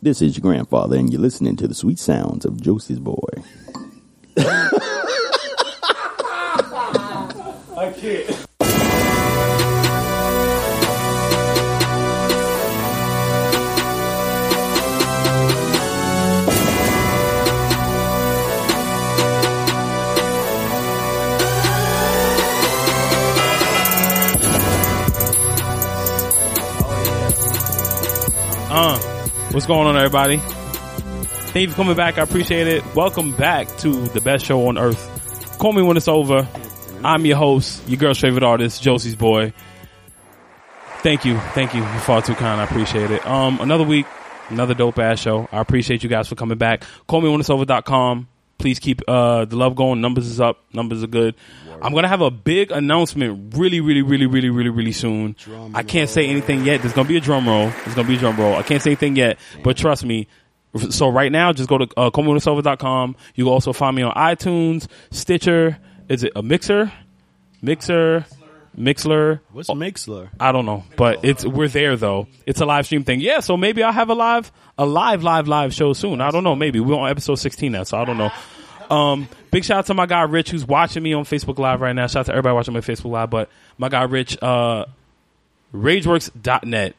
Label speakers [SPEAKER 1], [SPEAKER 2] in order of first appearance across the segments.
[SPEAKER 1] This is your grandfather, and you're listening to the sweet sounds of Josie's boy.
[SPEAKER 2] I can't. Uh, what's going on, everybody? Thank you for coming back. I appreciate it. Welcome back to the best show on earth. Call me when it's over. I'm your host, your girl's favorite artist, Josie's boy. Thank you, thank you. You're far too kind. I appreciate it. Um, another week, another dope ass show. I appreciate you guys for coming back. Call me when it's over.com. Please keep uh, the love going. Numbers is up. Numbers are good. I'm gonna have a big announcement really, really, really, really, really, really soon. I can't say anything yet. There's gonna be a drum roll. There's gonna be a drum roll. I can't say anything yet, but trust me. So right now, just go to uh, comeonesilver.com. You can also find me on iTunes, Stitcher. Is it a mixer? Mixer, Mixler.
[SPEAKER 3] What's Mixler?
[SPEAKER 2] I don't know, but it's we're there though. It's a live stream thing. Yeah, so maybe I'll have a live a live live live show soon. I don't know. Maybe we're on episode 16 now, so I don't know. Um, big shout out to my guy Rich who's watching me on Facebook Live right now. Shout out to everybody watching my Facebook Live, but my guy Rich, uh, RageWorks.net.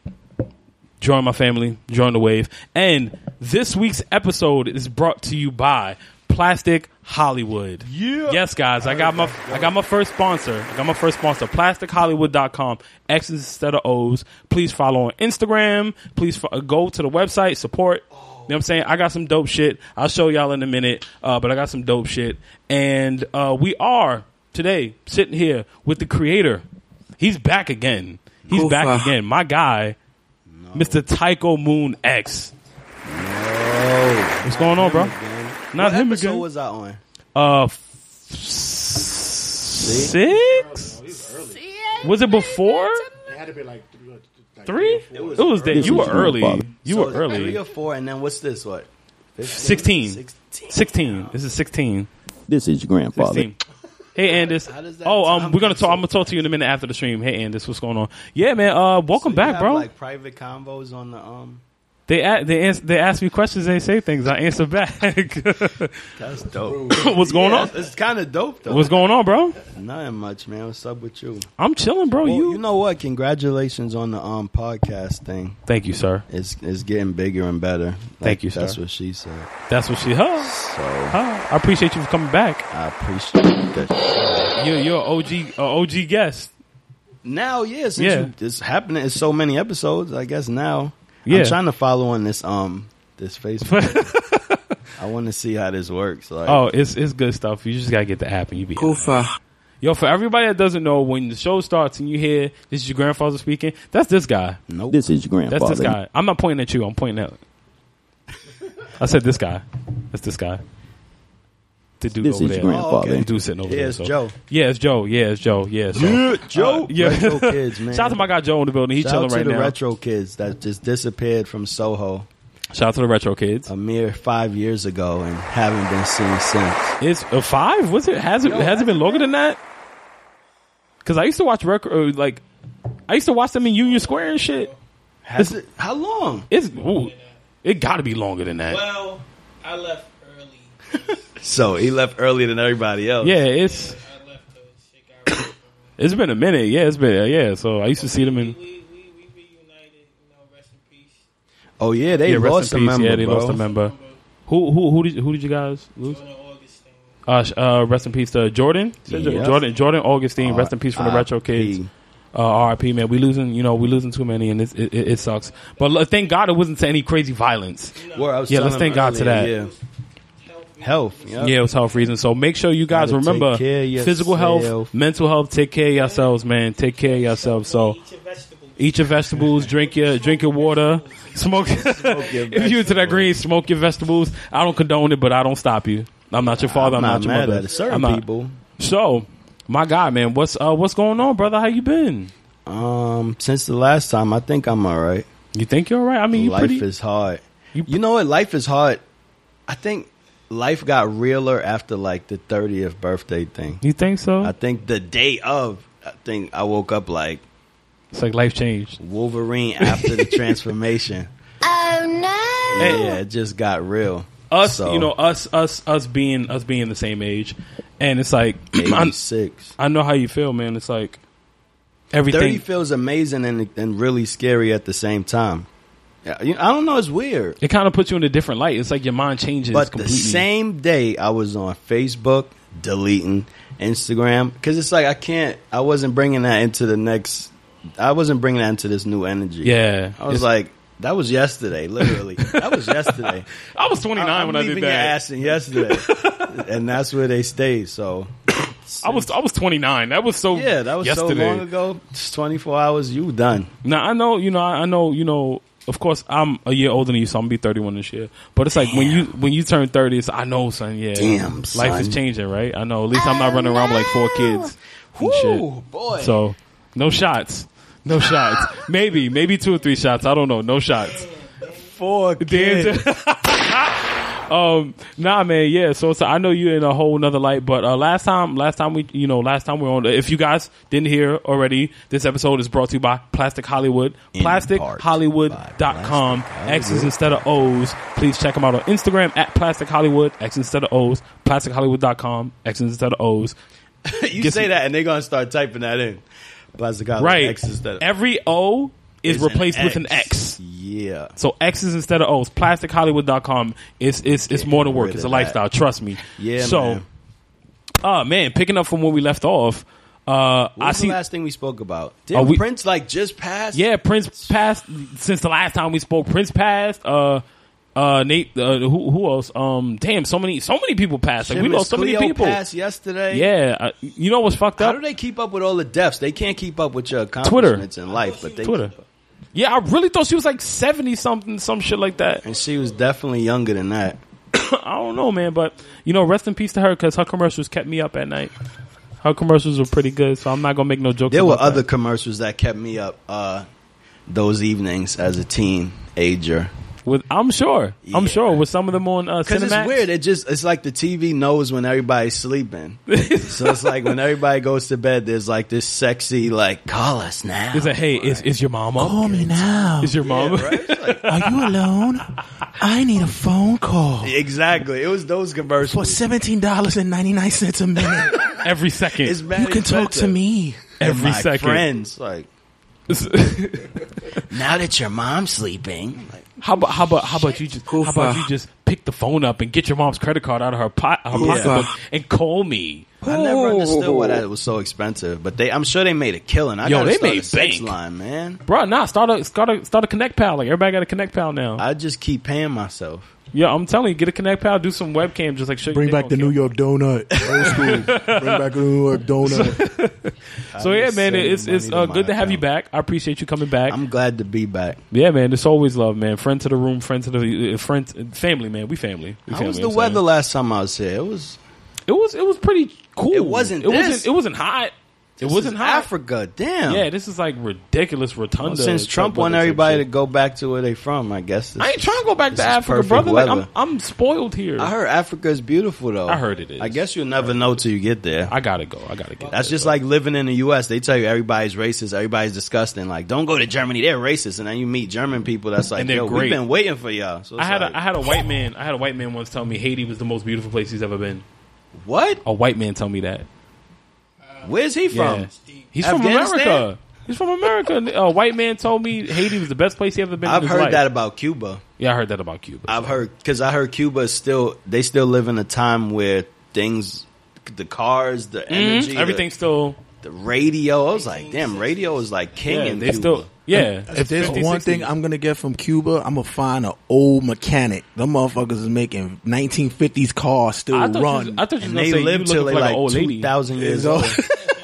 [SPEAKER 2] Join my family, join the wave. And this week's episode is brought to you by Plastic Hollywood.
[SPEAKER 3] Yeah.
[SPEAKER 2] Yes, guys, I got my I got my first sponsor. I got my first sponsor, PlasticHollywood.com. X's instead of O's. Please follow on Instagram. Please fo- uh, go to the website, support. You know what I'm saying? I got some dope shit. I'll show y'all in a minute. Uh, but I got some dope shit. And uh, we are today sitting here with the creator. He's back again. He's
[SPEAKER 4] Kufa.
[SPEAKER 2] back again. My guy, Mr. Tycho Moon X.
[SPEAKER 3] Oh,
[SPEAKER 2] What's going on, bro? Not
[SPEAKER 3] what
[SPEAKER 2] Uh, him
[SPEAKER 3] episode
[SPEAKER 2] again.
[SPEAKER 3] was I on?
[SPEAKER 2] Uh, f- six? Was it before
[SPEAKER 5] It had to be like th- like
[SPEAKER 2] three? It
[SPEAKER 5] or four.
[SPEAKER 2] was, that you were
[SPEAKER 1] This is your
[SPEAKER 2] early.
[SPEAKER 1] father.
[SPEAKER 2] You
[SPEAKER 3] So
[SPEAKER 2] were
[SPEAKER 3] it's Three
[SPEAKER 2] early.
[SPEAKER 3] or four, and then what's this? What? 15?
[SPEAKER 2] 16.
[SPEAKER 3] 16.
[SPEAKER 2] Sixteen. This is sixteen.
[SPEAKER 1] This is your grandfather.
[SPEAKER 2] Sixteen. Hey Andis.
[SPEAKER 3] How does that
[SPEAKER 2] Oh, um,
[SPEAKER 3] time
[SPEAKER 2] we're gonna talk.
[SPEAKER 3] go?
[SPEAKER 2] I'm gonna talk to you in a minute after the stream. Hey Andis, what's going on? Yeah, man. Uh, welcome
[SPEAKER 3] You
[SPEAKER 2] back,
[SPEAKER 3] have,
[SPEAKER 2] bro.
[SPEAKER 3] Like private combos on the um.
[SPEAKER 2] they a- they ans- they ask me questions. They say things. I answer back.
[SPEAKER 3] That's dope.
[SPEAKER 2] what's going
[SPEAKER 3] Yeah,
[SPEAKER 2] on?
[SPEAKER 3] It's kind of dope though.
[SPEAKER 2] What's going on, bro?
[SPEAKER 3] Nothing much, man. What's up with you?
[SPEAKER 2] I'm chilling, bro.
[SPEAKER 3] Well,
[SPEAKER 2] you,
[SPEAKER 3] you know what? Congratulations on the um podcast thing.
[SPEAKER 2] Thank you, sir.
[SPEAKER 3] It's it's getting bigger and better.
[SPEAKER 2] Thank you,
[SPEAKER 3] That's
[SPEAKER 2] sir.
[SPEAKER 3] what she said.
[SPEAKER 2] That's what she. Huh.
[SPEAKER 3] So
[SPEAKER 2] Huh. I appreciate you for coming back.
[SPEAKER 3] I appreciate that.
[SPEAKER 2] You're you're an OG uh, OG guest.
[SPEAKER 3] Now, yeah, since
[SPEAKER 2] Yeah.
[SPEAKER 3] You, it's happening in so many episodes, I guess now
[SPEAKER 2] Yeah.
[SPEAKER 3] I'm trying to follow on this um this Facebook. I want to see how this works. Like,
[SPEAKER 2] Oh, it's it's good stuff. You just gotta get the app and you be
[SPEAKER 4] Kufa.
[SPEAKER 2] yo. For everybody that doesn't know, when the show starts and you hear this is your grandfather speaking, that's this guy.
[SPEAKER 3] nope.
[SPEAKER 1] This is your
[SPEAKER 2] That's
[SPEAKER 1] grandfather.
[SPEAKER 2] this guy. I'm not pointing at you. I'm pointing at. I said this guy. That's this guy. The dude
[SPEAKER 1] This
[SPEAKER 2] over
[SPEAKER 1] is
[SPEAKER 2] there.
[SPEAKER 1] your grandfather.
[SPEAKER 3] Oh, okay.
[SPEAKER 2] The dude sitting over
[SPEAKER 3] Yeah,
[SPEAKER 2] there.
[SPEAKER 3] it's
[SPEAKER 2] so-
[SPEAKER 3] Joe.
[SPEAKER 2] Yeah, it's Joe. Yeah, it's Joe. Yeah, so-
[SPEAKER 3] Yeah, Joe.
[SPEAKER 2] Uh, yeah.
[SPEAKER 3] Retro kids, man.
[SPEAKER 2] Shout out to my guy Joe in the building. He's
[SPEAKER 3] Shout
[SPEAKER 2] chilling
[SPEAKER 3] out to
[SPEAKER 2] right
[SPEAKER 3] the
[SPEAKER 2] now.
[SPEAKER 3] retro kids that just disappeared from Soho
[SPEAKER 2] Shout out to the retro kids.
[SPEAKER 3] a mere five years ago and haven't been seen since.
[SPEAKER 2] It's a five? Was it? Has it? has it been longer than that? Because I used to watch record uh, like I used to watch them in Union Square and shit.
[SPEAKER 3] Has it, how long?
[SPEAKER 2] It's ooh, it got to be longer than that.
[SPEAKER 6] Well, I left early.
[SPEAKER 3] So he left earlier than everybody else.
[SPEAKER 2] yeah, it's
[SPEAKER 6] I left the shit got ready for
[SPEAKER 2] it's been a minute. Yeah, it's been uh, yeah. So I used to see them in
[SPEAKER 6] me. We, we, we reunited, you know, rest in peace.
[SPEAKER 3] Oh yeah, they
[SPEAKER 2] yeah, rest
[SPEAKER 3] lost
[SPEAKER 2] in
[SPEAKER 3] a
[SPEAKER 2] peace.
[SPEAKER 3] member.
[SPEAKER 2] yeah, they
[SPEAKER 3] bro.
[SPEAKER 2] lost a member. Who who who did who did you guys lose?
[SPEAKER 6] Jonah Augustine.
[SPEAKER 2] Uh, sh- uh rest in peace to Jordan.
[SPEAKER 3] Yeah.
[SPEAKER 2] Jordan Jordan Augustine. rest in peace from the retro
[SPEAKER 3] R.I.P..
[SPEAKER 2] kids. Uh, RIP man, we losing. You know, we losing too many, and it's, it, it, it sucks. But look, thank God it wasn't to any crazy violence.
[SPEAKER 3] Where I was
[SPEAKER 2] Yeah, let's
[SPEAKER 3] telling
[SPEAKER 2] thank God to
[SPEAKER 3] earlier,
[SPEAKER 2] that.
[SPEAKER 3] Yeah. Health. Yeah.
[SPEAKER 2] Yeah, it was health reasons. So make sure you guys
[SPEAKER 3] Gotta take
[SPEAKER 2] remember
[SPEAKER 3] care of
[SPEAKER 2] physical health,
[SPEAKER 3] yourself.
[SPEAKER 2] mental health. Take care of yourselves, man. Take care of yourselves. So
[SPEAKER 6] Eat your vegetables.
[SPEAKER 2] eat your vegetables, drink your drink your water, smoke.
[SPEAKER 3] your
[SPEAKER 2] if you into that green, smoke your vegetables. I don't condone it, but I don't stop you. I'm not your father. I'm,
[SPEAKER 3] I'm not
[SPEAKER 2] your
[SPEAKER 3] mad
[SPEAKER 2] mother.
[SPEAKER 3] at it. certain
[SPEAKER 2] I'm not-
[SPEAKER 3] people.
[SPEAKER 2] So, my God, man, what's uh, what's going on, brother? How you been?
[SPEAKER 3] Um, since the last time, I think I'm all right.
[SPEAKER 2] You think you're all right? I mean, you
[SPEAKER 3] life
[SPEAKER 2] pretty.
[SPEAKER 3] is hard.
[SPEAKER 2] you-
[SPEAKER 3] You, know what? Life is hard. I think life got realer after like the 30th birthday thing.
[SPEAKER 2] you think so?
[SPEAKER 3] I think the day of, I think I woke up like
[SPEAKER 2] it's like life changed.
[SPEAKER 3] Wolverine after the transformation.
[SPEAKER 7] Oh no!
[SPEAKER 2] And
[SPEAKER 3] yeah, it just got real.
[SPEAKER 2] us,
[SPEAKER 3] So,
[SPEAKER 2] you know, us, us, us being us being the same age, and it's like I,
[SPEAKER 3] 86.
[SPEAKER 2] I know how you feel, man. It's like everything.
[SPEAKER 3] 30 feels amazing and, and really scary at the same time. Yeah, you- I don't know, it's weird.
[SPEAKER 2] it kind of puts you in a different light. It's like your mind changes
[SPEAKER 3] But
[SPEAKER 2] completely.
[SPEAKER 3] the same day I was on Facebook deleting Instagram because it's like I can't. I wasn't bringing that into the next. I wasn't bringing that into this new energy.
[SPEAKER 2] yeah,
[SPEAKER 3] I
[SPEAKER 2] It's-
[SPEAKER 3] was like, that was yesterday. Literally, that was yesterday.
[SPEAKER 2] I was 29
[SPEAKER 3] I,
[SPEAKER 2] when I
[SPEAKER 3] I'm
[SPEAKER 2] did
[SPEAKER 3] leaving your
[SPEAKER 2] that.
[SPEAKER 3] ass in yesterday, and that's where they stayed. So
[SPEAKER 2] I was I was 29. That was so
[SPEAKER 3] yeah, that was
[SPEAKER 2] yesterday.
[SPEAKER 3] so long ago. It's 24 hours. You done?
[SPEAKER 2] Now I know, you know, I I know, you know. Of course, I'm a year older than you, so I'm gonna be 31 this year. But it's like when you when you turn 30, it's I know, son. Yeah,
[SPEAKER 3] Damn,
[SPEAKER 2] life
[SPEAKER 3] son.
[SPEAKER 2] is changing, right? I know. At least I'm not running around with like four kids. and shit.
[SPEAKER 3] Woo, boy.
[SPEAKER 2] So no shots, no shots. maybe maybe two or three shots. I don't know. No shots.
[SPEAKER 3] Four kids.
[SPEAKER 2] um, nah, man, yeah. So, so I know you're in a whole nother light, but uh, last time, last time we, you know, last time we were on. If you guys didn't hear already, this episode is brought to you by Plastic Hollywood,
[SPEAKER 3] In part
[SPEAKER 2] PlasticHollywood.com.
[SPEAKER 3] by
[SPEAKER 2] X's instead of O's. Please check them out on Instagram at Plastic Hollywood. X instead of O's. PlasticHollywood.com. X instead of O's.
[SPEAKER 3] you
[SPEAKER 2] Guess-
[SPEAKER 3] say that, and they're gonna start typing that in. Plastic Island
[SPEAKER 2] Right.
[SPEAKER 3] X instead of-
[SPEAKER 2] Every O is,
[SPEAKER 3] It's an
[SPEAKER 2] replaced with an X.
[SPEAKER 3] Yeah.
[SPEAKER 2] So X's instead of O's. PlasticHollywood.com. It's it's it's more than work.
[SPEAKER 3] rid
[SPEAKER 2] It's
[SPEAKER 3] of
[SPEAKER 2] a lifestyle. Trust me.
[SPEAKER 3] Yeah,
[SPEAKER 2] So,
[SPEAKER 3] man.
[SPEAKER 2] ah man, picking up from where we left off. Uh,
[SPEAKER 3] What
[SPEAKER 2] I
[SPEAKER 3] was
[SPEAKER 2] see.
[SPEAKER 3] the last thing we spoke about?
[SPEAKER 2] Are
[SPEAKER 3] Did
[SPEAKER 2] we-
[SPEAKER 3] Prince like just pass?
[SPEAKER 2] yeah, Prince passed since the last time we spoke. Prince passed. Uh, uh, Nate. Uh, who who else? Um, damn, so many so many people passed. Like, we
[SPEAKER 3] Jim
[SPEAKER 2] lost so many
[SPEAKER 3] Cleo
[SPEAKER 2] people.
[SPEAKER 3] Passed yesterday.
[SPEAKER 2] Yeah, uh, you know what's fucked
[SPEAKER 3] How
[SPEAKER 2] up?
[SPEAKER 3] do they keep up with all the deaths? They can't keep up with your accomplishments in life, but they
[SPEAKER 2] Twitter. Yeah, I really thought she was like seventy something, some shit like that.
[SPEAKER 3] And she was definitely younger than that.
[SPEAKER 2] I don't know, man, but you know, rest in peace to her because her commercials kept me up at night. Her commercials were pretty good, so I'm not gonna make no jokes.
[SPEAKER 3] There were
[SPEAKER 2] about
[SPEAKER 3] other
[SPEAKER 2] that.
[SPEAKER 3] commercials that kept me up uh, those evenings as a teen ager.
[SPEAKER 2] With I'm sure, I'm
[SPEAKER 3] Yeah.
[SPEAKER 2] sure with some of them on uh,
[SPEAKER 3] Because
[SPEAKER 2] Cinemax.
[SPEAKER 3] it's weird. It just it's like the TV knows when everybody's sleeping. so it's like when everybody goes to bed, there's like this sexy like call us now.
[SPEAKER 2] It's like, hey, is is your mom up?
[SPEAKER 4] Call me now.
[SPEAKER 2] Is your mom? up?
[SPEAKER 3] Right? It's like-
[SPEAKER 4] Are you alone? I need a phone call
[SPEAKER 3] exactly. It was those
[SPEAKER 4] for
[SPEAKER 3] commercials.
[SPEAKER 4] seventeen dollars and ninety nine cents a minute.
[SPEAKER 2] Every second,
[SPEAKER 3] It's mad
[SPEAKER 4] You can talk to
[SPEAKER 3] expensive.
[SPEAKER 4] me.
[SPEAKER 2] every
[SPEAKER 3] my
[SPEAKER 2] second.
[SPEAKER 3] friends. Like now that your mom's sleeping, like,
[SPEAKER 2] how about how about how about you just how about you just pick the phone up and get your mom's credit card out of her pot her
[SPEAKER 3] Yeah.
[SPEAKER 2] pocketbook and call me?
[SPEAKER 3] I never understood why that was so expensive. But they, I'm sure they made a killing. I
[SPEAKER 2] Yo,
[SPEAKER 3] got
[SPEAKER 2] they
[SPEAKER 3] they start
[SPEAKER 2] made
[SPEAKER 3] a sex
[SPEAKER 2] bank.
[SPEAKER 3] line, man.
[SPEAKER 2] Bro, nah, start a start a start a connect pal. Like everybody got a connect pal now.
[SPEAKER 3] I just keep paying myself.
[SPEAKER 2] yeah, I'm telling you, get a connect pal, do some webcam, just like show your
[SPEAKER 4] Bring
[SPEAKER 2] dick
[SPEAKER 4] back
[SPEAKER 2] on
[SPEAKER 4] the
[SPEAKER 2] camera.
[SPEAKER 4] New York donut. Old school. Bring back the New York donut.
[SPEAKER 2] So yeah,
[SPEAKER 3] just
[SPEAKER 2] man,
[SPEAKER 3] saving
[SPEAKER 2] it's it's
[SPEAKER 3] money
[SPEAKER 2] uh,
[SPEAKER 3] to
[SPEAKER 2] good to
[SPEAKER 3] my
[SPEAKER 2] have you
[SPEAKER 3] account.
[SPEAKER 2] back. I appreciate you coming back.
[SPEAKER 3] I'm glad to be back.
[SPEAKER 2] yeah, man, it's always love, man. Friend to the room, friend to the uh, friend, uh, family, man. We family. We
[SPEAKER 3] How
[SPEAKER 2] family,
[SPEAKER 3] was
[SPEAKER 2] you
[SPEAKER 3] the
[SPEAKER 2] know what I'm
[SPEAKER 3] weather
[SPEAKER 2] saying?
[SPEAKER 3] last time I was here? It was
[SPEAKER 2] It was it was pretty cool.
[SPEAKER 3] It wasn't
[SPEAKER 2] It
[SPEAKER 3] this.
[SPEAKER 2] wasn't. It wasn't hot. It
[SPEAKER 3] this
[SPEAKER 2] wasn't
[SPEAKER 3] is
[SPEAKER 2] hot.
[SPEAKER 3] Africa. Damn.
[SPEAKER 2] Yeah, this is like ridiculous rotunda.
[SPEAKER 3] Since
[SPEAKER 2] type
[SPEAKER 3] Trump want
[SPEAKER 2] weather type
[SPEAKER 3] everybody to
[SPEAKER 2] shit.
[SPEAKER 3] go back to where they from, I guess. This
[SPEAKER 2] I ain't
[SPEAKER 3] is-
[SPEAKER 2] trying to go back
[SPEAKER 3] this
[SPEAKER 2] to
[SPEAKER 3] is
[SPEAKER 2] Africa,
[SPEAKER 3] perfect
[SPEAKER 2] brother. Like,
[SPEAKER 3] weather.
[SPEAKER 2] I'm I'm spoiled here.
[SPEAKER 3] I
[SPEAKER 2] I,
[SPEAKER 3] heard Africa is beautiful, though.
[SPEAKER 2] I heard it is.
[SPEAKER 3] I guess you'll never know till you get there.
[SPEAKER 2] gotta go. I gotta get.
[SPEAKER 3] That's just like living in the U.S. They tell you everybody's racist, everybody's disgusting. Like, don't go to Germany; they're racist. And then you meet German people that's like,
[SPEAKER 2] And they're
[SPEAKER 3] yo,
[SPEAKER 2] great.
[SPEAKER 3] we've been waiting for y'all. So
[SPEAKER 2] I had
[SPEAKER 3] like,
[SPEAKER 2] a, I had a white man. I had a white man once tell me Haiti was the most beautiful place he's ever been.
[SPEAKER 3] what?
[SPEAKER 2] A white man tell me that.
[SPEAKER 3] Where's he from?
[SPEAKER 2] Yeah. He's from
[SPEAKER 3] Afghanistan?
[SPEAKER 2] America. He's from America. A white man told me Haiti was the best place he ever been. in
[SPEAKER 3] I've
[SPEAKER 2] his
[SPEAKER 3] heard
[SPEAKER 2] life.
[SPEAKER 3] that about Cuba.
[SPEAKER 2] Yeah, I heard that about Cuba.
[SPEAKER 3] I've heard because I heard Cuba is still they still live in a time where things, the cars, the energy, the-
[SPEAKER 2] Mm-hmm. Everything's still.
[SPEAKER 3] the, radio. I was like, damn, radio is like king
[SPEAKER 2] Yeah,
[SPEAKER 3] in
[SPEAKER 2] they
[SPEAKER 3] Cuba.
[SPEAKER 2] still. Yeah.
[SPEAKER 4] if there's
[SPEAKER 2] 50,
[SPEAKER 4] one
[SPEAKER 2] 60.
[SPEAKER 4] thing I'm gonna get from Cuba, I'm gonna find an old mechanic. Them motherfuckers is making 1950s cars still
[SPEAKER 2] I thought You, was-
[SPEAKER 4] run.
[SPEAKER 2] I thought you was
[SPEAKER 3] and
[SPEAKER 2] gonna
[SPEAKER 3] they
[SPEAKER 2] say you
[SPEAKER 3] live
[SPEAKER 2] looking
[SPEAKER 3] till
[SPEAKER 2] for
[SPEAKER 3] they
[SPEAKER 2] like,
[SPEAKER 3] like,
[SPEAKER 2] an old
[SPEAKER 3] two
[SPEAKER 2] lady. I
[SPEAKER 3] thousand years
[SPEAKER 4] So-
[SPEAKER 3] old.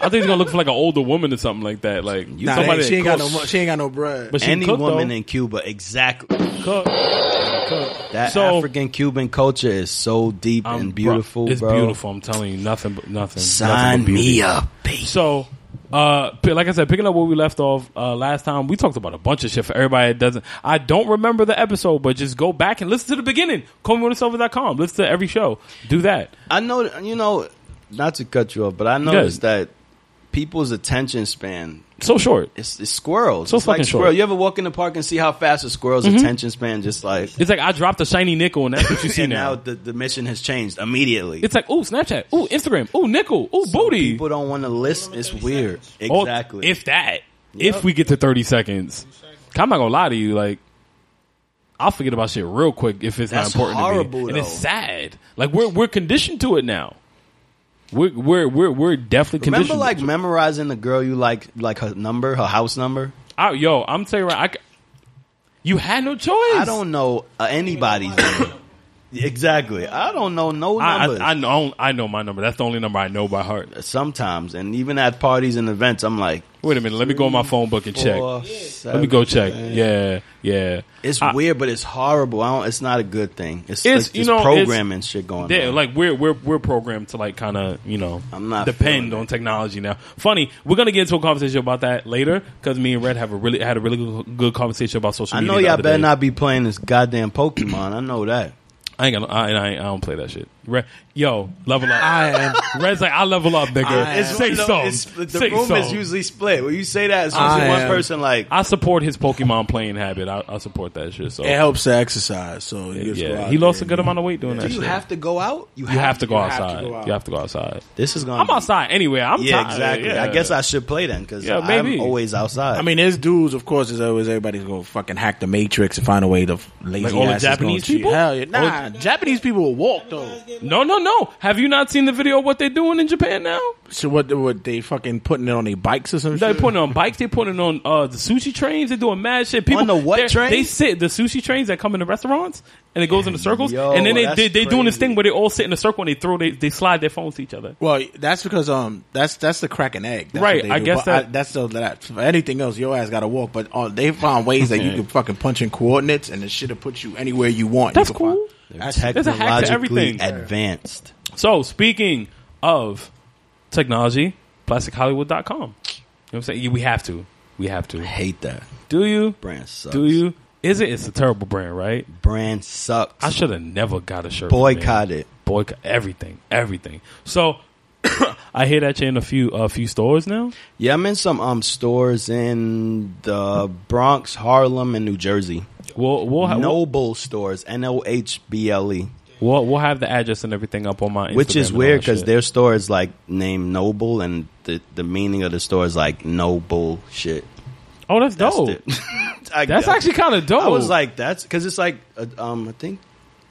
[SPEAKER 2] think he's gonna look for like an older woman or something like that. Like
[SPEAKER 4] Nah,
[SPEAKER 2] somebody.
[SPEAKER 4] she ain't got no.
[SPEAKER 2] that
[SPEAKER 4] mo- She ain't got no bread.
[SPEAKER 2] But she
[SPEAKER 3] Any
[SPEAKER 2] cooked,
[SPEAKER 3] woman
[SPEAKER 2] though.
[SPEAKER 3] in Cuba, exactly.
[SPEAKER 2] cook. Cook.
[SPEAKER 3] That
[SPEAKER 2] So-
[SPEAKER 3] African Cuban culture is so deep
[SPEAKER 2] I'm-
[SPEAKER 3] and beautiful,
[SPEAKER 2] bro, It's
[SPEAKER 3] bro.
[SPEAKER 2] beautiful. I'm telling you, nothing but nothing. nothing
[SPEAKER 3] Sign
[SPEAKER 2] but beauty.
[SPEAKER 3] me up, baby.
[SPEAKER 2] So, uh, p- like I said, picking up where we left off uh, last time, we talked about a bunch of shit for everybody that doesn't. I don't remember the episode, but just go back and listen to the beginning. ComeyWilliamSilver.com. Listen to every show. Do that.
[SPEAKER 3] I know, you know, not to cut you off, but I noticed that people's attention span
[SPEAKER 2] So short.
[SPEAKER 3] it's, it's squirrels.
[SPEAKER 2] So
[SPEAKER 3] it's like
[SPEAKER 2] fucking short. Mm-hmm.
[SPEAKER 3] squirrel. You ever walk in the park and see how fast a squirrel's attention span just like
[SPEAKER 2] It's like I dropped a shiny nickel, and that's what you see
[SPEAKER 3] and now
[SPEAKER 2] now.
[SPEAKER 3] the, the mission has changed immediately.
[SPEAKER 2] It's like ooh, Snapchat, ooh, Instagram, ooh, nickel, ooh, booty.
[SPEAKER 3] People don't want to listen. It's weird.
[SPEAKER 2] Or
[SPEAKER 3] Exactly.
[SPEAKER 2] Oh, if that, if we get to 30 seconds, 'Cause I'm not gonna lie to you, like. I'll forget about shit real quick if it's not
[SPEAKER 3] That's
[SPEAKER 2] important
[SPEAKER 3] horrible,
[SPEAKER 2] to me, and it's
[SPEAKER 3] though.
[SPEAKER 2] sad. Like we're we're conditioned to it now. We're we're we're, we're definitely
[SPEAKER 3] remember
[SPEAKER 2] conditioned.
[SPEAKER 3] like memorizing the girl you like like her number, her house number?
[SPEAKER 2] I, yo, I'm telling you, right, I c you had no choice.
[SPEAKER 3] I don't know uh, anybody's number. Exactly. I don't know no
[SPEAKER 2] I,
[SPEAKER 3] numbers.
[SPEAKER 2] I, I know. I know my number. That's the only number I know by heart.
[SPEAKER 3] Sometimes and even at parties and events I'm like
[SPEAKER 2] Wait a minute. Let me go in my phone book and check.
[SPEAKER 3] four,
[SPEAKER 2] Let me
[SPEAKER 3] seven.
[SPEAKER 2] go check. Yeah, yeah.
[SPEAKER 3] It's
[SPEAKER 2] I-
[SPEAKER 3] weird, but it's horrible. I don't, it's not a good thing. It's,
[SPEAKER 2] It's-
[SPEAKER 3] like
[SPEAKER 2] you
[SPEAKER 3] this
[SPEAKER 2] know, it's-
[SPEAKER 3] programming shit going
[SPEAKER 2] Yeah,
[SPEAKER 3] on.
[SPEAKER 2] like we're we're we're programmed to like kind of you know
[SPEAKER 3] I'm not
[SPEAKER 2] depend
[SPEAKER 3] feeling
[SPEAKER 2] on
[SPEAKER 3] it.
[SPEAKER 2] technology now. Funny, we're gonna get into a conversation about that later because me and Red have a really had a really good- good conversation about social.
[SPEAKER 3] I
[SPEAKER 2] media
[SPEAKER 3] know
[SPEAKER 2] the
[SPEAKER 3] y'all
[SPEAKER 2] other
[SPEAKER 3] better
[SPEAKER 2] day.
[SPEAKER 3] not be playing this goddamn Pokemon. I know that.
[SPEAKER 2] I ain't gonna. I, I, I don't play that shit. Red, yo, level up.
[SPEAKER 4] I am.
[SPEAKER 2] Red's like I level up, nigga.
[SPEAKER 4] I- It's
[SPEAKER 2] Say something.
[SPEAKER 3] the
[SPEAKER 2] Say
[SPEAKER 3] room is
[SPEAKER 2] something.
[SPEAKER 3] usually split. When you say that, it's
[SPEAKER 4] I
[SPEAKER 3] usually one
[SPEAKER 4] am-
[SPEAKER 3] person like,
[SPEAKER 2] I support his Pokemon playing habit. I, I support that shit. So
[SPEAKER 4] It helps to exercise, so you just go
[SPEAKER 2] yeah,
[SPEAKER 4] out
[SPEAKER 2] he lost
[SPEAKER 4] there
[SPEAKER 2] a good
[SPEAKER 4] and-
[SPEAKER 2] amount of weight doing
[SPEAKER 3] do
[SPEAKER 2] that.
[SPEAKER 3] you
[SPEAKER 2] shit.
[SPEAKER 3] have to go out?
[SPEAKER 2] you have to go
[SPEAKER 5] have to
[SPEAKER 2] outside.
[SPEAKER 5] go out.
[SPEAKER 2] You have to go outside.
[SPEAKER 3] This is going
[SPEAKER 2] I'm outside anyway. I'm
[SPEAKER 3] Um, Yeah,
[SPEAKER 2] tired.
[SPEAKER 3] exactly.
[SPEAKER 2] Yeah.
[SPEAKER 3] I guess I should play then because
[SPEAKER 2] Yeah, maybe.
[SPEAKER 3] I'm always outside.
[SPEAKER 4] I mean, there's dudes, of course, as always, everybody's gonna fucking hack the matrix and find a way to f- lazy
[SPEAKER 2] Like all the
[SPEAKER 4] asses gonna
[SPEAKER 2] Japanese
[SPEAKER 4] cheat.
[SPEAKER 2] people?
[SPEAKER 4] Hell yeah,
[SPEAKER 2] All
[SPEAKER 4] nah, Japanese people will walk though.
[SPEAKER 2] No, no, no. Have you not seen the video of what they're doing in Japan now?
[SPEAKER 4] So what? What they fucking putting it on their bikes or some
[SPEAKER 2] They're
[SPEAKER 4] shit?
[SPEAKER 2] putting it on bikes. They're putting it on uh, the sushi trains. They're doing mad shit. People
[SPEAKER 3] On the what
[SPEAKER 2] they're-
[SPEAKER 3] train?
[SPEAKER 2] They sit the sushi trains that come in the restaurants and it goes in the circles.
[SPEAKER 3] Yo,
[SPEAKER 2] and then they
[SPEAKER 3] that's
[SPEAKER 2] they, they doing this
[SPEAKER 3] crazy.
[SPEAKER 2] thing where they all sit in a circle and they throw they, they slide their phones to each other.
[SPEAKER 4] well, that's because um, that's that's the crack and egg, that's
[SPEAKER 2] Right,
[SPEAKER 4] what they
[SPEAKER 2] I
[SPEAKER 4] do.
[SPEAKER 2] guess
[SPEAKER 4] But
[SPEAKER 2] that-
[SPEAKER 4] that's the that for anything else, your ass got to walk. But uh, they found ways that you can fucking punch in coordinates and the shit will put you anywhere you want. You
[SPEAKER 2] That's
[SPEAKER 4] can find-
[SPEAKER 2] cool.
[SPEAKER 4] That's
[SPEAKER 2] there's a hack to
[SPEAKER 3] technologically
[SPEAKER 2] everything.
[SPEAKER 3] advanced.
[SPEAKER 2] So speaking of technology, PlasticHollywood.com. You know what I'm saying? We have to. We have to.
[SPEAKER 3] I hate that.
[SPEAKER 2] Do you?
[SPEAKER 3] Brand sucks.
[SPEAKER 2] Do you? Is it? It's a terrible brand, right?
[SPEAKER 3] Brand sucks.
[SPEAKER 2] I should have never got a shirt. from there.
[SPEAKER 3] Boycott it.
[SPEAKER 2] boycott everything, everything. So I hear that you're in a few a few stores now.
[SPEAKER 3] Yeah, I'm in some um stores in the Bronx, Harlem, and New Jersey.
[SPEAKER 2] We'll we'll ha- we'll,
[SPEAKER 3] Noble stores, N O H B L E,
[SPEAKER 2] we'll we'll have the address and everything up on my Instagram
[SPEAKER 3] which is
[SPEAKER 2] and all
[SPEAKER 3] weird
[SPEAKER 2] that
[SPEAKER 3] because
[SPEAKER 2] shit.
[SPEAKER 3] their store is like named Noble, and the the meaning of the store is like noble shit.
[SPEAKER 2] oh that's
[SPEAKER 3] That's
[SPEAKER 2] dope.
[SPEAKER 3] it. I
[SPEAKER 2] That's
[SPEAKER 3] guess.
[SPEAKER 2] actually kind of dope.
[SPEAKER 3] I was like, that's because it's like, uh, um, I think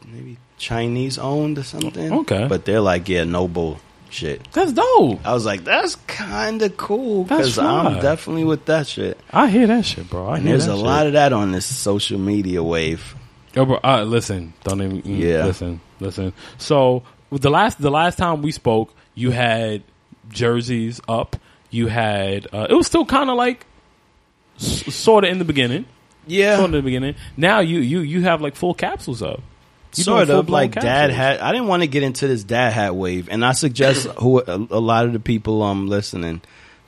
[SPEAKER 3] maybe Chinese owned or something.
[SPEAKER 2] Okay.
[SPEAKER 3] but they're like, yeah, noble shit.
[SPEAKER 2] that's dope.
[SPEAKER 3] I was like, that's kind of cool
[SPEAKER 2] That's
[SPEAKER 3] because I'm
[SPEAKER 2] fly.
[SPEAKER 3] definitely with that shit.
[SPEAKER 2] I hear that shit, bro. I
[SPEAKER 3] And
[SPEAKER 2] hear
[SPEAKER 3] there's
[SPEAKER 2] that
[SPEAKER 3] a
[SPEAKER 2] shit.
[SPEAKER 3] lot of that on this social media wave.
[SPEAKER 2] Yo, bro, uh, listen, don't even. mm,
[SPEAKER 3] Yeah.
[SPEAKER 2] listen, listen. So with the last the last time we spoke, you had jerseys up. You had uh, it was still kind of like s- sort of in the beginning.
[SPEAKER 3] Yeah,
[SPEAKER 2] Sort of in the beginning. Now you you you have like full capsules up. You doing
[SPEAKER 3] sort of
[SPEAKER 2] full-blown
[SPEAKER 3] like dad
[SPEAKER 2] capsules.
[SPEAKER 3] hat. I didn't want to get into this dad hat wave, and I suggest who a, a lot of the people um listening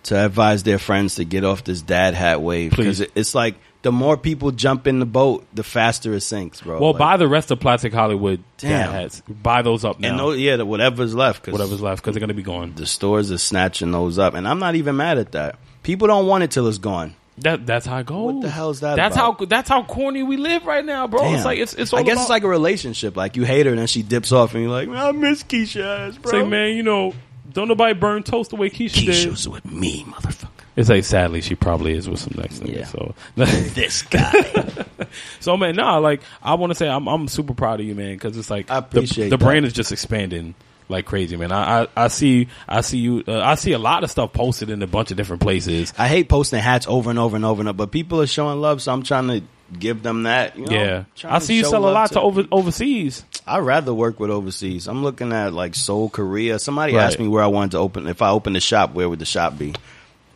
[SPEAKER 3] to advise their friends to get off this dad hat wave
[SPEAKER 2] Please.
[SPEAKER 3] it, it's like the more people jump in the boat, the faster it sinks, bro.
[SPEAKER 2] Well,
[SPEAKER 3] Like,
[SPEAKER 2] buy the rest of Plastic Hollywood dad
[SPEAKER 3] Damn.
[SPEAKER 2] hats. Buy those up now.
[SPEAKER 3] and no, yeah, the, whatever's left, cause
[SPEAKER 2] whatever's left because they're gonna be gone.
[SPEAKER 3] the stores are snatching those up, and I'm not even mad at that. People don't want it till it's gone.
[SPEAKER 2] That that's how it goes.
[SPEAKER 3] What the hell is that
[SPEAKER 2] That's
[SPEAKER 3] about?
[SPEAKER 2] how that's how corny we live right now, bro.
[SPEAKER 3] Damn.
[SPEAKER 2] Oh, It's like it's it's. All
[SPEAKER 3] I guess
[SPEAKER 2] about-
[SPEAKER 3] it's like a relationship. Like you hate her, and then she dips off, and you're like, I miss Keisha, ass,
[SPEAKER 2] It's
[SPEAKER 3] bro.
[SPEAKER 2] like, man, you know, don't nobody burn toast the way Keisha, did.
[SPEAKER 3] with me, motherfucker.
[SPEAKER 2] It's like sadly she probably is with some next nigga.
[SPEAKER 3] Yeah.
[SPEAKER 2] So
[SPEAKER 3] This guy.
[SPEAKER 2] so man, nah, like I want to say I'm I'm super proud of you, man, because it's like
[SPEAKER 3] I appreciate
[SPEAKER 2] the, the
[SPEAKER 3] that.
[SPEAKER 2] brand is just expanding like crazy, man. I I, I see I see you uh, I see a lot of stuff posted in a bunch of different places.
[SPEAKER 3] I hate posting hats over and over and over and over, but people are showing love, so I'm trying to give them that. You know?
[SPEAKER 2] yeah,
[SPEAKER 3] Trying
[SPEAKER 2] I see you
[SPEAKER 3] show
[SPEAKER 2] sell a
[SPEAKER 3] love
[SPEAKER 2] lot to over overseas.
[SPEAKER 3] I'd rather work with overseas. I'm looking at like Seoul, Korea. Somebody
[SPEAKER 2] Right.
[SPEAKER 3] asked me where I wanted to open. If I opened a shop, where would the shop be?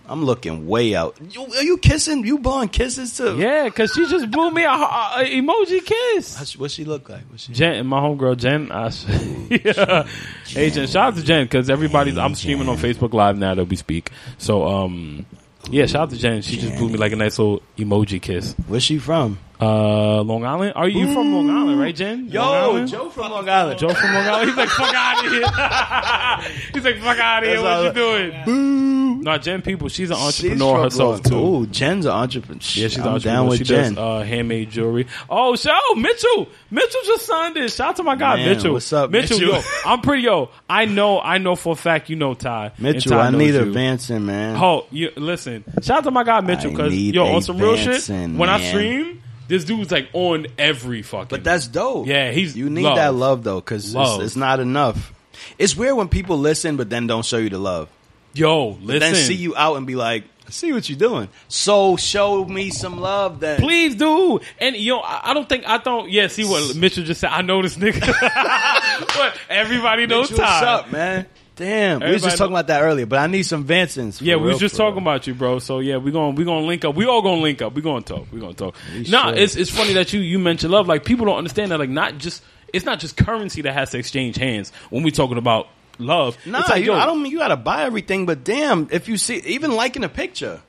[SPEAKER 3] I'm looking way out. You, are you kissing? You blowing kisses to?
[SPEAKER 2] Yeah, because she just blew me a, a, a emoji kiss.
[SPEAKER 3] How's- What's she look like? What's she?
[SPEAKER 2] Jen, my homegirl Jen, I, yeah. Hey Jen, shout out to Jen because everybody's. I'm streaming on Facebook Live now that we speak. So, um, yeah, shout out to Jen. She just blew me like a nice little emoji kiss.
[SPEAKER 3] Where's she from?
[SPEAKER 2] Uh, Long Island. Are you from Long Island, right, Jen? Long Island?
[SPEAKER 3] from Long Island.
[SPEAKER 2] Joe from Long Island. He's like, fuck out of here. He's like, fuck out of here.
[SPEAKER 3] That's all
[SPEAKER 2] What you
[SPEAKER 3] right.
[SPEAKER 2] doing? No, Jen People, she's an
[SPEAKER 3] She's
[SPEAKER 2] entrepreneur herself
[SPEAKER 3] struggling.
[SPEAKER 2] too.
[SPEAKER 3] Ooh, Jen's an entrepreneur.
[SPEAKER 2] Yeah, she's an
[SPEAKER 3] I'm
[SPEAKER 2] entrepreneur.
[SPEAKER 3] down with
[SPEAKER 2] she
[SPEAKER 3] Jen.
[SPEAKER 2] does uh, handmade jewelry. Oh, shout out Mitchell. Mitchell just signed this. Shout out to my guy
[SPEAKER 3] Man,
[SPEAKER 2] Mitchell.
[SPEAKER 3] what's up,
[SPEAKER 2] Mitchell,
[SPEAKER 3] Mitchell?
[SPEAKER 2] yo, I'm pretty yo. I know, I know for a fact you know Ty. and
[SPEAKER 3] Mitchell,
[SPEAKER 2] Ty
[SPEAKER 3] I
[SPEAKER 2] knows
[SPEAKER 3] need a
[SPEAKER 2] you.
[SPEAKER 3] Vanson, man.
[SPEAKER 2] Oh, you, listen. Shout out to my guy Mitchell
[SPEAKER 3] I
[SPEAKER 2] because
[SPEAKER 3] need
[SPEAKER 2] yo,
[SPEAKER 3] a
[SPEAKER 2] on some real shit.
[SPEAKER 3] Vanson,
[SPEAKER 2] When I
[SPEAKER 3] man.
[SPEAKER 2] stream, this dude's like on every fucking.
[SPEAKER 3] But that's dope.
[SPEAKER 2] Yeah, he's
[SPEAKER 3] you need
[SPEAKER 2] love.
[SPEAKER 3] that love though, because it's,
[SPEAKER 2] Love.
[SPEAKER 3] it's not enough. It's weird when people listen but then don't show you the love.
[SPEAKER 2] yo.
[SPEAKER 3] But
[SPEAKER 2] Listen,
[SPEAKER 3] Then see you out and be like, I see what you're doing. So show me some love then.
[SPEAKER 2] Please do. And yo, I, I don't think I don't. Yeah, see what Mitchell just said. I know this nigga. but everybody knows
[SPEAKER 3] Mitch, what's
[SPEAKER 2] Ty.
[SPEAKER 3] up, man? Damn, we was
[SPEAKER 2] Everybody
[SPEAKER 3] just talking
[SPEAKER 2] know-
[SPEAKER 3] about that earlier, but I need some Vansons.
[SPEAKER 2] Yeah, we was just talking about you, bro. So yeah, we going we gonna link up. We all gonna link up. We gonna talk. We gonna talk. Nah,
[SPEAKER 3] should.
[SPEAKER 2] it's it's funny that you you mentioned love. Like people don't understand that. Like not just it's not just currency that has to exchange hands when we talking about love.
[SPEAKER 3] Nah,
[SPEAKER 2] it's like,
[SPEAKER 3] you, I don't mean you gotta buy everything, but damn, if you see, even liking a picture,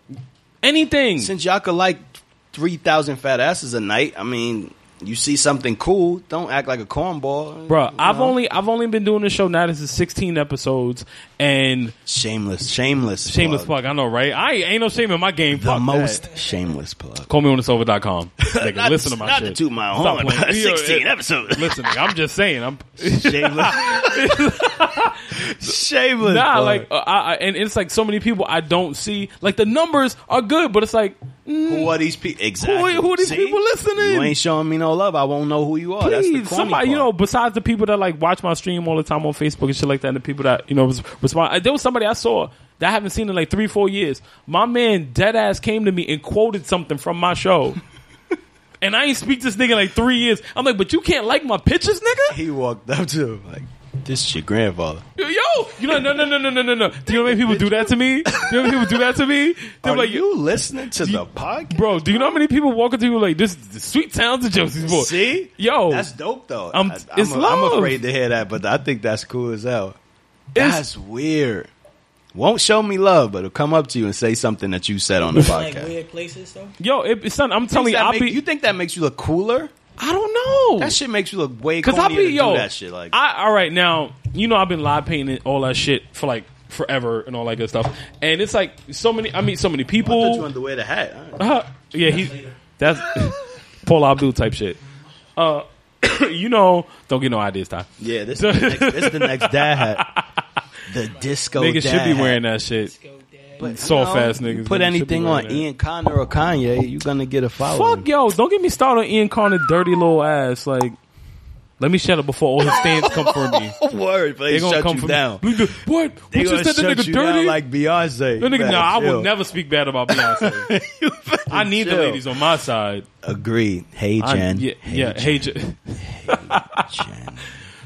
[SPEAKER 2] anything.
[SPEAKER 3] since y'all could like three thousand fat asses a night, I mean, you see something cool, don't act like a cornball,
[SPEAKER 2] Bro,
[SPEAKER 3] You
[SPEAKER 2] I've
[SPEAKER 3] know?
[SPEAKER 2] only I've only been doing this show now. This is 16 episodes and
[SPEAKER 3] shameless, shameless,
[SPEAKER 2] shameless plug. I know, right? I ain't no shame in my game.
[SPEAKER 3] the
[SPEAKER 2] Fuck that.
[SPEAKER 3] most shameless plug.
[SPEAKER 2] Call me on the silver.com. Nigga,
[SPEAKER 3] Not-
[SPEAKER 2] listen to my
[SPEAKER 3] not
[SPEAKER 2] shit.
[SPEAKER 3] to toot my
[SPEAKER 2] Stop
[SPEAKER 3] horn.
[SPEAKER 2] playing.
[SPEAKER 3] 16
[SPEAKER 2] Yeah, yeah.
[SPEAKER 3] episodes.
[SPEAKER 2] Listen, nigga, I'm just saying. I'm
[SPEAKER 3] Shameless, shameless.
[SPEAKER 2] nah,
[SPEAKER 3] plug.
[SPEAKER 2] like uh, I, I, and it's like so many people I don't see. Like the numbers are good, but it's like "Mm,
[SPEAKER 3] who are these people? Exactly.
[SPEAKER 2] who are these
[SPEAKER 3] See?
[SPEAKER 2] people listening?
[SPEAKER 3] You ain't showing me no love. I won't know who you are. That's the
[SPEAKER 2] please,
[SPEAKER 3] corny
[SPEAKER 2] somebody you
[SPEAKER 3] part.
[SPEAKER 2] know besides the people that like watch my stream all the time on Facebook and shit like that, and the people that you know res- respond. I- There was somebody I saw that I haven't seen in like three, four years. My man dead ass came to me and quoted something from my show. And I ain't speak this nigga in like three years. I'm like, but you can't like my pictures, nigga.
[SPEAKER 3] He walked up to him like, "This is your grandfather."
[SPEAKER 2] Yo, you know, no, no, no, no, no, no, no. Do you know how many people do that to me? Do you know how many people do that to me? They're
[SPEAKER 3] Are
[SPEAKER 2] like,
[SPEAKER 3] you listening to the podcast,
[SPEAKER 2] Bro, do you know how many people walk up to you like this? is the sweet sounds of Josie's boy.
[SPEAKER 3] See,
[SPEAKER 2] yo,
[SPEAKER 3] that's dope though.
[SPEAKER 2] I'm-
[SPEAKER 3] I-
[SPEAKER 2] it's love.
[SPEAKER 3] I'm afraid to hear that, but I think that's cool as hell.
[SPEAKER 2] It's-
[SPEAKER 3] That's weird. Won't show me love, but it'll come up to you and say something that you said on the
[SPEAKER 6] Like
[SPEAKER 3] podcast.
[SPEAKER 6] weird places though.
[SPEAKER 2] yo, it, son, I'm telling you,
[SPEAKER 3] That
[SPEAKER 2] I'll
[SPEAKER 3] make-
[SPEAKER 2] be.
[SPEAKER 3] you think that makes you look cooler?
[SPEAKER 2] I don't know.
[SPEAKER 3] That shit makes you look way
[SPEAKER 2] Cause
[SPEAKER 3] cooler.
[SPEAKER 2] I'll be
[SPEAKER 3] to
[SPEAKER 2] yo.
[SPEAKER 3] do that shit like
[SPEAKER 2] I all right now. You know I've been live painting all that shit for like forever and all that good stuff. And it's like so many. I meet so many
[SPEAKER 3] I thought you
[SPEAKER 2] people.
[SPEAKER 3] wanted to wear the hat. All right.
[SPEAKER 2] Uh, yeah, he. That's Paul Abdul type shit. Uh, you know, don't get no ideas, Ty.
[SPEAKER 3] Yeah, this is, the next, this is the next dad hat. The disco
[SPEAKER 2] Niggas
[SPEAKER 3] dad
[SPEAKER 2] should be
[SPEAKER 3] hat.
[SPEAKER 2] wearing that shit.
[SPEAKER 6] Go dad.
[SPEAKER 3] But, you
[SPEAKER 2] soft ass
[SPEAKER 3] you
[SPEAKER 2] niggas,
[SPEAKER 3] Put
[SPEAKER 2] niggas should be
[SPEAKER 3] anything
[SPEAKER 2] wearing
[SPEAKER 3] on
[SPEAKER 2] that.
[SPEAKER 3] Ian Connor or Kanye, you're gonna get a follow.
[SPEAKER 2] Fuck yo, don't get me started on Ian Connor's dirty little ass. Like, let me shut up before all his fans come for me.
[SPEAKER 3] word, but
[SPEAKER 2] They
[SPEAKER 3] they
[SPEAKER 2] gonna
[SPEAKER 3] shut
[SPEAKER 2] come
[SPEAKER 3] you
[SPEAKER 2] for
[SPEAKER 3] down.
[SPEAKER 2] me. Look, What? What
[SPEAKER 3] They
[SPEAKER 2] you
[SPEAKER 3] gonna
[SPEAKER 2] said that
[SPEAKER 3] shut
[SPEAKER 2] nigga
[SPEAKER 3] you down
[SPEAKER 2] dirty?
[SPEAKER 3] like Beyonce.
[SPEAKER 2] that nigga,
[SPEAKER 3] Man,
[SPEAKER 2] nah, I will
[SPEAKER 3] chill.
[SPEAKER 2] never speak bad about Beyonce.
[SPEAKER 3] You better
[SPEAKER 2] I need the
[SPEAKER 3] chill.
[SPEAKER 2] ladies on my side.
[SPEAKER 3] Agreed. Hey
[SPEAKER 2] I-
[SPEAKER 3] Jen.
[SPEAKER 2] yeah,
[SPEAKER 3] hey,
[SPEAKER 2] yeah.
[SPEAKER 3] Jen.
[SPEAKER 2] Hey, Jen.
[SPEAKER 3] Jen.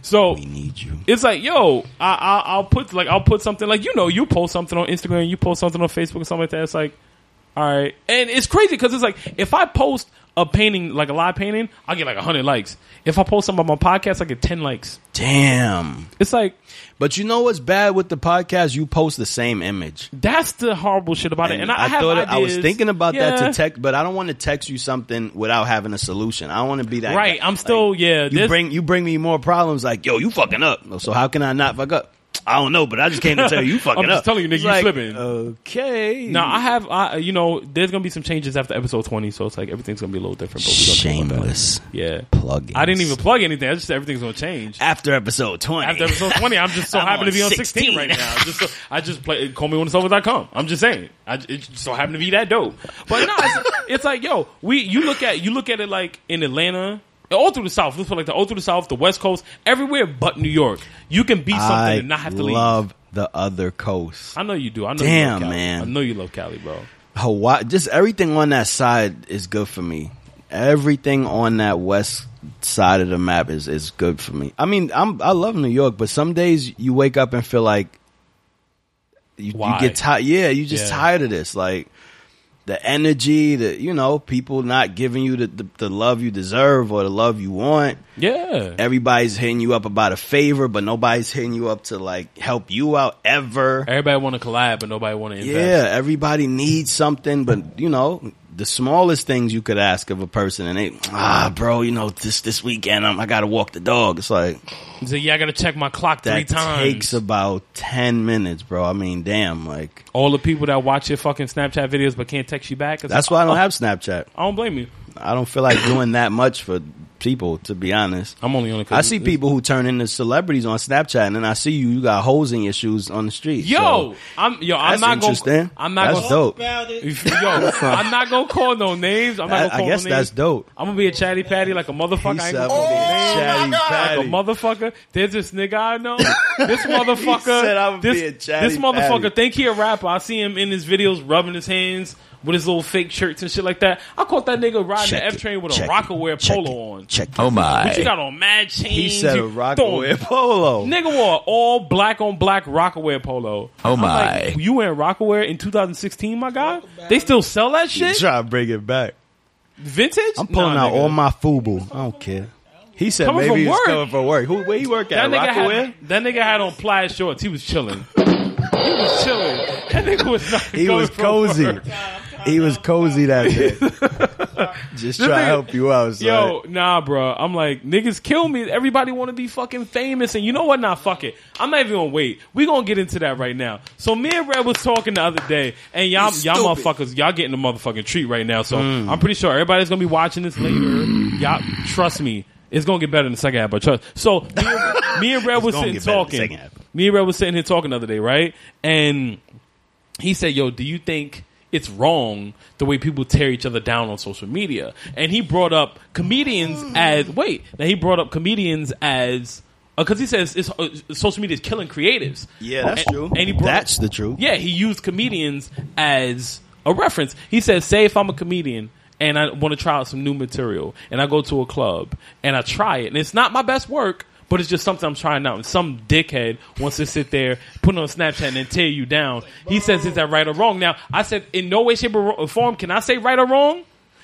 [SPEAKER 2] So
[SPEAKER 3] We need you.
[SPEAKER 2] it's like, yo, I, I, I'll put like I'll put something like you know you post something on Instagram, you post something on Facebook, or something like that. It's like, all right, and it's crazy because it's like if I post a painting like a live painting, I get like hundred likes. If I post something on my podcast, I get ten likes.
[SPEAKER 3] Damn.
[SPEAKER 2] It's like
[SPEAKER 3] But you know what's bad with the podcast? You post the same image.
[SPEAKER 2] that's the horrible shit about it. And I, I have
[SPEAKER 3] thought
[SPEAKER 2] ideas.
[SPEAKER 3] I was thinking about that
[SPEAKER 2] Yeah.
[SPEAKER 3] to text, but I don't want to text you something without having a solution. I don't want to be that
[SPEAKER 2] Right,
[SPEAKER 3] guy.
[SPEAKER 2] I'm still-
[SPEAKER 3] Like,
[SPEAKER 2] yeah,
[SPEAKER 3] You
[SPEAKER 2] this-
[SPEAKER 3] bring you bring me more problems. Like yo, you fucking up. So how can I not fuck up? I don't know, but I just came to tell you you fucking
[SPEAKER 2] I'm just
[SPEAKER 3] up.
[SPEAKER 2] telling you, nigga,
[SPEAKER 3] It's
[SPEAKER 2] you
[SPEAKER 3] like,
[SPEAKER 2] slipping.
[SPEAKER 3] Okay.
[SPEAKER 2] Now I have, I, you know, there's gonna be some changes after episode 20, so it's like everything's gonna be a little different. But we gonna talk about that.
[SPEAKER 3] shameless
[SPEAKER 2] yeah.
[SPEAKER 3] plug.
[SPEAKER 2] I didn't even plug anything. I just said everything's gonna change.
[SPEAKER 3] after episode twenty.
[SPEAKER 2] After episode 20, I'm just so
[SPEAKER 3] I'm
[SPEAKER 2] happy to
[SPEAKER 3] on
[SPEAKER 2] be on 16,
[SPEAKER 3] 16
[SPEAKER 2] right now. Just so, I just play call me on silver.com. I'm just saying. I it just so happened to be that dope. But no, it's, it's like yo, we you look at you look at it like in Atlanta, all through the South. Let's put it like the all through the South, the West Coast, everywhere but New York. You can be something
[SPEAKER 3] I
[SPEAKER 2] and not have to leave.
[SPEAKER 3] love the other coast.
[SPEAKER 2] I know you do. I know you
[SPEAKER 3] Damn,
[SPEAKER 2] love Cali.
[SPEAKER 3] man.
[SPEAKER 2] I know you love Cali, bro.
[SPEAKER 3] Hawaii, just everything on that side is good for me. Everything on that west side of the map is, is good for me. I mean, I'm I love New York, but some days you wake up and feel like you,
[SPEAKER 2] Why?
[SPEAKER 3] you get tired. Yeah, you just
[SPEAKER 2] Yeah.
[SPEAKER 3] tired of this. Like the energy, the you know, people not giving you the, the, the love you deserve or the love you want.
[SPEAKER 2] Yeah.
[SPEAKER 3] Everybody's hitting you up about a favor, but nobody's hitting you up to like help you out ever.
[SPEAKER 2] Everybody want to collab, but nobody want to invest.
[SPEAKER 3] Yeah, everybody needs something, but you know, the smallest things you could ask of a person, and they, ah, bro, you know, this this weekend um, I got to walk the dog. It's like
[SPEAKER 2] He's like, yeah, I gotta check my clock three
[SPEAKER 3] that
[SPEAKER 2] times.
[SPEAKER 3] takes about ten minutes, bro. I mean, damn, like
[SPEAKER 2] All the people that watch your fucking Snapchat videos but can't text you back. it's
[SPEAKER 3] that's
[SPEAKER 2] like,
[SPEAKER 3] why I don't have Snapchat.
[SPEAKER 2] I don't blame you.
[SPEAKER 3] I don't feel like doing that much for people, to be honest.
[SPEAKER 2] I'm only on it. 'cause
[SPEAKER 3] I see
[SPEAKER 2] it's-
[SPEAKER 3] people who turn into celebrities on Snapchat, and then I see you. You got holes in your shoes on the street.
[SPEAKER 2] Yo,
[SPEAKER 3] so
[SPEAKER 2] I'm yo. I'm
[SPEAKER 3] that's
[SPEAKER 2] not
[SPEAKER 3] interesting.
[SPEAKER 2] gonna. I'm not
[SPEAKER 3] That's
[SPEAKER 2] gonna.
[SPEAKER 3] dope.
[SPEAKER 6] About it.
[SPEAKER 2] Yo, I'm not gonna call no names. I'm not
[SPEAKER 3] I,
[SPEAKER 2] gonna
[SPEAKER 3] I
[SPEAKER 2] call
[SPEAKER 3] guess
[SPEAKER 2] no names.
[SPEAKER 3] that's dope.
[SPEAKER 2] I'm gonna be a chatty patty like a motherfucker. I ain't gonna call Oh no names.
[SPEAKER 3] Chatty
[SPEAKER 2] Like a
[SPEAKER 3] Patty.
[SPEAKER 2] motherfucker. There's this nigga I know. This motherfucker.
[SPEAKER 3] said I would
[SPEAKER 2] this,
[SPEAKER 3] be a chatty
[SPEAKER 2] this motherfucker
[SPEAKER 3] patty.
[SPEAKER 2] think he a rapper. I see him in his videos rubbing his hands with his little fake shirts and shit like that. I caught that nigga riding
[SPEAKER 3] Check
[SPEAKER 2] the F
[SPEAKER 3] it,
[SPEAKER 2] train with
[SPEAKER 3] check
[SPEAKER 2] a
[SPEAKER 3] it,
[SPEAKER 2] Rockaware
[SPEAKER 3] check
[SPEAKER 2] polo
[SPEAKER 3] it,
[SPEAKER 2] on.
[SPEAKER 3] Check.
[SPEAKER 7] Oh my!
[SPEAKER 2] What you got on mad chains?
[SPEAKER 3] He said
[SPEAKER 2] you
[SPEAKER 3] a
[SPEAKER 2] throwing-
[SPEAKER 3] Rockaway polo.
[SPEAKER 2] Nigga wore all black on black Rockaware polo.
[SPEAKER 7] Oh
[SPEAKER 2] I'm like,
[SPEAKER 7] my.
[SPEAKER 2] you wearing Rockaware in 2016, my guy? They still sell that shit?
[SPEAKER 3] Try to bring it back.
[SPEAKER 2] Vintage?
[SPEAKER 3] I'm pulling
[SPEAKER 2] Nah,
[SPEAKER 3] out
[SPEAKER 2] nigga.
[SPEAKER 3] all my fubu. I don't care. He said
[SPEAKER 2] Coming from
[SPEAKER 3] maybe he's
[SPEAKER 2] work.
[SPEAKER 3] coming from work. Who where he work
[SPEAKER 2] That
[SPEAKER 3] at?
[SPEAKER 2] nigga
[SPEAKER 3] Rockaway.
[SPEAKER 2] had that nigga had on plaid shorts. He was chilling. He was chilling. That nigga was not
[SPEAKER 3] He
[SPEAKER 2] going
[SPEAKER 3] was
[SPEAKER 2] from
[SPEAKER 3] cozy.
[SPEAKER 2] work.
[SPEAKER 3] He was cozy that day. Just try to help you out. son.
[SPEAKER 2] Yo, nah, bro. I'm like niggas kill me. Everybody want to be fucking famous, and you know what? Nah, fuck it. I'm not even gonna wait. We gonna get into that right now. So me and Red was talking the other day, and y'all, y'all motherfuckers, y'all getting the motherfucking treat right now. So
[SPEAKER 3] Mm.
[SPEAKER 2] I'm pretty sure everybody's gonna be watching this later. y'all, trust me, it's gonna get better in the second half. But trust. So me and, me and Red was
[SPEAKER 3] gonna
[SPEAKER 2] sitting
[SPEAKER 3] get better in the second
[SPEAKER 2] talking.
[SPEAKER 3] half.
[SPEAKER 2] Me and Red was sitting here talking the other day, right? And he said, "Yo, do you think it's wrong the way people tear each other down on social media?" And he brought up comedians as wait. Now he brought up comedians as because he says it's, uh, social media is killing creatives.
[SPEAKER 3] Yeah, that's
[SPEAKER 2] And-
[SPEAKER 3] true.
[SPEAKER 2] And he brought
[SPEAKER 3] That's the truth.
[SPEAKER 2] Yeah, he used comedians as a reference. He says, "Say if I'm a comedian." And I want to try out some new material, and I go to a club and I try it, and it's not my best work, but it's just something I'm trying out. And some dickhead wants to sit there, put it on Snapchat, and then tear you down. He says, "Is that right or wrong?" Now, I said, "In no way, shape, or form can I say right or wrong,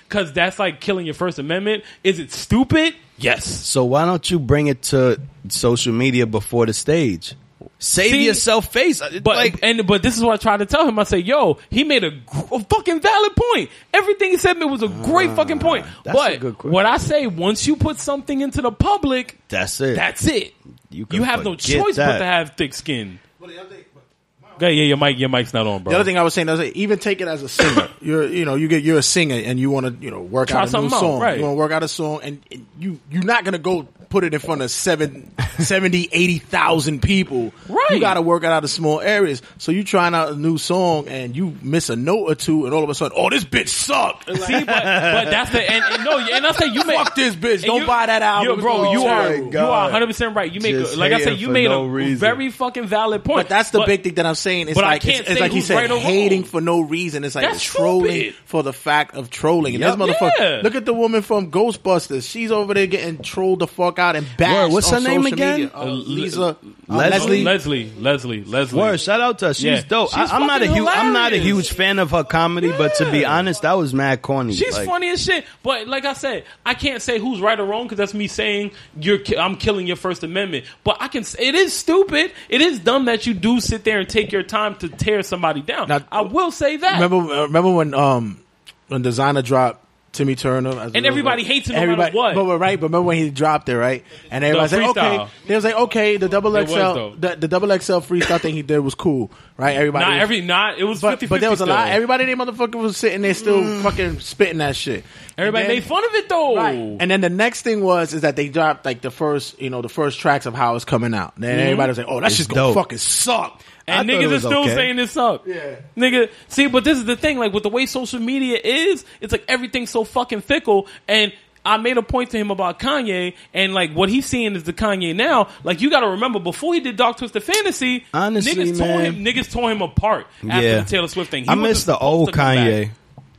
[SPEAKER 2] because that's like killing your First Amendment. Is it stupid? Yes.
[SPEAKER 3] So why don't you bring it to social media before the stage? Save
[SPEAKER 2] See,
[SPEAKER 3] yourself face. It's
[SPEAKER 2] But
[SPEAKER 3] like,
[SPEAKER 2] and but this is what I tried to tell him. I say, yo, he made a, gr- a fucking valid point. Everything he said to me was a great fucking point.
[SPEAKER 3] Ah, that's a good
[SPEAKER 2] But
[SPEAKER 3] question.
[SPEAKER 2] what I say, once you put something into the public,
[SPEAKER 3] that's it.
[SPEAKER 2] that's it. You,
[SPEAKER 3] You can
[SPEAKER 2] have no
[SPEAKER 3] forget
[SPEAKER 2] choice but
[SPEAKER 3] that.
[SPEAKER 2] to have thick skin.
[SPEAKER 5] But the other thing, but
[SPEAKER 2] Yeah, yeah, your mic, your mic's not on, bro.
[SPEAKER 4] The other thing I was saying is like, even take it as a singer. you're you know you get you're a singer and you want to you know work
[SPEAKER 2] Try
[SPEAKER 4] out a new
[SPEAKER 2] something out,
[SPEAKER 4] song.
[SPEAKER 2] right.
[SPEAKER 4] You want to work out a song and, and you you're not gonna go put it in front of seven, 70, 80,000 people.
[SPEAKER 2] Right.
[SPEAKER 4] You got to work it out of small areas. So you trying out a new song and you miss a note or two and all of a sudden oh this bitch suck.
[SPEAKER 2] See, but, but that's the and, and no, and I say you make
[SPEAKER 4] Fuck this bitch.
[SPEAKER 2] and
[SPEAKER 4] Don't
[SPEAKER 2] you-
[SPEAKER 4] buy that album.
[SPEAKER 2] you- bro.
[SPEAKER 4] It's
[SPEAKER 2] You are
[SPEAKER 4] terrible.
[SPEAKER 2] you are 100 percent right. You make a,
[SPEAKER 3] Oh Just
[SPEAKER 2] like I said,
[SPEAKER 3] hating
[SPEAKER 2] you
[SPEAKER 3] for
[SPEAKER 2] made
[SPEAKER 3] no
[SPEAKER 2] a
[SPEAKER 3] reason.
[SPEAKER 2] very fucking valid point.
[SPEAKER 4] But that's the big thing that I'm saying. It's
[SPEAKER 2] but I
[SPEAKER 4] like
[SPEAKER 2] can't
[SPEAKER 4] it's, it's
[SPEAKER 2] say
[SPEAKER 4] like you
[SPEAKER 2] who's
[SPEAKER 4] said,
[SPEAKER 2] right or wrong.
[SPEAKER 4] hating for no reason. It's like
[SPEAKER 2] That's
[SPEAKER 4] trolling
[SPEAKER 2] stupid.
[SPEAKER 4] for the fact of trolling. And
[SPEAKER 3] Yup.
[SPEAKER 4] this motherfucker,
[SPEAKER 2] Yeah.
[SPEAKER 4] look at the woman from Ghostbusters. She's over there getting trolled the fuck out and bashed.
[SPEAKER 3] Word, what's
[SPEAKER 4] on
[SPEAKER 3] her name
[SPEAKER 4] social
[SPEAKER 3] again?
[SPEAKER 4] media. Uh,
[SPEAKER 2] Uh,
[SPEAKER 4] Lisa
[SPEAKER 2] Le-
[SPEAKER 4] uh,
[SPEAKER 3] Leslie?
[SPEAKER 2] Leslie, Leslie, Leslie.
[SPEAKER 3] Word, shout out to her. She's
[SPEAKER 2] Yeah.
[SPEAKER 3] dope.
[SPEAKER 2] She's
[SPEAKER 3] I, am not a
[SPEAKER 2] fucking
[SPEAKER 3] huge. I'm not a
[SPEAKER 2] hilarious.
[SPEAKER 3] huge fan of her comedy, but to be
[SPEAKER 2] Yeah.
[SPEAKER 3] honest, that was mad corny.
[SPEAKER 2] She's
[SPEAKER 3] Like,
[SPEAKER 2] funny as shit, but like I said, I can't say who's right or wrong because that's me saying you're. Ki- I'm killing your First Amendment, but I can. s- It is stupid. It is dumb that you do sit there and take your time to tear somebody down.
[SPEAKER 4] Now-
[SPEAKER 2] I will say that.
[SPEAKER 4] Remember, uh, remember when um when designer dropped Timmy Turner, as
[SPEAKER 2] And
[SPEAKER 4] a-
[SPEAKER 2] everybody hates him no matter what.
[SPEAKER 4] But, but right, but remember when he dropped it, right? And everybody's like,
[SPEAKER 2] freestyle.
[SPEAKER 4] okay, they was like, okay, the double
[SPEAKER 2] It was,
[SPEAKER 4] XL,
[SPEAKER 2] though.
[SPEAKER 4] the, the double XL freestyle thing he did was cool, right? Everybody,
[SPEAKER 2] not
[SPEAKER 4] was-
[SPEAKER 2] every not it was
[SPEAKER 4] But,
[SPEAKER 2] 50
[SPEAKER 4] but there was a lot.
[SPEAKER 2] still. Mm.
[SPEAKER 4] Everybody, they motherfucker was sitting there still fucking spitting that shit.
[SPEAKER 2] Everybody
[SPEAKER 4] And then-
[SPEAKER 2] made fun of it though.
[SPEAKER 4] Right. And then the next thing was is that they dropped like the first, you know, the first tracks of how it's coming out. And then everybody was like, "Oh, that shit's gonna
[SPEAKER 3] dope.
[SPEAKER 4] fucking suck."
[SPEAKER 2] Mm-hmm. And
[SPEAKER 3] I thought it
[SPEAKER 2] niggas are
[SPEAKER 3] was
[SPEAKER 2] still
[SPEAKER 3] okay.
[SPEAKER 2] saying this up.
[SPEAKER 4] Yeah.
[SPEAKER 2] Nigga, see, but this is the thing, like with the way social media is, it's like everything's so fucking fickle and I made a point to him about Kanye and like what he's seeing is the Kanye now. Like you gotta remember before he did Dark Twisted Fantasy,
[SPEAKER 3] Honestly,
[SPEAKER 2] niggas tore
[SPEAKER 3] man.
[SPEAKER 2] him niggas tore him apart after
[SPEAKER 3] Yeah.
[SPEAKER 2] the Taylor Swift thing. He
[SPEAKER 3] I
[SPEAKER 2] wasn't
[SPEAKER 3] miss the
[SPEAKER 2] supposed
[SPEAKER 3] old
[SPEAKER 2] to come back.
[SPEAKER 3] Kanye.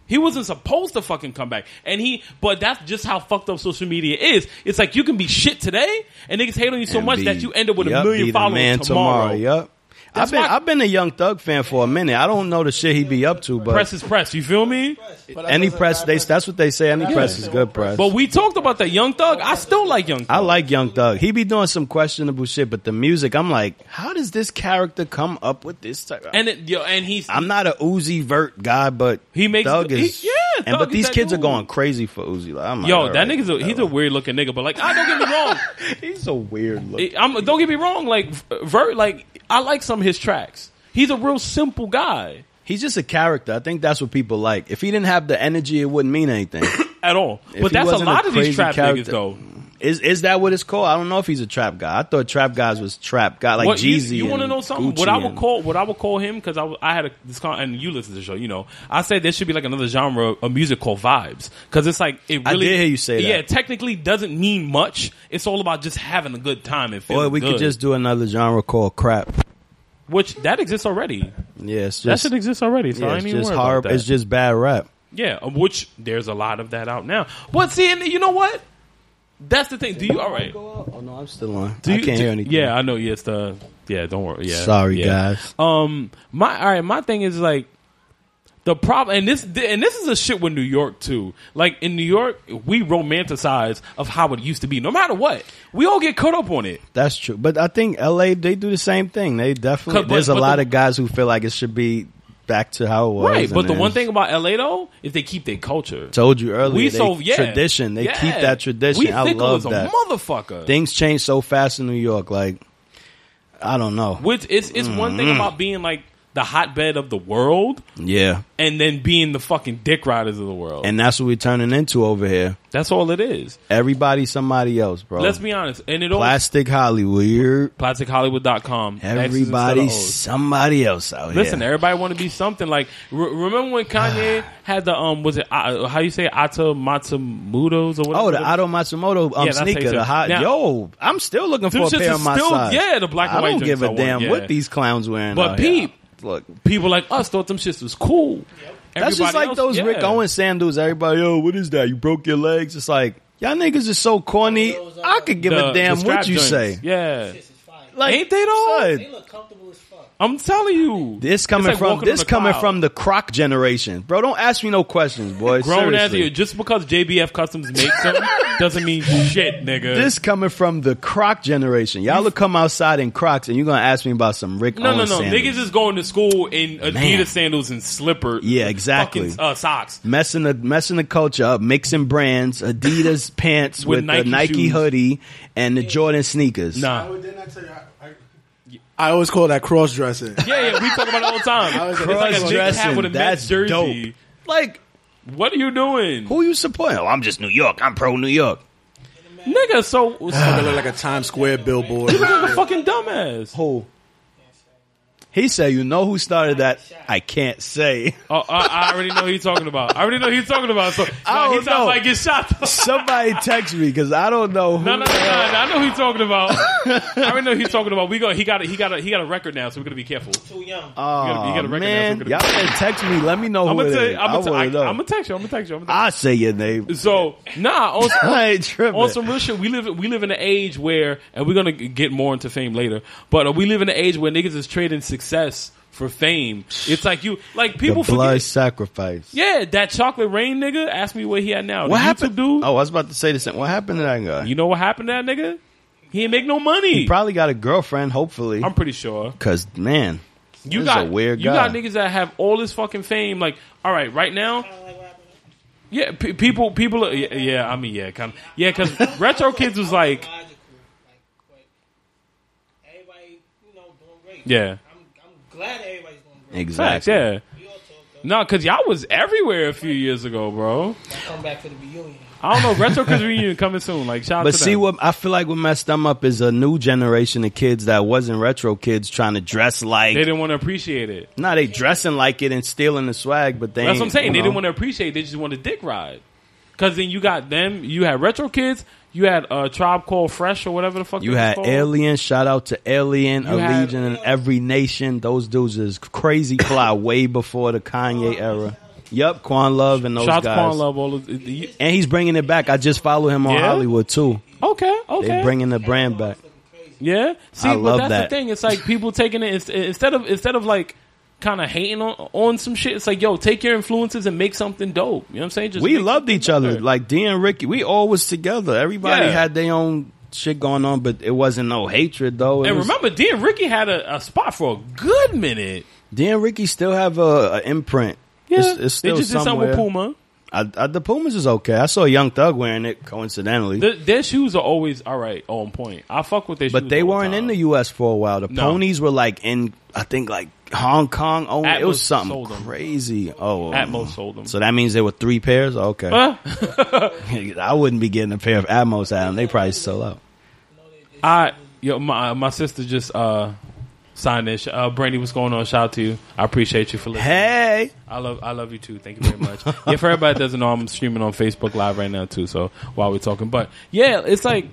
[SPEAKER 2] He wasn't supposed to fucking come back. And he, but that's just how fucked up social media is. It's like you can be shit today and niggas hate on you so
[SPEAKER 3] and
[SPEAKER 2] much
[SPEAKER 3] be-
[SPEAKER 2] that you end up with
[SPEAKER 3] yup,
[SPEAKER 2] a million
[SPEAKER 3] be the
[SPEAKER 2] followers
[SPEAKER 3] man
[SPEAKER 2] tomorrow.
[SPEAKER 3] Yup. I've
[SPEAKER 2] That's
[SPEAKER 3] been
[SPEAKER 2] why-
[SPEAKER 3] I've been a Young Thug fan for a minute. I don't know the shit he be up to, but
[SPEAKER 2] Press is press. You feel me?
[SPEAKER 3] any press they that's what they say. Any press is good press.
[SPEAKER 2] But we talked about that Young Thug. I still like Young Thug.
[SPEAKER 3] I like Young Thug. He be doing some questionable shit, but the music, I'm like, how does this character come up with this type?
[SPEAKER 2] and it, yo, and he's
[SPEAKER 3] I'm not a Uzi Vert guy, but
[SPEAKER 2] he makes
[SPEAKER 3] Thug is
[SPEAKER 2] he- yeah Yes,
[SPEAKER 3] And
[SPEAKER 2] dog,
[SPEAKER 3] but
[SPEAKER 2] he's
[SPEAKER 3] these
[SPEAKER 2] that
[SPEAKER 3] kids are
[SPEAKER 2] dude.
[SPEAKER 3] going crazy for Uzi. Like, I'm like,
[SPEAKER 2] Yo,
[SPEAKER 3] all
[SPEAKER 2] that
[SPEAKER 3] right.
[SPEAKER 2] nigga's a, he's a weird looking nigga, but like, I don't get me wrong.
[SPEAKER 3] he's so weird looking.
[SPEAKER 2] It- I'm, don't get me wrong. Like Vert, like I like some of his tracks. He's a real simple guy
[SPEAKER 3] He's just a character. I think that's what people like. If he didn't have the energy, it wouldn't mean anything.
[SPEAKER 2] at all.
[SPEAKER 3] If
[SPEAKER 2] but
[SPEAKER 3] he
[SPEAKER 2] that's a
[SPEAKER 3] wasn't
[SPEAKER 2] lot of
[SPEAKER 3] crazy
[SPEAKER 2] these trap
[SPEAKER 3] character-
[SPEAKER 2] niggas though.
[SPEAKER 3] Is is that what it's called? I don't know if he's a trap guy. I thought trap guys was trap guy like
[SPEAKER 2] What- you-
[SPEAKER 3] Jeezy.
[SPEAKER 2] You, want to
[SPEAKER 3] and
[SPEAKER 2] know something?
[SPEAKER 3] Gucci
[SPEAKER 2] what I would
[SPEAKER 3] and-
[SPEAKER 2] call what I would call him because I, w- I had a this con- and you listen to the show. You know, I said there should be like another genre of music called vibes because it's like it
[SPEAKER 3] I
[SPEAKER 2] really.
[SPEAKER 3] did hear you say that.
[SPEAKER 2] Yeah, it technically doesn't mean much. It's all about just having a good time and feeling
[SPEAKER 3] Or we
[SPEAKER 2] good.
[SPEAKER 3] could just do another genre called crap.
[SPEAKER 2] which that exists already.
[SPEAKER 3] Yeah, it's
[SPEAKER 2] That
[SPEAKER 3] just
[SPEAKER 2] should exist already. So
[SPEAKER 3] yeah,
[SPEAKER 2] I
[SPEAKER 3] it's
[SPEAKER 2] ain't even
[SPEAKER 3] just
[SPEAKER 2] worried about
[SPEAKER 3] hard.
[SPEAKER 2] that.
[SPEAKER 3] It's just bad rap.
[SPEAKER 2] Yeah, of which there's a lot of that out now. But see, and you know what? That's the thing. Do you all right?
[SPEAKER 3] Oh no, I'm still on.
[SPEAKER 2] Do
[SPEAKER 3] I
[SPEAKER 2] you,
[SPEAKER 3] can't
[SPEAKER 2] do-
[SPEAKER 3] hear anything.
[SPEAKER 2] Yeah, I know. Yeah, it's the yeah. Don't worry. Yeah,
[SPEAKER 3] Sorry,
[SPEAKER 2] yeah.
[SPEAKER 3] guys.
[SPEAKER 2] Um, my all right. My thing is like the problem, and this and this is a shit with New York too. Like in New York, we romanticize of how it used to be. No matter what, we all get caught up on it.
[SPEAKER 3] That's true. But I think LA they do the same thing. They definitely
[SPEAKER 2] But-
[SPEAKER 3] there's
[SPEAKER 2] but
[SPEAKER 3] a lot
[SPEAKER 2] the-
[SPEAKER 3] of guys who feel like it should be back to how it was.
[SPEAKER 2] Right, but
[SPEAKER 3] and
[SPEAKER 2] the one
[SPEAKER 3] it's-
[SPEAKER 2] thing about LA though is they keep their culture.
[SPEAKER 3] told you earlier,
[SPEAKER 2] we
[SPEAKER 3] they-
[SPEAKER 2] so yeah
[SPEAKER 3] tradition. They
[SPEAKER 2] Yeah.
[SPEAKER 3] keep that tradition.
[SPEAKER 2] We
[SPEAKER 3] I
[SPEAKER 2] think
[SPEAKER 3] love
[SPEAKER 2] a
[SPEAKER 3] that.
[SPEAKER 2] motherfucker.
[SPEAKER 3] Things change so fast in New York. Like I don't know.
[SPEAKER 2] Which it's it's one
[SPEAKER 3] Mm-hmm.
[SPEAKER 2] thing about being like the hotbed of the world
[SPEAKER 3] Yeah,
[SPEAKER 2] and then being the fucking dick riders of the world. And
[SPEAKER 3] and that's what we're turning into over here.
[SPEAKER 2] that's all it is.
[SPEAKER 3] Everybody, somebody else, bro.
[SPEAKER 2] Let's be honest. And it all
[SPEAKER 3] Plastic Hollywood.
[SPEAKER 2] plastichollywood.com. X's instead of
[SPEAKER 3] Everybody,
[SPEAKER 2] O's.
[SPEAKER 3] somebody else out
[SPEAKER 2] Listen,
[SPEAKER 3] here.
[SPEAKER 2] everybody want to be something. Like re- remember when Kanye had the um was it uh, how you say it? Ata Matsumoto's or whatever?
[SPEAKER 3] Oh, the Otto Matsumoto um,
[SPEAKER 2] Yeah, that's how you
[SPEAKER 3] sneaker,
[SPEAKER 2] say
[SPEAKER 3] the
[SPEAKER 2] it.
[SPEAKER 3] hot
[SPEAKER 2] Now-
[SPEAKER 3] yo. I'm still looking for a
[SPEAKER 2] shits
[SPEAKER 3] pair
[SPEAKER 2] is
[SPEAKER 3] of my
[SPEAKER 2] still-
[SPEAKER 3] size.
[SPEAKER 2] yeah, the black and
[SPEAKER 3] I
[SPEAKER 2] white
[SPEAKER 3] don't
[SPEAKER 2] joints
[SPEAKER 3] give
[SPEAKER 2] I
[SPEAKER 3] a
[SPEAKER 2] want,
[SPEAKER 3] damn
[SPEAKER 2] yeah.
[SPEAKER 3] what these clowns wearing.
[SPEAKER 2] But
[SPEAKER 3] out here.
[SPEAKER 2] peep.
[SPEAKER 3] look,
[SPEAKER 2] people like us thought them shits was cool.
[SPEAKER 3] That's just
[SPEAKER 2] Everybody
[SPEAKER 3] like
[SPEAKER 2] else-
[SPEAKER 3] those
[SPEAKER 2] yeah.
[SPEAKER 3] Rick Owens sandals. Everybody, yo, what is that? You broke your legs. It's like y'all niggas is so corny. I could give
[SPEAKER 2] The-
[SPEAKER 3] a
[SPEAKER 2] the
[SPEAKER 3] damn
[SPEAKER 2] strap
[SPEAKER 3] what you
[SPEAKER 2] joints.
[SPEAKER 3] say.
[SPEAKER 2] Yeah,
[SPEAKER 6] This is fire.
[SPEAKER 3] Like,
[SPEAKER 2] Ain't they though?
[SPEAKER 3] son,
[SPEAKER 6] They look comfortable as fuck.
[SPEAKER 2] I'm telling you.
[SPEAKER 3] This
[SPEAKER 2] It's
[SPEAKER 3] coming
[SPEAKER 2] like
[SPEAKER 3] from
[SPEAKER 2] walking on
[SPEAKER 3] this
[SPEAKER 2] a
[SPEAKER 3] coming
[SPEAKER 2] cloud.
[SPEAKER 3] from the Croc generation, bro. Don't ask me no questions, boy.
[SPEAKER 2] grown ass
[SPEAKER 3] Seriously.
[SPEAKER 2] you. Just because JBF Customs makes them doesn't mean shit, nigga.
[SPEAKER 3] This coming from the Croc generation. Y'all will come outside in Crocs, and you're gonna ask me about some Rick
[SPEAKER 2] no, no, no.
[SPEAKER 3] Owens sandals.
[SPEAKER 2] Niggas is going to school in Adidas
[SPEAKER 3] Man.
[SPEAKER 2] sandals and slippers.
[SPEAKER 3] Yeah, exactly.
[SPEAKER 2] Fucking, uh, socks.
[SPEAKER 3] messing the messing the culture up, mixing brands, Adidas pants
[SPEAKER 2] With
[SPEAKER 3] with,
[SPEAKER 2] Nike
[SPEAKER 3] the Nike
[SPEAKER 2] shoes.
[SPEAKER 3] hoodie and the Jordan sneakers.
[SPEAKER 5] I
[SPEAKER 2] Nah.
[SPEAKER 5] would then I tell you, I, I,
[SPEAKER 4] I always call that cross dressing.
[SPEAKER 2] Yeah, yeah. We talk about it all the time. it's like a nigga hat
[SPEAKER 3] Cross-dressing,
[SPEAKER 2] with a Mets
[SPEAKER 3] that's
[SPEAKER 2] jersey.
[SPEAKER 3] dope. Like
[SPEAKER 2] What are you doing,
[SPEAKER 3] who you supporting? Oh, I'm just New York. I'm pro New York.
[SPEAKER 2] nigga? So, so
[SPEAKER 4] I look like a Times Square billboard.
[SPEAKER 2] like a fucking dumbass.
[SPEAKER 3] Who? He said, "You know who started that? I can't say.
[SPEAKER 2] Oh, I, I already know who you're talking about. I already know who you're talking about. So
[SPEAKER 3] I
[SPEAKER 2] nah, he
[SPEAKER 3] don't
[SPEAKER 2] sounds
[SPEAKER 3] know.
[SPEAKER 2] like get shot.
[SPEAKER 3] Somebody text me because I don't know who.
[SPEAKER 2] No, no, no, no, no, I know who you're talking about. I already know who you're talking about. We go. He got. A, he got. A, he got a record now, so we got to be careful.
[SPEAKER 6] Too young.
[SPEAKER 3] Aw,
[SPEAKER 2] You gotta- you gotta recognize
[SPEAKER 3] man,
[SPEAKER 2] who it is.
[SPEAKER 3] y'all can text me. Let me know
[SPEAKER 2] I'm
[SPEAKER 3] who
[SPEAKER 2] gonna
[SPEAKER 3] it
[SPEAKER 2] tell
[SPEAKER 3] is.
[SPEAKER 2] you. I'm
[SPEAKER 3] I
[SPEAKER 2] gonna
[SPEAKER 3] wanna
[SPEAKER 2] tell- I-
[SPEAKER 3] know.
[SPEAKER 2] I'm gonna text you. I'm gonna text you. I'm gonna
[SPEAKER 3] I say your name.
[SPEAKER 2] text you. So nah, on some,
[SPEAKER 3] I ain't tripping.
[SPEAKER 2] on some real shit, we live we live in an age where, and we're gonna get more into fame later. But uh, we live in an age where niggas is trading success for fame. It's like you, like people
[SPEAKER 3] the blood
[SPEAKER 2] forget.
[SPEAKER 3] sacrifice.
[SPEAKER 2] Yeah, that chocolate rain nigga. Ask me where he at now.
[SPEAKER 3] What
[SPEAKER 2] The
[SPEAKER 3] happened,
[SPEAKER 2] YouTube dude?
[SPEAKER 3] Oh, I was about to say the same. What happened to that guy?
[SPEAKER 2] You know what happened to that nigga? He ain't make no money.
[SPEAKER 3] He probably got a girlfriend, hopefully.
[SPEAKER 2] I'm pretty sure.
[SPEAKER 3] Cause man,
[SPEAKER 2] You
[SPEAKER 3] This is
[SPEAKER 2] got
[SPEAKER 3] a weird
[SPEAKER 2] You got
[SPEAKER 3] guy.
[SPEAKER 2] niggas that have all this fucking fame. Like, all right, right now,
[SPEAKER 6] I don't like what happened.
[SPEAKER 2] yeah, pe people, people, are, yeah, yeah, I mean, yeah, kind of, yeah, because retro kids was like,
[SPEAKER 6] logical. Like, like, everybody, you know, doing great.
[SPEAKER 2] Yeah.
[SPEAKER 6] I'm, I'm glad everybody's doing great.
[SPEAKER 2] facts,
[SPEAKER 3] exactly.
[SPEAKER 2] yeah,
[SPEAKER 6] We all talk, though.
[SPEAKER 2] no, because y'all was everywhere a few years ago, bro.
[SPEAKER 6] Come back for the reunion.
[SPEAKER 2] I don't know, retro kids reunion coming soon. Like, shout out
[SPEAKER 3] But
[SPEAKER 2] to
[SPEAKER 3] see,
[SPEAKER 2] them.
[SPEAKER 3] what I feel like what messed them up is a new generation of kids that wasn't retro kids trying to dress like.
[SPEAKER 2] they didn't want to appreciate it.
[SPEAKER 3] nah, they dressing like it and stealing the swag, but they.
[SPEAKER 2] That's what I'm
[SPEAKER 3] ain't,
[SPEAKER 2] saying.
[SPEAKER 3] you
[SPEAKER 2] They
[SPEAKER 3] know.
[SPEAKER 2] didn't want to appreciate. it. They just want to dick ride. Because then you got them. You had retro kids. You had uh, tribe called Fresh or whatever the fuck.
[SPEAKER 3] You
[SPEAKER 2] it was
[SPEAKER 3] had
[SPEAKER 2] called.
[SPEAKER 3] Alien. Shout out to Alien,
[SPEAKER 2] You had-
[SPEAKER 3] Allegiant, and every nation. Those dudes is crazy fly way before the Kanye era. Yup, Quan Love and those
[SPEAKER 2] Shots
[SPEAKER 3] guys.
[SPEAKER 2] Quan Love. All of, it- you-
[SPEAKER 3] And he's bringing it back. I just follow him on
[SPEAKER 2] Yeah?
[SPEAKER 3] Hollywood too.
[SPEAKER 2] okay, okay.
[SPEAKER 3] They're bringing the brand back.
[SPEAKER 2] Yeah. See,
[SPEAKER 3] I
[SPEAKER 2] but
[SPEAKER 3] love
[SPEAKER 2] that's
[SPEAKER 3] that.
[SPEAKER 2] the thing. It's like people taking it in- instead of instead of like kind of hating on on some shit. It's like, yo, take your influences and make something dope. You know what I'm saying? Just
[SPEAKER 3] We
[SPEAKER 2] make
[SPEAKER 3] loved
[SPEAKER 2] something
[SPEAKER 3] each other.
[SPEAKER 2] better.
[SPEAKER 3] Like D and Ricky, we all was together. Everybody
[SPEAKER 2] Yeah.
[SPEAKER 3] had their own shit going on, but it wasn't no hatred though. It
[SPEAKER 2] and
[SPEAKER 3] was-
[SPEAKER 2] remember, D and Ricky had a, a spot for a good minute.
[SPEAKER 3] D and Ricky still have a, a imprint.
[SPEAKER 2] Yeah,
[SPEAKER 3] it's, it's still
[SPEAKER 2] they just did something
[SPEAKER 3] somewhere.
[SPEAKER 2] with Puma.
[SPEAKER 3] I, I, the Pumas is okay. I saw Young Thug wearing it coincidentally,
[SPEAKER 2] Their, their shoes are always all right on point. I fuck with their shoes.
[SPEAKER 3] but they
[SPEAKER 2] all
[SPEAKER 3] weren't
[SPEAKER 2] time.
[SPEAKER 3] in the U.S. for a while. The
[SPEAKER 2] No.
[SPEAKER 3] ponies were like in, I think, like Hong Kong. Oh, it
[SPEAKER 2] Atmos
[SPEAKER 3] was something
[SPEAKER 2] sold 'em.
[SPEAKER 3] crazy. Oh,
[SPEAKER 2] Atmos sold 'em.
[SPEAKER 3] So that means there were three pairs. Okay, I wouldn't be getting a pair of Atmos at them. They probably sell out.
[SPEAKER 2] I yo my my sister just uh signed this. Uh, Brandy, what's going on? Shout out to you. I appreciate you for listening.
[SPEAKER 3] Hey,
[SPEAKER 2] I love I love you too. Thank you very much. yeah, for everybody that doesn't know, I'm streaming on Facebook Live right now too. So while we're talking, but yeah, it's like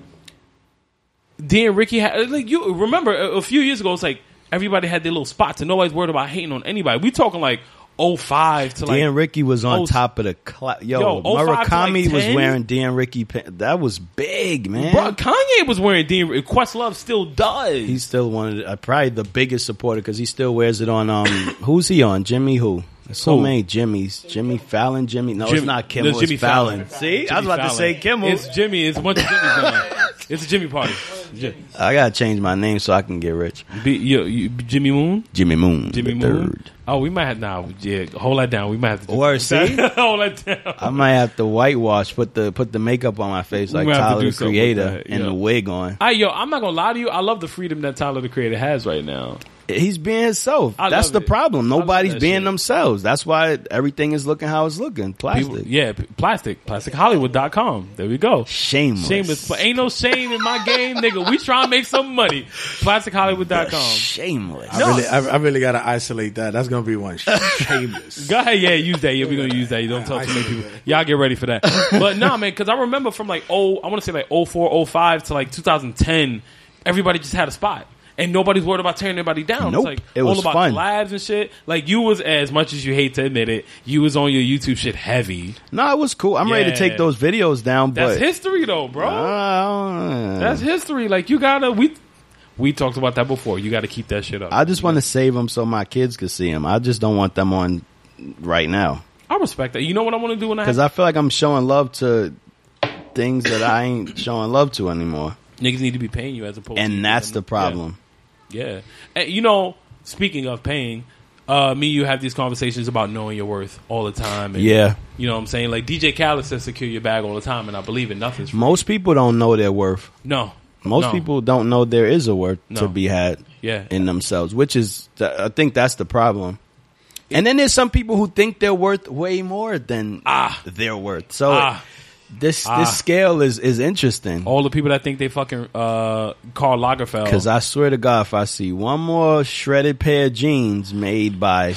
[SPEAKER 2] D and Ricky had like you remember a, a few years ago. It's like everybody had their little spots, and nobody's worried about hating on anybody. We talking like 05 to like
[SPEAKER 3] Dan Ricky was on
[SPEAKER 2] oh,
[SPEAKER 3] top of the cloud. Yo,
[SPEAKER 2] yo, 05 to, like,
[SPEAKER 3] Murakami was
[SPEAKER 2] 10?
[SPEAKER 3] wearing Dan Ricky. pa- That was big, man.
[SPEAKER 2] Bro, Kanye was wearing D. and Ricky. Questlove still does.
[SPEAKER 3] He's still one of the, uh, probably the biggest supporter because he still wears it on um who's he on Jimmy who There's so
[SPEAKER 2] Who?
[SPEAKER 3] many Jimmys Jimmy Fallon Jimmy no it's
[SPEAKER 2] Jimmy-
[SPEAKER 3] not Kimmel
[SPEAKER 2] no,
[SPEAKER 3] it's
[SPEAKER 2] Jimmy
[SPEAKER 3] Fallon.
[SPEAKER 2] Fallon.
[SPEAKER 3] see I was
[SPEAKER 2] Jimmy
[SPEAKER 3] about to
[SPEAKER 2] Fallon.
[SPEAKER 3] say Kimmel
[SPEAKER 2] It's Jimmy. It's a bunch of Jimmy's on there. It's a Jimmy party. Ji-
[SPEAKER 3] I gotta change my name so I can get rich
[SPEAKER 2] B- you- you- Jimmy Moon.
[SPEAKER 3] Jimmy Moon
[SPEAKER 2] Jimmy
[SPEAKER 3] the
[SPEAKER 2] Moon.
[SPEAKER 3] third
[SPEAKER 2] Oh, we might have now. yeah, hold that down. We might have to do
[SPEAKER 3] Or, see?
[SPEAKER 2] hold that down.
[SPEAKER 3] I might have to whitewash put the put the makeup on my face
[SPEAKER 2] We
[SPEAKER 3] like
[SPEAKER 2] might have to do
[SPEAKER 3] Tyler the
[SPEAKER 2] something with
[SPEAKER 3] Creator
[SPEAKER 2] that,
[SPEAKER 3] and
[SPEAKER 2] yeah.
[SPEAKER 3] the wig on
[SPEAKER 2] I yo, I'm not gonna lie to you. I love the freedom that Tyler the Creator has right now.
[SPEAKER 3] he's being himself
[SPEAKER 2] I
[SPEAKER 3] that's
[SPEAKER 2] love
[SPEAKER 3] the
[SPEAKER 2] it.
[SPEAKER 3] problem
[SPEAKER 2] I love
[SPEAKER 3] nobody's
[SPEAKER 2] that
[SPEAKER 3] being
[SPEAKER 2] shit.
[SPEAKER 3] themselves that's why everything is looking how it's looking plastic
[SPEAKER 2] People- yeah, p- plastic, plastichollywood.com. There we go.
[SPEAKER 3] shameless
[SPEAKER 2] Shameless, but ain't no shame in my game, nigga. We trying to make some money. Plastichollywood.com.
[SPEAKER 3] shameless
[SPEAKER 4] I really, I, I really gotta isolate that. That's gonna be one sh- shameless.
[SPEAKER 2] Go ahead, yeah, use that. Yeah, we gonna use that. You don't tell
[SPEAKER 4] I
[SPEAKER 2] too many
[SPEAKER 4] see
[SPEAKER 2] people.
[SPEAKER 4] that.
[SPEAKER 2] Y'all get ready for that. But nah, man, because I remember from like oh, I want to say like 04, 05 to like 2010, everybody just had a spot. And nobody's worried about tearing anybody down.
[SPEAKER 3] Nope.
[SPEAKER 2] It's like
[SPEAKER 3] It
[SPEAKER 2] all
[SPEAKER 3] was
[SPEAKER 2] about
[SPEAKER 3] fun.
[SPEAKER 2] collabs and shit. Like you was as much as you hate to admit it, you was on your YouTube shit heavy.
[SPEAKER 3] No, it was cool. I'm ready
[SPEAKER 2] Yeah.
[SPEAKER 3] to take those videos down,
[SPEAKER 2] That's
[SPEAKER 3] but
[SPEAKER 2] history though, bro.
[SPEAKER 3] I,
[SPEAKER 2] That's history. Like you gotta we we talked about that before. You gotta keep that shit up.
[SPEAKER 3] I just want to save them so my kids could see them. I just don't want them on right now
[SPEAKER 2] I respect that. You know what I want to do when I have
[SPEAKER 3] because I feel like I'm showing love to things that I ain't showing love to anymore,
[SPEAKER 2] niggas need to be paying you as opposed. to
[SPEAKER 3] and that's the problem.
[SPEAKER 2] Yeah. yeah. And, you know, speaking of paying, uh, me and you have these conversations about knowing your worth all the time. And,
[SPEAKER 3] Yeah.
[SPEAKER 2] You know what I'm saying? Like DJ Khaled says secure your bag all the time, and I believe in nothing's
[SPEAKER 3] Most people don't know their worth.
[SPEAKER 2] no.
[SPEAKER 3] Most
[SPEAKER 2] No.
[SPEAKER 3] people don't know there is a worth
[SPEAKER 2] No.
[SPEAKER 3] to be had
[SPEAKER 2] Yeah.
[SPEAKER 3] in themselves, which is th- I think that's the problem. And then there's some people who think they're worth way more than
[SPEAKER 2] Ah.
[SPEAKER 3] their worth. So
[SPEAKER 2] Ah.
[SPEAKER 3] this
[SPEAKER 2] Ah. Oh.
[SPEAKER 3] this scale is is interesting.
[SPEAKER 2] all the people that think they fucking uh, Karl Lagerfeld.
[SPEAKER 3] Because I swear to God, if I see one more shredded pair of jeans made by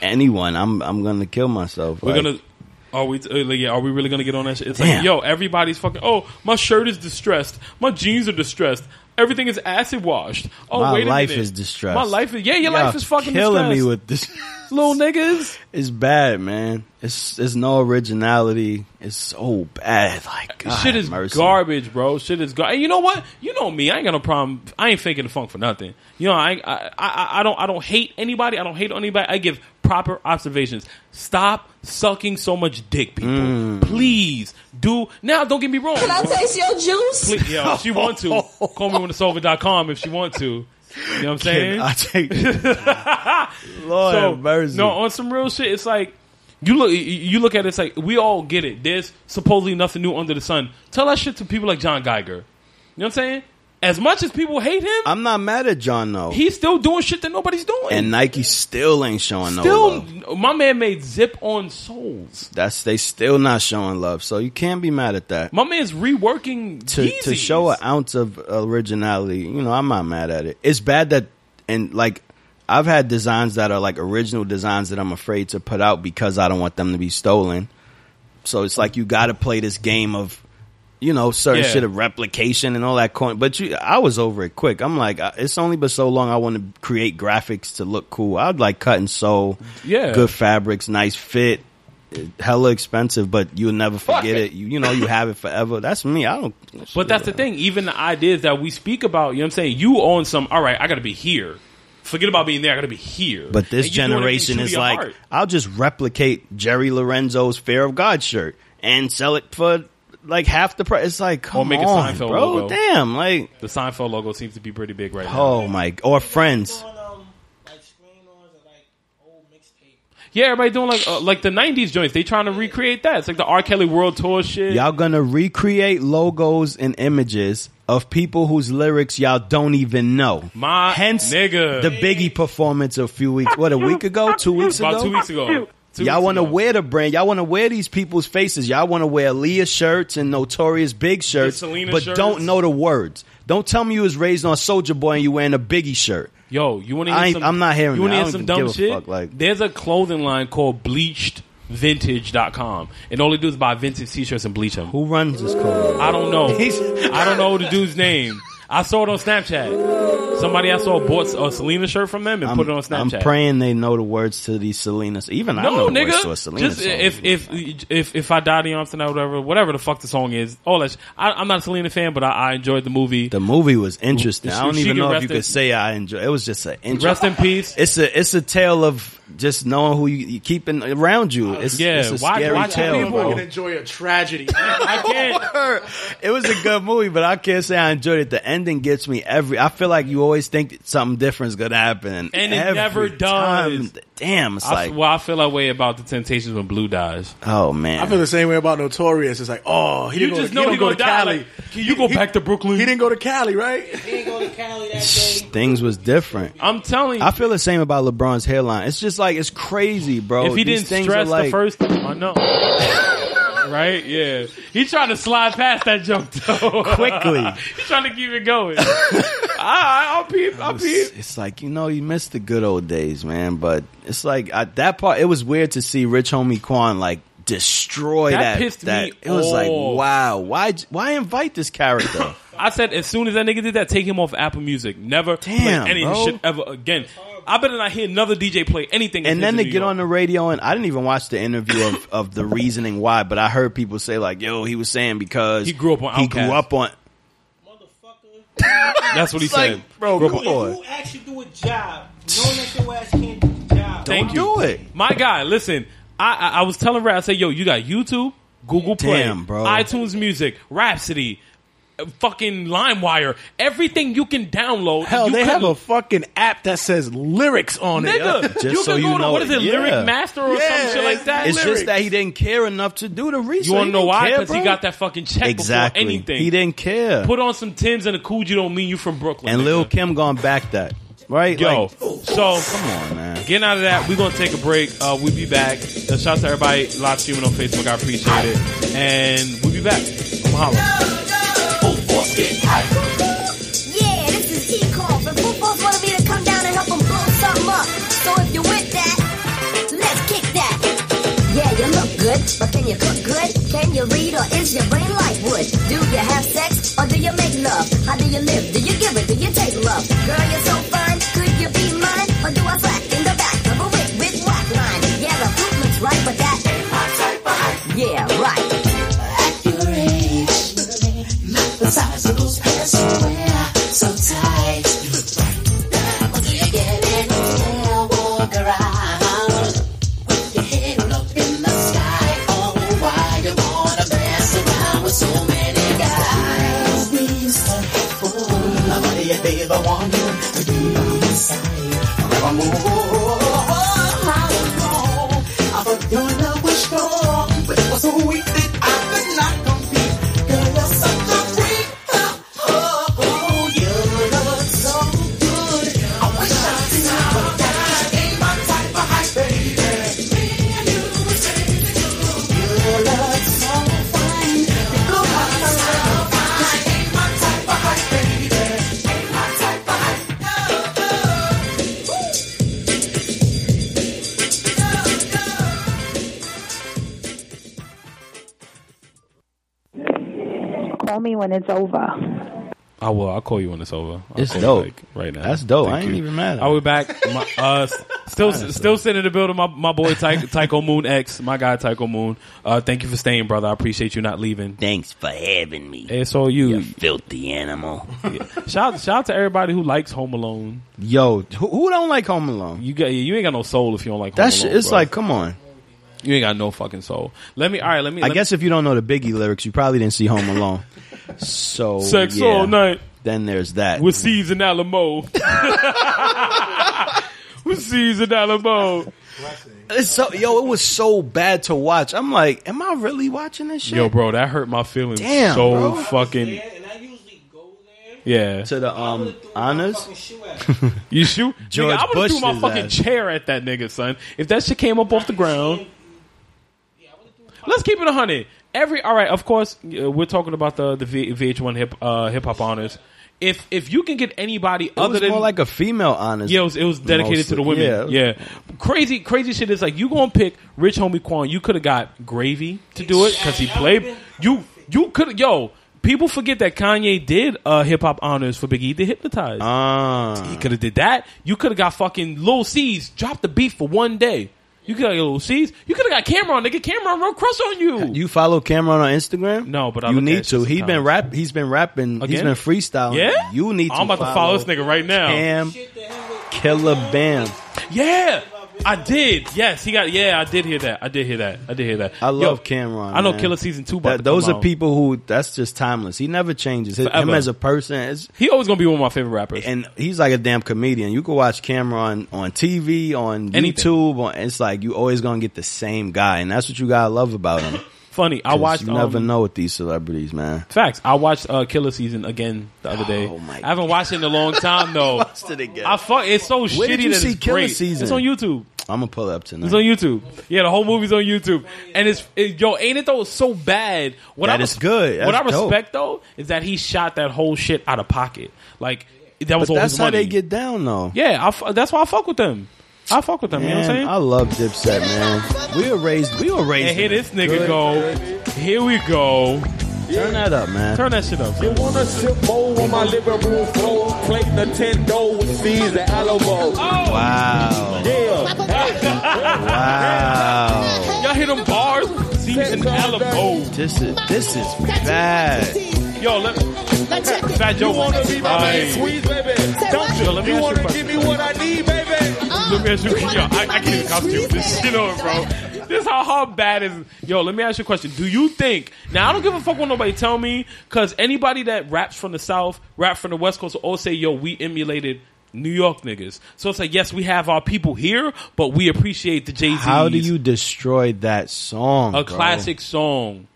[SPEAKER 3] anyone, I'm I'm gonna kill myself.
[SPEAKER 2] We're
[SPEAKER 3] Like,
[SPEAKER 2] gonna. Are we? uh, like, yeah, are we really gonna get on that shit? It's like,
[SPEAKER 3] Damn.
[SPEAKER 2] yo, everybody's fucking. Oh, my shirt is distressed. My jeans are distressed. Everything is acid washed. Oh,
[SPEAKER 3] My
[SPEAKER 2] wait a
[SPEAKER 3] life
[SPEAKER 2] minute.
[SPEAKER 3] is distressed.
[SPEAKER 2] My life is yeah. Your
[SPEAKER 3] y'all
[SPEAKER 2] life is fucking
[SPEAKER 3] killing
[SPEAKER 2] distressed.
[SPEAKER 3] me with this.
[SPEAKER 2] little niggas.
[SPEAKER 3] It's bad, man. It's it's no originality. It's so bad. Like God,
[SPEAKER 2] shit is
[SPEAKER 3] mercy.
[SPEAKER 2] garbage, bro. Shit is garbage. You know what? You know me. I ain't got no problem. I ain't faking the funk for nothing. You know, I I, I I- I don't I don't hate anybody. I don't hate on anybody. I give proper observations. Stop sucking so much dick, people.
[SPEAKER 3] Mm.
[SPEAKER 2] Please do now. Don't get me wrong.
[SPEAKER 7] Can I taste your juice?
[SPEAKER 2] Please, yo, if she want to call me on the solver.com if she want to. You know what I'm saying?
[SPEAKER 3] I take Lord
[SPEAKER 2] So,
[SPEAKER 3] have Oh, mercy.
[SPEAKER 2] No, on some real shit, it's like you look you look at it, it's like we all get it. There's supposedly nothing new under the sun. Tell that shit to people like John Geiger. You know what I'm saying? As much as people hate him,
[SPEAKER 3] I'm not mad at John though.
[SPEAKER 2] he's still doing shit that nobody's doing.
[SPEAKER 3] and Nike still ain't showing no
[SPEAKER 2] still,
[SPEAKER 3] love.
[SPEAKER 2] my man made Zip on Souls.
[SPEAKER 3] That's they still not showing love. So you can't be mad at that.
[SPEAKER 2] My man's reworking
[SPEAKER 3] to, to
[SPEAKER 2] Yeezys.
[SPEAKER 3] show an ounce of originality, you know, I'm not mad at it. It's bad that, and like, I've had designs that are like original designs that I'm afraid to put out because I don't want them to be stolen. So it's like you got to play this game of, you know, certain
[SPEAKER 2] Yeah.
[SPEAKER 3] shit of replication and all that coin. But you, I was over it quick. I'm like, I- it's only been so long. I want to create graphics to look cool. I'd like cut and sew,
[SPEAKER 2] Yeah.
[SPEAKER 3] good fabrics, nice fit, hella expensive, but you'll never forget it. You, you know, you have it forever. That's me. I don't.
[SPEAKER 2] But that's the thing. Even the ideas that we speak about, you know what I'm saying? You own some, all right, I got to be here. Forget about being there. I got to be here.
[SPEAKER 3] But this
[SPEAKER 2] And you're doing it
[SPEAKER 3] generation
[SPEAKER 2] true to
[SPEAKER 3] is
[SPEAKER 2] your
[SPEAKER 3] like,
[SPEAKER 2] heart.
[SPEAKER 3] I'll just replicate Jerry Lorenzo's Fear of God shirt and sell it for like half the price. It's like, come
[SPEAKER 2] make a
[SPEAKER 3] on,
[SPEAKER 2] Seinfeld
[SPEAKER 3] bro,
[SPEAKER 2] logo.
[SPEAKER 3] damn, like,
[SPEAKER 2] the Seinfeld logo seems to be pretty big right now.
[SPEAKER 3] oh my, or Friends.
[SPEAKER 6] Doing, um, like screen-ons of, like, old mixtape.
[SPEAKER 2] Yeah, everybody doing like uh, like the '90s joints. They trying to recreate that. It's like the R. Kelly World Tour shit.
[SPEAKER 3] Y'all gonna recreate logos and images of people whose lyrics y'all don't even know.
[SPEAKER 2] My
[SPEAKER 3] Hence
[SPEAKER 2] nigga.
[SPEAKER 3] the Biggie performance a few weeks, what a week ago, two weeks
[SPEAKER 2] about
[SPEAKER 3] ago.
[SPEAKER 2] two weeks ago. Two
[SPEAKER 3] y'all
[SPEAKER 2] weeks
[SPEAKER 3] want to
[SPEAKER 2] ago.
[SPEAKER 3] wear the brand. Y'all want to wear these people's faces. Y'all want to wear Leah shirts and Notorious Big shirts,
[SPEAKER 2] Selena
[SPEAKER 3] but
[SPEAKER 2] shirts.
[SPEAKER 3] don't know the words. Don't tell me you was raised on Soldier Boy and you wearing a Biggie shirt.
[SPEAKER 2] Yo, you want to
[SPEAKER 3] I
[SPEAKER 2] hear
[SPEAKER 3] ain't-
[SPEAKER 2] some?
[SPEAKER 3] I'm not hearing
[SPEAKER 2] You wanna
[SPEAKER 3] that.
[SPEAKER 2] hear
[SPEAKER 3] I don't
[SPEAKER 2] some
[SPEAKER 3] even
[SPEAKER 2] dumb
[SPEAKER 3] give a
[SPEAKER 2] shit?
[SPEAKER 3] fuck, like-
[SPEAKER 2] There's a clothing line called BleachedVintage.com, and all they do is buy vintage T-shirts and bleach them.
[SPEAKER 3] Who runs this code?
[SPEAKER 2] I don't know.
[SPEAKER 3] He's-
[SPEAKER 2] I don't know the dude's name. I saw it on Snapchat. Somebody I saw bought a Selena shirt from them and put it on Snapchat.
[SPEAKER 3] I'm praying they know the words to these Selena's. Even I know
[SPEAKER 2] No,
[SPEAKER 3] the words to a
[SPEAKER 2] nigga.
[SPEAKER 3] Selena
[SPEAKER 2] Just
[SPEAKER 3] song.
[SPEAKER 2] if if if if I die on tonight, whatever, whatever the fuck the song is, all that. Sh- I, I'm not a Selena fan, but I, I enjoyed the movie.
[SPEAKER 3] The movie was interesting.
[SPEAKER 2] She-
[SPEAKER 3] I don't
[SPEAKER 2] she
[SPEAKER 3] even
[SPEAKER 2] can
[SPEAKER 3] know if
[SPEAKER 2] rest
[SPEAKER 3] you
[SPEAKER 2] in-
[SPEAKER 3] could say I enjoy. It was just an interesting.
[SPEAKER 2] Rest in peace.
[SPEAKER 3] It's a it's a tale of just knowing who you, you keeping around you. It's,
[SPEAKER 2] Uh, Yeah,
[SPEAKER 3] it's a
[SPEAKER 2] why-
[SPEAKER 3] scary
[SPEAKER 2] why do
[SPEAKER 3] tale.
[SPEAKER 2] people-
[SPEAKER 3] bro.
[SPEAKER 5] I can enjoy a tragedy.
[SPEAKER 2] I can't.
[SPEAKER 3] It was a good movie, but I can't say I enjoyed it. The ending gets me every. I feel like you always think that something different is gonna happen, and,
[SPEAKER 2] And it
[SPEAKER 3] every
[SPEAKER 2] never does.
[SPEAKER 3] time- damn, it's
[SPEAKER 2] I,
[SPEAKER 3] like
[SPEAKER 2] well, I feel that way about the Temptations when Blue dies.
[SPEAKER 3] oh man.
[SPEAKER 5] I feel the same way about Notorious. It's like, oh, he
[SPEAKER 2] You
[SPEAKER 5] didn't go,
[SPEAKER 2] just
[SPEAKER 5] he
[SPEAKER 2] know
[SPEAKER 5] don't
[SPEAKER 2] he
[SPEAKER 5] go
[SPEAKER 2] gonna
[SPEAKER 5] to
[SPEAKER 2] die.
[SPEAKER 5] Cali.
[SPEAKER 2] Like, can you go
[SPEAKER 5] He-
[SPEAKER 2] back to Brooklyn?
[SPEAKER 5] He didn't go to Cali, right?
[SPEAKER 6] He didn't go to Cali that day.
[SPEAKER 3] Things was different.
[SPEAKER 2] I'm telling you,
[SPEAKER 3] I feel the same about LeBron's hairline. It's just like it's crazy, bro.
[SPEAKER 2] if he
[SPEAKER 3] These
[SPEAKER 2] didn't
[SPEAKER 3] things
[SPEAKER 2] stress
[SPEAKER 3] are like,
[SPEAKER 2] the first, I know. right? Yeah, he trying to slide past that jump though
[SPEAKER 3] Quickly.
[SPEAKER 2] He's trying to keep it going. I, I'll peep. I'll
[SPEAKER 3] It's,
[SPEAKER 2] peep.
[SPEAKER 3] it's like you know you miss the good old days, man. But it's like I, that part. It was weird to see Rich Homie Quan like destroy
[SPEAKER 2] That
[SPEAKER 3] that.
[SPEAKER 2] pissed me
[SPEAKER 3] it was like
[SPEAKER 2] off.
[SPEAKER 3] wow. Why why invite this character?
[SPEAKER 2] I said as soon as that nigga did that, take him off Apple Music. Never
[SPEAKER 3] Damn,
[SPEAKER 2] play any of his
[SPEAKER 3] bro.
[SPEAKER 2] shit ever again. I better not hear another DJ play anything. of
[SPEAKER 3] and
[SPEAKER 2] his
[SPEAKER 3] then
[SPEAKER 2] in
[SPEAKER 3] to
[SPEAKER 2] New
[SPEAKER 3] get
[SPEAKER 2] York.
[SPEAKER 3] on the radio and I didn't even watch the interview of, of the reasoning why, but I heard people say like, "Yo, he was saying because
[SPEAKER 2] He grew up on
[SPEAKER 3] he
[SPEAKER 2] Outkast.
[SPEAKER 3] grew up on."
[SPEAKER 6] Motherfucker.
[SPEAKER 2] That's what he
[SPEAKER 3] It's like,
[SPEAKER 2] said.
[SPEAKER 3] bro,
[SPEAKER 2] Grew up
[SPEAKER 3] come
[SPEAKER 2] on-
[SPEAKER 3] on,
[SPEAKER 6] Who actually do a job? Knowing that your ass can't do the job.
[SPEAKER 2] Thank
[SPEAKER 3] don't
[SPEAKER 2] you.
[SPEAKER 3] do it.
[SPEAKER 2] My guy, listen. I, I I was telling Rap, I said, yo, you got YouTube, Google Play,
[SPEAKER 3] Damn, bro.
[SPEAKER 2] iTunes Music, Rhapsody, uh, fucking LimeWire, everything you can download.
[SPEAKER 4] Hell,
[SPEAKER 2] you
[SPEAKER 4] they
[SPEAKER 2] could-
[SPEAKER 4] have a fucking app that says lyrics on it.
[SPEAKER 2] nigga.
[SPEAKER 3] Just
[SPEAKER 2] you can
[SPEAKER 3] so
[SPEAKER 2] go
[SPEAKER 3] you
[SPEAKER 2] to
[SPEAKER 3] know
[SPEAKER 2] what
[SPEAKER 3] it.
[SPEAKER 2] is it, Lyric
[SPEAKER 3] Yeah.
[SPEAKER 2] Master or some
[SPEAKER 4] Yeah,
[SPEAKER 2] shit like that.
[SPEAKER 3] It's
[SPEAKER 2] Lyric-
[SPEAKER 3] just that he didn't care enough to do the research.
[SPEAKER 2] you want to know
[SPEAKER 3] He didn't
[SPEAKER 2] why?
[SPEAKER 3] care,
[SPEAKER 2] Because he
[SPEAKER 3] bro.
[SPEAKER 2] got that fucking check
[SPEAKER 3] exactly.
[SPEAKER 2] before anything.
[SPEAKER 3] He didn't care.
[SPEAKER 2] put on some tins and a cool. You don't mean you from Brooklyn.
[SPEAKER 3] and Lil
[SPEAKER 2] nigga.
[SPEAKER 3] Kim gone back that right.
[SPEAKER 2] Yo,
[SPEAKER 3] Like,
[SPEAKER 2] so
[SPEAKER 3] come on, man.
[SPEAKER 2] Getting out of that, we're gonna take a break. Uh, we'll be back. Uh, shout out to everybody live streaming on Facebook. I appreciate it, and we'll be back. I'm hollering.
[SPEAKER 7] Yeah, this is E-Corp, and football's wanna be to come down and help 'em blow something up. So if you're with that, let's kick that. Yeah, you look good, but can you cook good? Can you read, or is your brain like wood? Do you have sex, or do you make love? How do you live? Do you give it? Do you take love? Girl, you're so fine, could you be mine? Or do I slack in the back of a wick with whack line? Yeah, the fruit looks right, but that ain't my type of height. Yeah, right.
[SPEAKER 8] Call me when it's over.
[SPEAKER 2] I will. I'll call you when it's over. I'll
[SPEAKER 3] It's
[SPEAKER 2] call you
[SPEAKER 3] dope.
[SPEAKER 2] back right now.
[SPEAKER 3] That's dope. I ain't
[SPEAKER 2] you.
[SPEAKER 3] even mad at
[SPEAKER 2] I'll be back. My, uh, s- still, still sitting in the building. My, my boy Ty- Tycho Moon X, my guy Tycho Moon. Uh, thank you for staying, brother. I appreciate you not leaving.
[SPEAKER 3] Thanks for having me,
[SPEAKER 2] It's all you.
[SPEAKER 3] filthy animal.
[SPEAKER 2] Shout, shout out to everybody who likes Home Alone.
[SPEAKER 3] Yo, who, who don't like Home Alone?
[SPEAKER 2] You got, you ain't got no soul if you don't like. Home
[SPEAKER 3] That shit,
[SPEAKER 2] Alone,
[SPEAKER 3] it's
[SPEAKER 2] bro.
[SPEAKER 3] like, come on.
[SPEAKER 2] you ain't got no fucking soul. Let me. All right. Let me.
[SPEAKER 3] I
[SPEAKER 2] let me-
[SPEAKER 3] guess if you don't know the Biggie lyrics, you probably didn't see Home Alone. So
[SPEAKER 2] Sex
[SPEAKER 3] yeah.
[SPEAKER 2] all night.
[SPEAKER 3] Then there's that.
[SPEAKER 2] with seeds in Alamo. with seeds in Alamo.
[SPEAKER 3] It's so yo, it was so bad to watch. I'm like, am I really watching this shit?
[SPEAKER 2] Yo, bro, that hurt my feelings
[SPEAKER 3] Damn,
[SPEAKER 2] so
[SPEAKER 3] bro.
[SPEAKER 2] fucking.
[SPEAKER 6] Yeah, and I usually go there.
[SPEAKER 2] Yeah,
[SPEAKER 3] To the
[SPEAKER 6] I
[SPEAKER 3] um
[SPEAKER 6] would've threw my
[SPEAKER 3] honors.
[SPEAKER 6] fucking shoe at him.
[SPEAKER 2] you shoot.
[SPEAKER 3] George
[SPEAKER 2] nigga, I would
[SPEAKER 3] Bush
[SPEAKER 2] have threw my
[SPEAKER 3] is
[SPEAKER 2] fucking
[SPEAKER 3] ass.
[SPEAKER 2] chair at that nigga, son. If that shit came up off the ground,
[SPEAKER 6] Yeah, I would've threw my-
[SPEAKER 2] let's keep it a hundred. Every all right, of course, uh, we're talking about the the v, VH1 hip uh, hip hop honors. If if you can get anybody
[SPEAKER 3] It
[SPEAKER 2] other
[SPEAKER 3] was
[SPEAKER 2] than
[SPEAKER 3] more like a female honors.
[SPEAKER 2] Yeah, it was, it was dedicated to the
[SPEAKER 3] mostly.
[SPEAKER 2] women. Yeah. Crazy, crazy shit is like you gonna pick Rich Homie Quan. You could have got Gravy to do it because he played. You you could yo. People forget that Kanye did uh, hip hop honors for Biggie the Hypnotize.
[SPEAKER 3] Ah.
[SPEAKER 2] he could have did that. You could have got fucking Lil C's drop the beat for one day. You could have got Lil C's. You could have got Cameron. Nigga, Cameron wrote Crush on you.
[SPEAKER 3] You follow Cameron on Instagram?
[SPEAKER 2] No, but I
[SPEAKER 3] you
[SPEAKER 2] look at
[SPEAKER 3] need
[SPEAKER 2] it
[SPEAKER 3] to. He's been
[SPEAKER 2] sometimes.
[SPEAKER 3] rap. He's been rapping. He's
[SPEAKER 2] Again?
[SPEAKER 3] been freestyling.
[SPEAKER 2] yeah,
[SPEAKER 3] you need. to
[SPEAKER 2] I'm about to follow this nigga right now.
[SPEAKER 3] Cam
[SPEAKER 6] Shit that him with-
[SPEAKER 3] Killer Bam.
[SPEAKER 2] Yeah, I did. Yes, he got. Yeah, I did hear that. I did hear that. I did hear that.
[SPEAKER 3] I
[SPEAKER 2] Yo,
[SPEAKER 3] love Cameron.
[SPEAKER 2] I know
[SPEAKER 3] man.
[SPEAKER 2] Killer Season Two. About
[SPEAKER 3] That,
[SPEAKER 2] to
[SPEAKER 3] those
[SPEAKER 2] come
[SPEAKER 3] are
[SPEAKER 2] out.
[SPEAKER 3] people who. That's just timeless. He never changes. His, him
[SPEAKER 2] Forever.
[SPEAKER 3] as a person, is,
[SPEAKER 2] He always gonna be one of my favorite rappers.
[SPEAKER 3] and he's like a damn comedian. You can watch Cameron on TV, on
[SPEAKER 2] Anything.
[SPEAKER 3] YouTube. On, it's like you always gonna get the same guy, and that's what you gotta love about him.
[SPEAKER 2] Funny, I
[SPEAKER 3] 'Cause
[SPEAKER 2] watched.
[SPEAKER 3] You never
[SPEAKER 2] um,
[SPEAKER 3] know with these celebrities, man.
[SPEAKER 2] Facts. I watched uh, Killer Season again the other day.
[SPEAKER 3] Oh, my
[SPEAKER 2] I haven't watched it in a long time though.
[SPEAKER 3] watched it again.
[SPEAKER 2] I fuck. It's so shitty
[SPEAKER 3] did you
[SPEAKER 2] that
[SPEAKER 3] see
[SPEAKER 2] it's
[SPEAKER 3] Killer
[SPEAKER 2] great.
[SPEAKER 3] Season?
[SPEAKER 2] It's on YouTube.
[SPEAKER 3] I'm gonna pull it up tonight.
[SPEAKER 2] It's on YouTube. Yeah, the whole movie's on YouTube. And it's it, yo, ain't it though? It's so bad. What
[SPEAKER 3] That
[SPEAKER 2] I
[SPEAKER 3] is good.
[SPEAKER 2] what I
[SPEAKER 3] That's dope.
[SPEAKER 2] respect though is that he shot that whole shit out of pocket. Like that was
[SPEAKER 3] But
[SPEAKER 2] all
[SPEAKER 3] that's
[SPEAKER 2] his
[SPEAKER 3] how
[SPEAKER 2] money.
[SPEAKER 3] they get down, though.
[SPEAKER 2] Yeah, I f- that's why I fuck with them. I fuck with them. you know what I'm
[SPEAKER 3] Man,
[SPEAKER 2] saying?
[SPEAKER 3] I love Dipset, man. We were raised. We were raised.
[SPEAKER 2] and here
[SPEAKER 3] in a
[SPEAKER 2] this nigga
[SPEAKER 3] good-
[SPEAKER 2] go. Here we go.
[SPEAKER 3] Turn that up, man.
[SPEAKER 2] Turn that shit up.
[SPEAKER 9] You wanna sip bowl on my living room floor? Play Nintendo with C's and
[SPEAKER 2] Oh,
[SPEAKER 9] Alamo.
[SPEAKER 3] Wow.
[SPEAKER 9] Yeah,
[SPEAKER 3] Wow.
[SPEAKER 2] Y'all hear them bars? Season Alamo.
[SPEAKER 3] This is this is bad.
[SPEAKER 2] Yo, let Fat Joe.
[SPEAKER 9] you wanna be my man,
[SPEAKER 2] Aye.
[SPEAKER 9] squeeze, baby. Don't
[SPEAKER 2] Yo, let
[SPEAKER 9] you? You
[SPEAKER 2] me ask you a
[SPEAKER 9] wanna
[SPEAKER 2] question.
[SPEAKER 9] give me what I need, baby? Uh,
[SPEAKER 2] Let me ask you, yo, I, I can't even concentrate with this shit on, bro. This how how bad is. Yo, let me ask you a question. Do you think now? I don't give a fuck what nobody tell me, cause anybody that raps from the south, rap from the west coast, will all say, yo, we emulated. New York niggas. So it's like, yes, we have our people here, but we appreciate the Jay Z.
[SPEAKER 3] How do you destroy that song?
[SPEAKER 2] a
[SPEAKER 3] bro?
[SPEAKER 2] classic song?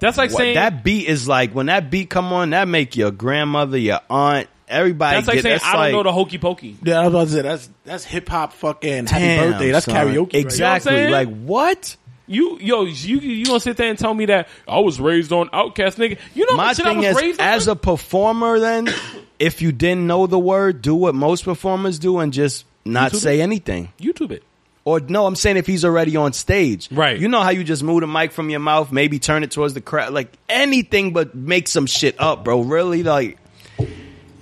[SPEAKER 2] That's like
[SPEAKER 3] What-
[SPEAKER 2] saying
[SPEAKER 3] that beat is like when that beat come on, that make your grandmother, your aunt, everybody.
[SPEAKER 2] that's like
[SPEAKER 3] get,
[SPEAKER 2] saying
[SPEAKER 3] that's
[SPEAKER 2] I don't
[SPEAKER 3] like,
[SPEAKER 2] know the hokey pokey.
[SPEAKER 4] Yeah, I was about to say that's that's hip hop fucking
[SPEAKER 3] damn,
[SPEAKER 4] happy birthday. That's
[SPEAKER 3] son.
[SPEAKER 4] karaoke. right?
[SPEAKER 3] Exactly.
[SPEAKER 2] You know what I'm
[SPEAKER 3] like what?
[SPEAKER 2] You yo, you you gonna sit there and tell me that I was raised on Outcast, nigga? You know
[SPEAKER 3] My
[SPEAKER 2] what shit I
[SPEAKER 3] thing
[SPEAKER 2] was
[SPEAKER 3] is,
[SPEAKER 2] raised on?
[SPEAKER 3] as a performer, then if you didn't know the word, do what most performers do and just not
[SPEAKER 2] YouTube it.
[SPEAKER 3] say anything.
[SPEAKER 2] YouTube it.
[SPEAKER 3] Or no, I'm saying if he's already on stage.
[SPEAKER 2] Right.
[SPEAKER 3] You know how you just move the mic from your mouth, maybe turn it towards the crowd, like anything but make some shit up, bro. Really, like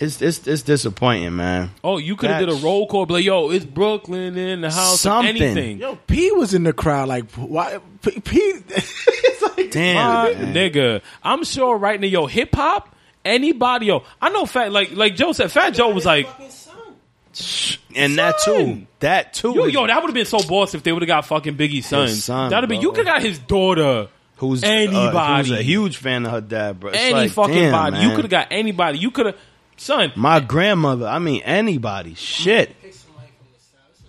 [SPEAKER 3] it's it's it's disappointing, man.
[SPEAKER 2] Oh, you could have did a
[SPEAKER 3] That's-
[SPEAKER 2] roll call, but like, yo, it's Brooklyn in the house.
[SPEAKER 3] Something.
[SPEAKER 2] Anything.
[SPEAKER 4] Yo, P was in the crowd. Like why? P. P it's like
[SPEAKER 2] My
[SPEAKER 3] Damn. man.
[SPEAKER 2] nigga, I'm sure right now, yo, hip hop. Anybody, yo, I know Fat like like Joe said. Fat Joe was like,
[SPEAKER 6] fucking son.
[SPEAKER 3] And that too. That too.
[SPEAKER 2] yo,
[SPEAKER 3] is-
[SPEAKER 2] yo, that would have been so boss if they would have got fucking Biggie's son.
[SPEAKER 3] son,
[SPEAKER 2] That'd be
[SPEAKER 3] bro.
[SPEAKER 2] you could got his daughter.
[SPEAKER 3] who's uh,
[SPEAKER 2] anybody.
[SPEAKER 3] who's a huge fan of her dad, bro. It's
[SPEAKER 2] Any
[SPEAKER 3] like,
[SPEAKER 2] fucking
[SPEAKER 3] damn,
[SPEAKER 2] body. You
[SPEAKER 3] man.
[SPEAKER 2] could have got anybody. You could have, son.
[SPEAKER 3] My grandmother, I mean anybody. Shit.
[SPEAKER 6] Pick somebody from the south. It's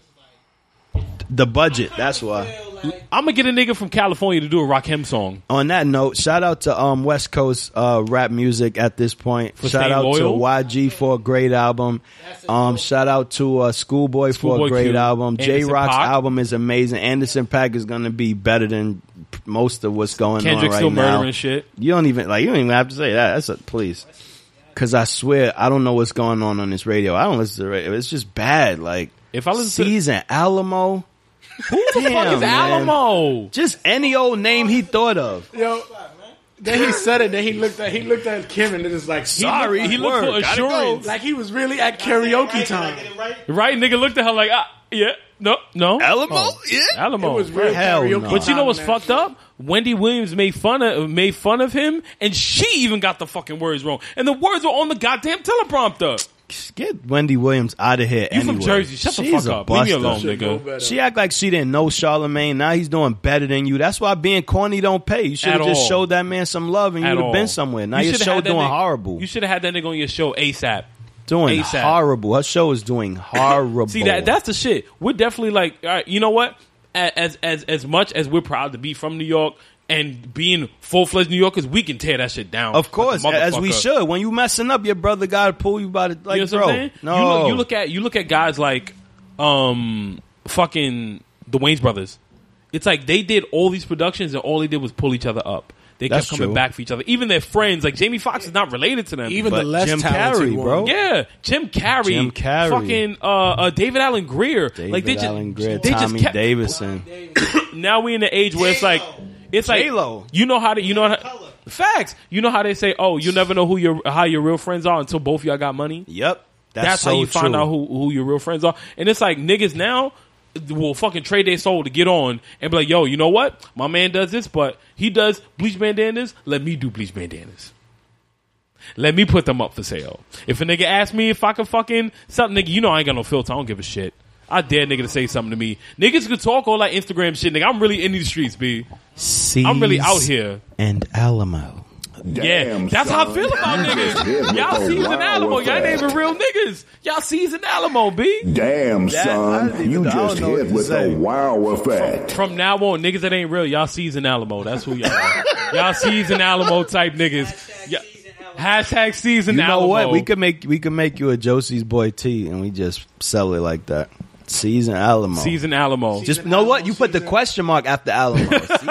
[SPEAKER 6] just like
[SPEAKER 3] The budget, that's why.
[SPEAKER 6] feel like
[SPEAKER 2] I'm gonna get a nigga from California to do a Rakim song.
[SPEAKER 3] On that note, shout out to um West Coast uh rap music at this point. shout
[SPEAKER 2] staying
[SPEAKER 3] out
[SPEAKER 2] loyal.
[SPEAKER 3] to YG for a great album. Um shout out to uh Schoolboy for
[SPEAKER 2] Schoolboy
[SPEAKER 3] a great
[SPEAKER 2] Q.
[SPEAKER 3] album. J
[SPEAKER 2] Anderson
[SPEAKER 3] Rock's
[SPEAKER 2] Paak.
[SPEAKER 3] album is amazing. Anderson Pack is gonna be better than p- most of what's going
[SPEAKER 2] Kendrick
[SPEAKER 3] on right
[SPEAKER 2] still
[SPEAKER 3] now.
[SPEAKER 2] murdering shit.
[SPEAKER 3] You don't even like you don't even have to say that. That's a please. Cause I swear I don't know what's going on on this radio. I don't listen to the radio. It's just bad. Like
[SPEAKER 2] If I listen to-
[SPEAKER 3] season Alamo,
[SPEAKER 2] Who the
[SPEAKER 3] Damn,
[SPEAKER 2] fuck is
[SPEAKER 3] man.
[SPEAKER 2] Alamo?
[SPEAKER 3] just any old name he thought of.
[SPEAKER 5] Yo, then he said it. Then he looked at he looked at Kim and then it's like he looked
[SPEAKER 3] Sorry,
[SPEAKER 2] He looked for
[SPEAKER 3] Word, gotta go.
[SPEAKER 2] assurance.
[SPEAKER 5] like he was really at karaoke time.
[SPEAKER 2] Right, nigga looked at her like, ah, yeah, no, no. Oh.
[SPEAKER 3] Alamo, yeah.
[SPEAKER 2] Alamo.
[SPEAKER 5] It was real
[SPEAKER 3] Hell
[SPEAKER 5] karaoke.
[SPEAKER 3] no.
[SPEAKER 2] But you know what's
[SPEAKER 5] time, man.
[SPEAKER 2] fucked up? Wendy Williams made fun of made fun of him, and she even got the fucking words wrong, and the words were on the goddamn teleprompter.
[SPEAKER 3] Get Wendy Williams out of here.
[SPEAKER 2] You
[SPEAKER 3] anyway.
[SPEAKER 2] from Jersey? Shut the
[SPEAKER 3] She's
[SPEAKER 2] fuck
[SPEAKER 3] a
[SPEAKER 2] up. Leave me
[SPEAKER 3] buster.
[SPEAKER 2] alone,
[SPEAKER 5] Should know
[SPEAKER 2] nigga.
[SPEAKER 5] better.
[SPEAKER 3] She act like she didn't know Charlemagne. Now he's doing better than you. That's why being corny don't pay. You should
[SPEAKER 2] At
[SPEAKER 3] have just
[SPEAKER 2] all.
[SPEAKER 3] showed that man some love, and
[SPEAKER 2] At
[SPEAKER 3] you'd have
[SPEAKER 2] all.
[SPEAKER 3] been somewhere. Now your
[SPEAKER 2] shoulda
[SPEAKER 3] show
[SPEAKER 2] had that
[SPEAKER 3] doing
[SPEAKER 2] nigga-
[SPEAKER 3] horrible.
[SPEAKER 2] You should have had that nigga on your show ASAP.
[SPEAKER 3] doing
[SPEAKER 2] ASAP.
[SPEAKER 3] horrible. Her show is doing horrible. Oh.
[SPEAKER 2] See that that's the shit. We're definitely like, all right, you know what? a- as as as much as we're proud to be from New York and being full fledged New Yorkers, we can tear that shit down.
[SPEAKER 3] Of course,
[SPEAKER 2] like a
[SPEAKER 3] as we
[SPEAKER 2] motherfucker.
[SPEAKER 3] should. When you messing up, your brother gotta pull you by the like,
[SPEAKER 2] you know what
[SPEAKER 3] bro.
[SPEAKER 2] I'm saying?
[SPEAKER 3] No,
[SPEAKER 2] You look, you look at you look at guys like um fucking the Wayne's brothers. It's like they did all these productions and all they did was pull each other up. They
[SPEAKER 3] That's
[SPEAKER 2] kept coming
[SPEAKER 3] true.
[SPEAKER 2] back for each other. Even their friends, like Jamie Foxx is not related to them.
[SPEAKER 4] Even
[SPEAKER 3] But
[SPEAKER 4] the less
[SPEAKER 3] Jim
[SPEAKER 4] talented
[SPEAKER 3] Carrey,
[SPEAKER 4] one.
[SPEAKER 3] bro.
[SPEAKER 2] yeah, Jim Carrey,
[SPEAKER 3] Jim Carrey.
[SPEAKER 2] fucking uh, uh, David Allen Greer,
[SPEAKER 3] David
[SPEAKER 2] like they just,
[SPEAKER 3] Allen Greer,
[SPEAKER 2] they just
[SPEAKER 3] Tommy
[SPEAKER 2] kept,
[SPEAKER 3] Davidson.
[SPEAKER 2] now we in the age where it's like it's like
[SPEAKER 3] J-Lo.
[SPEAKER 2] you know how to you know how, facts you know how they say oh you never know who your how your real friends are until both of y'all got money
[SPEAKER 3] Yep, that's,
[SPEAKER 2] that's,
[SPEAKER 3] so
[SPEAKER 2] how you find
[SPEAKER 3] true.
[SPEAKER 2] out who who your real friends are and it's like niggas now will fucking trade their soul to get on and be like yo you know what my man does this but he does bleach bandanas let me do bleach bandanas let me put them up for sale. If a nigga asks me if I can fucking something, nigga, you know I ain't got no filter. I don't give a shit. I dare nigga to say something to me. Niggas could talk all that Instagram shit, nigga. I'm really in these streets, B. I'm really out here.
[SPEAKER 3] And Alamo.
[SPEAKER 2] yeah, that's how I feel about niggas. Y'all sees an Alamo. Y'all ain't even real niggas. Y'all sees an Alamo, B.
[SPEAKER 10] Damn,
[SPEAKER 3] That- I
[SPEAKER 10] son,
[SPEAKER 3] didn't
[SPEAKER 10] you
[SPEAKER 3] even- I don't
[SPEAKER 10] just
[SPEAKER 3] know what
[SPEAKER 10] hit
[SPEAKER 3] to
[SPEAKER 10] with
[SPEAKER 3] say.
[SPEAKER 10] a wow effect.
[SPEAKER 2] From now on, niggas that ain't real, y'all sees an Alamo. That's who y'all are. y'all sees an Alamo type niggas. Yeah. Hashtag season
[SPEAKER 3] You know
[SPEAKER 2] Alamo.
[SPEAKER 3] what? We could make we could make you a Josie's boy tee, and we just sell it like that. Season Alamo.
[SPEAKER 2] season Alamo.
[SPEAKER 3] Just know what you put the question mark after Alamo.
[SPEAKER 5] season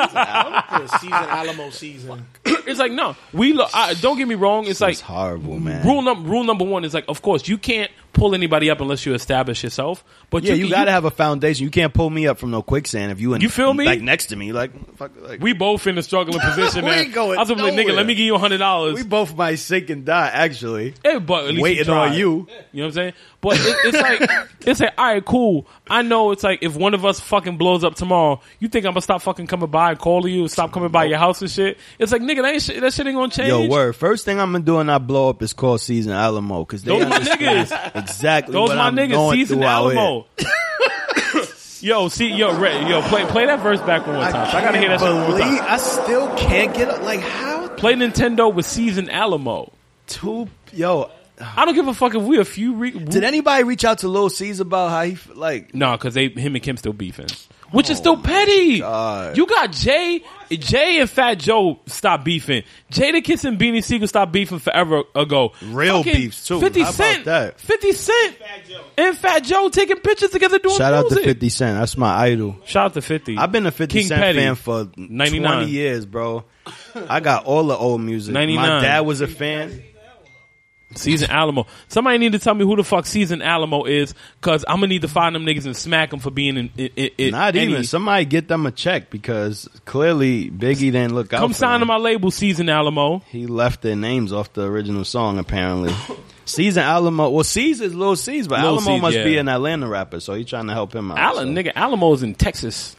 [SPEAKER 5] Alamo season.
[SPEAKER 2] it's like no, we lo- I, don't get me wrong. It's like
[SPEAKER 3] It's horrible, man.
[SPEAKER 2] Rule number rule number one is like, of course, you can't pull anybody up unless you establish yourself. But
[SPEAKER 3] yeah, you,
[SPEAKER 2] can-
[SPEAKER 3] gotta have a foundation. You can't pull me up from no quicksand if you in,
[SPEAKER 2] You feel me?
[SPEAKER 3] like next to me, like fuck, like
[SPEAKER 2] We both in a struggling position.
[SPEAKER 3] We
[SPEAKER 2] man.
[SPEAKER 3] ain't going
[SPEAKER 2] I was like, nigga,
[SPEAKER 3] nowhere.
[SPEAKER 2] let me give you hundred dollars.
[SPEAKER 3] we both might sink and die. Actually,
[SPEAKER 2] Hey, but at least
[SPEAKER 3] Waiting
[SPEAKER 2] you tried.
[SPEAKER 3] on you.
[SPEAKER 2] You know what I'm saying? But it, it's like it's like all right, cool. I know it's like if one of us fucking blows up tomorrow, you think I'm gonna stop fucking coming by and calling you, stop coming by your house and shit? It's like nigga, that ain't shit, that shit ain't gonna change.
[SPEAKER 3] yo, word. First thing I'm gonna do when I blow up is call Season Alamo because they
[SPEAKER 2] Those my
[SPEAKER 3] understand
[SPEAKER 2] niggas.
[SPEAKER 3] exactly.
[SPEAKER 2] Those
[SPEAKER 3] what
[SPEAKER 2] my
[SPEAKER 3] I'm
[SPEAKER 2] niggas,
[SPEAKER 3] going
[SPEAKER 2] season
[SPEAKER 3] through out here.
[SPEAKER 2] Alamo. yo, see, yo, Ray, yo, play play that verse back one more time. I, gotta hear that shit one more
[SPEAKER 3] Believe-
[SPEAKER 2] time.
[SPEAKER 3] I still can't get up. Like how
[SPEAKER 2] Play Nintendo with season Alamo.
[SPEAKER 3] two? Yo,
[SPEAKER 2] I don't give a fuck if we a few. Re-
[SPEAKER 3] did anybody reach out to Lil C's about how he f- like?
[SPEAKER 2] Nah, because they him and Kim still beefing, which is still petty.
[SPEAKER 3] Oh God.
[SPEAKER 2] You got Jay, Jay and Fat Joe stop beefing. Jada Kiss and Beanie Siegel stopped beefing forever ago.
[SPEAKER 3] Real
[SPEAKER 2] Fucking
[SPEAKER 3] beefs, too.
[SPEAKER 2] Fifty
[SPEAKER 3] How about
[SPEAKER 2] Cent,
[SPEAKER 3] that?
[SPEAKER 2] Fifty Cent, and Fat Joe taking pictures together doing
[SPEAKER 3] Shout out to
[SPEAKER 2] music.
[SPEAKER 3] Fifty Cent. That's my idol.
[SPEAKER 2] Shout out to Fifty.
[SPEAKER 3] I've been a 50
[SPEAKER 2] King
[SPEAKER 3] Cent
[SPEAKER 2] Petty.
[SPEAKER 3] fan for
[SPEAKER 2] 99.
[SPEAKER 3] 20 years, bro. I got all the old music.
[SPEAKER 2] 99.
[SPEAKER 3] My dad was a fan.
[SPEAKER 2] Season Alamo. Somebody need to tell me who the fuck Season Alamo is, cause I'm gonna need to find them niggas and smack them for being in. in, in, in
[SPEAKER 3] Not
[SPEAKER 2] any-
[SPEAKER 3] even. Somebody get them a check because clearly Biggie didn't look out
[SPEAKER 2] Come
[SPEAKER 3] for
[SPEAKER 2] sign to
[SPEAKER 3] them.
[SPEAKER 2] my label, Season Alamo.
[SPEAKER 3] He left their names off the original song, apparently. Season Alamo. Well, C's is Lil C's, but
[SPEAKER 2] Lil
[SPEAKER 3] Alamo
[SPEAKER 2] C's,
[SPEAKER 3] must
[SPEAKER 2] yeah.
[SPEAKER 3] be an Atlanta rapper, so he's trying to help him out.
[SPEAKER 2] Allen,
[SPEAKER 3] so.
[SPEAKER 2] nigga, Alamo's in Texas.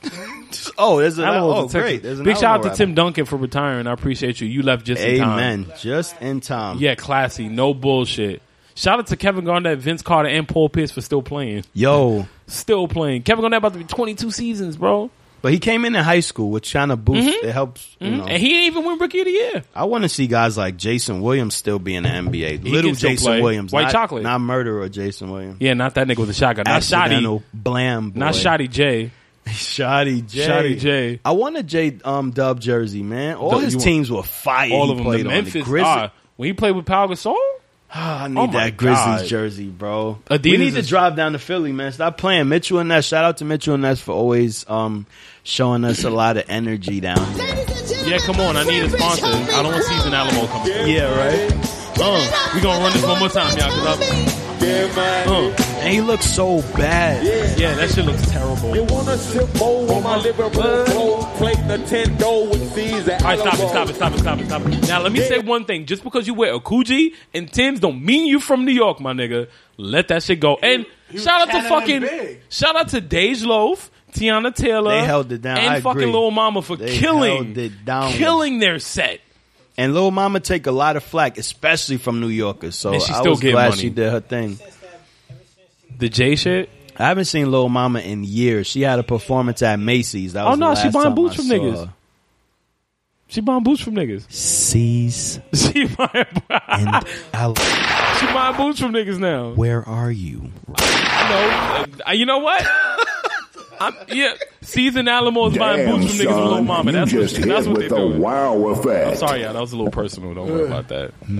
[SPEAKER 3] Oh, there's an
[SPEAKER 2] Alamo's
[SPEAKER 3] Oh,
[SPEAKER 2] in Texas.
[SPEAKER 3] great. There's an
[SPEAKER 2] Big shout out to
[SPEAKER 3] Alamo
[SPEAKER 2] Tim Duncan for retiring. I appreciate you. You left just
[SPEAKER 3] rapper.
[SPEAKER 2] in time.
[SPEAKER 3] Amen. Just in time.
[SPEAKER 2] Yeah, classy. No bullshit. Shout out to Kevin Garnett, Vince Carter, and Paul Pierce for still playing.
[SPEAKER 3] Yo.
[SPEAKER 2] Still playing. Kevin Garnett about to be 22 seasons, bro.
[SPEAKER 3] But he came in in high school, which kind of boosts. It helps. You know.
[SPEAKER 2] Mm-hmm. And he ain't even win Rookie of the Year.
[SPEAKER 3] I want to see guys like Jason Williams still be in the NBA. Little
[SPEAKER 2] can still
[SPEAKER 3] Jason
[SPEAKER 2] play.
[SPEAKER 3] Williams,
[SPEAKER 2] White
[SPEAKER 3] not,
[SPEAKER 2] chocolate.
[SPEAKER 3] not murderer Jason Williams.
[SPEAKER 2] Yeah, not that nigga with a shotgun. Not Shotty.
[SPEAKER 3] Accidental blam, boy.
[SPEAKER 2] Not Shotty J.
[SPEAKER 3] Shoddy J.
[SPEAKER 2] Shoddy J.
[SPEAKER 3] I want a J um, Dub jersey, man. All
[SPEAKER 2] Dub-
[SPEAKER 3] his
[SPEAKER 2] you want-
[SPEAKER 3] teams were fire.
[SPEAKER 2] All
[SPEAKER 3] he
[SPEAKER 2] of them. The
[SPEAKER 3] played on.
[SPEAKER 2] Memphis.
[SPEAKER 3] Grizzlies.
[SPEAKER 2] ah, when he played with Pau Gasol,
[SPEAKER 3] Ah, I need
[SPEAKER 2] Oh my
[SPEAKER 3] that Grizzlies
[SPEAKER 2] God.
[SPEAKER 3] jersey, bro.
[SPEAKER 2] Adidas
[SPEAKER 3] we need to
[SPEAKER 2] is-
[SPEAKER 3] drive down to Philly, man. Stop playing Mitchell and Ness. Shout out to Mitchell and Ness for always um, showing us a lot of energy down here.
[SPEAKER 2] yeah, come on. I need a sponsor. I don't want Season Alamo coming.
[SPEAKER 3] Yeah, right.
[SPEAKER 2] Uh, we gonna run this one more time, y'all. Cause I, uh,
[SPEAKER 3] And he looks so bad.
[SPEAKER 2] yeah, that shit looks terrible.
[SPEAKER 9] You wanna sip bowl on my living room floor? Play Nintendo with Caesar.
[SPEAKER 2] All right, stop it, stop it, stop it, stop it, stop it. Now let me say one thing: just because you wear a Coogee and Tim's don't mean you from New York, my nigga. Let that shit go. And shout out to
[SPEAKER 5] channeling
[SPEAKER 2] fucking
[SPEAKER 5] big.
[SPEAKER 2] shout out to Dej Loaf, Tiana Taylor,
[SPEAKER 3] They held it down.
[SPEAKER 2] and
[SPEAKER 3] I
[SPEAKER 2] fucking
[SPEAKER 3] agree.
[SPEAKER 2] Lil Mama for
[SPEAKER 3] They
[SPEAKER 2] killing,
[SPEAKER 3] held it down.
[SPEAKER 2] killing their set.
[SPEAKER 3] And Lil Mama take a lot of flack, especially from New Yorkers. So
[SPEAKER 2] And she
[SPEAKER 3] I
[SPEAKER 2] still
[SPEAKER 3] was
[SPEAKER 2] get
[SPEAKER 3] glad
[SPEAKER 2] money.
[SPEAKER 3] she did her thing.
[SPEAKER 2] The J shit.
[SPEAKER 3] I haven't seen Lil Mama in years. She had a performance at Macy's. That
[SPEAKER 2] Oh
[SPEAKER 3] was
[SPEAKER 2] no,
[SPEAKER 3] the
[SPEAKER 2] she
[SPEAKER 3] last
[SPEAKER 2] buying
[SPEAKER 3] time
[SPEAKER 2] boots
[SPEAKER 3] I
[SPEAKER 2] from
[SPEAKER 3] saw
[SPEAKER 2] niggas.
[SPEAKER 3] her.
[SPEAKER 2] She buying boots from niggas.
[SPEAKER 3] C's
[SPEAKER 2] She buying
[SPEAKER 3] and Al,
[SPEAKER 2] she buying boots from niggas now.
[SPEAKER 3] where are you?
[SPEAKER 2] No, uh, you know what? I'm, yeah, Seasoned Alamos buying boots from niggas with little mama. That's what, that's what they do.
[SPEAKER 10] wow effect.
[SPEAKER 2] Sorry, yeah, that was a little personal. Don't worry about that.
[SPEAKER 3] Hmm.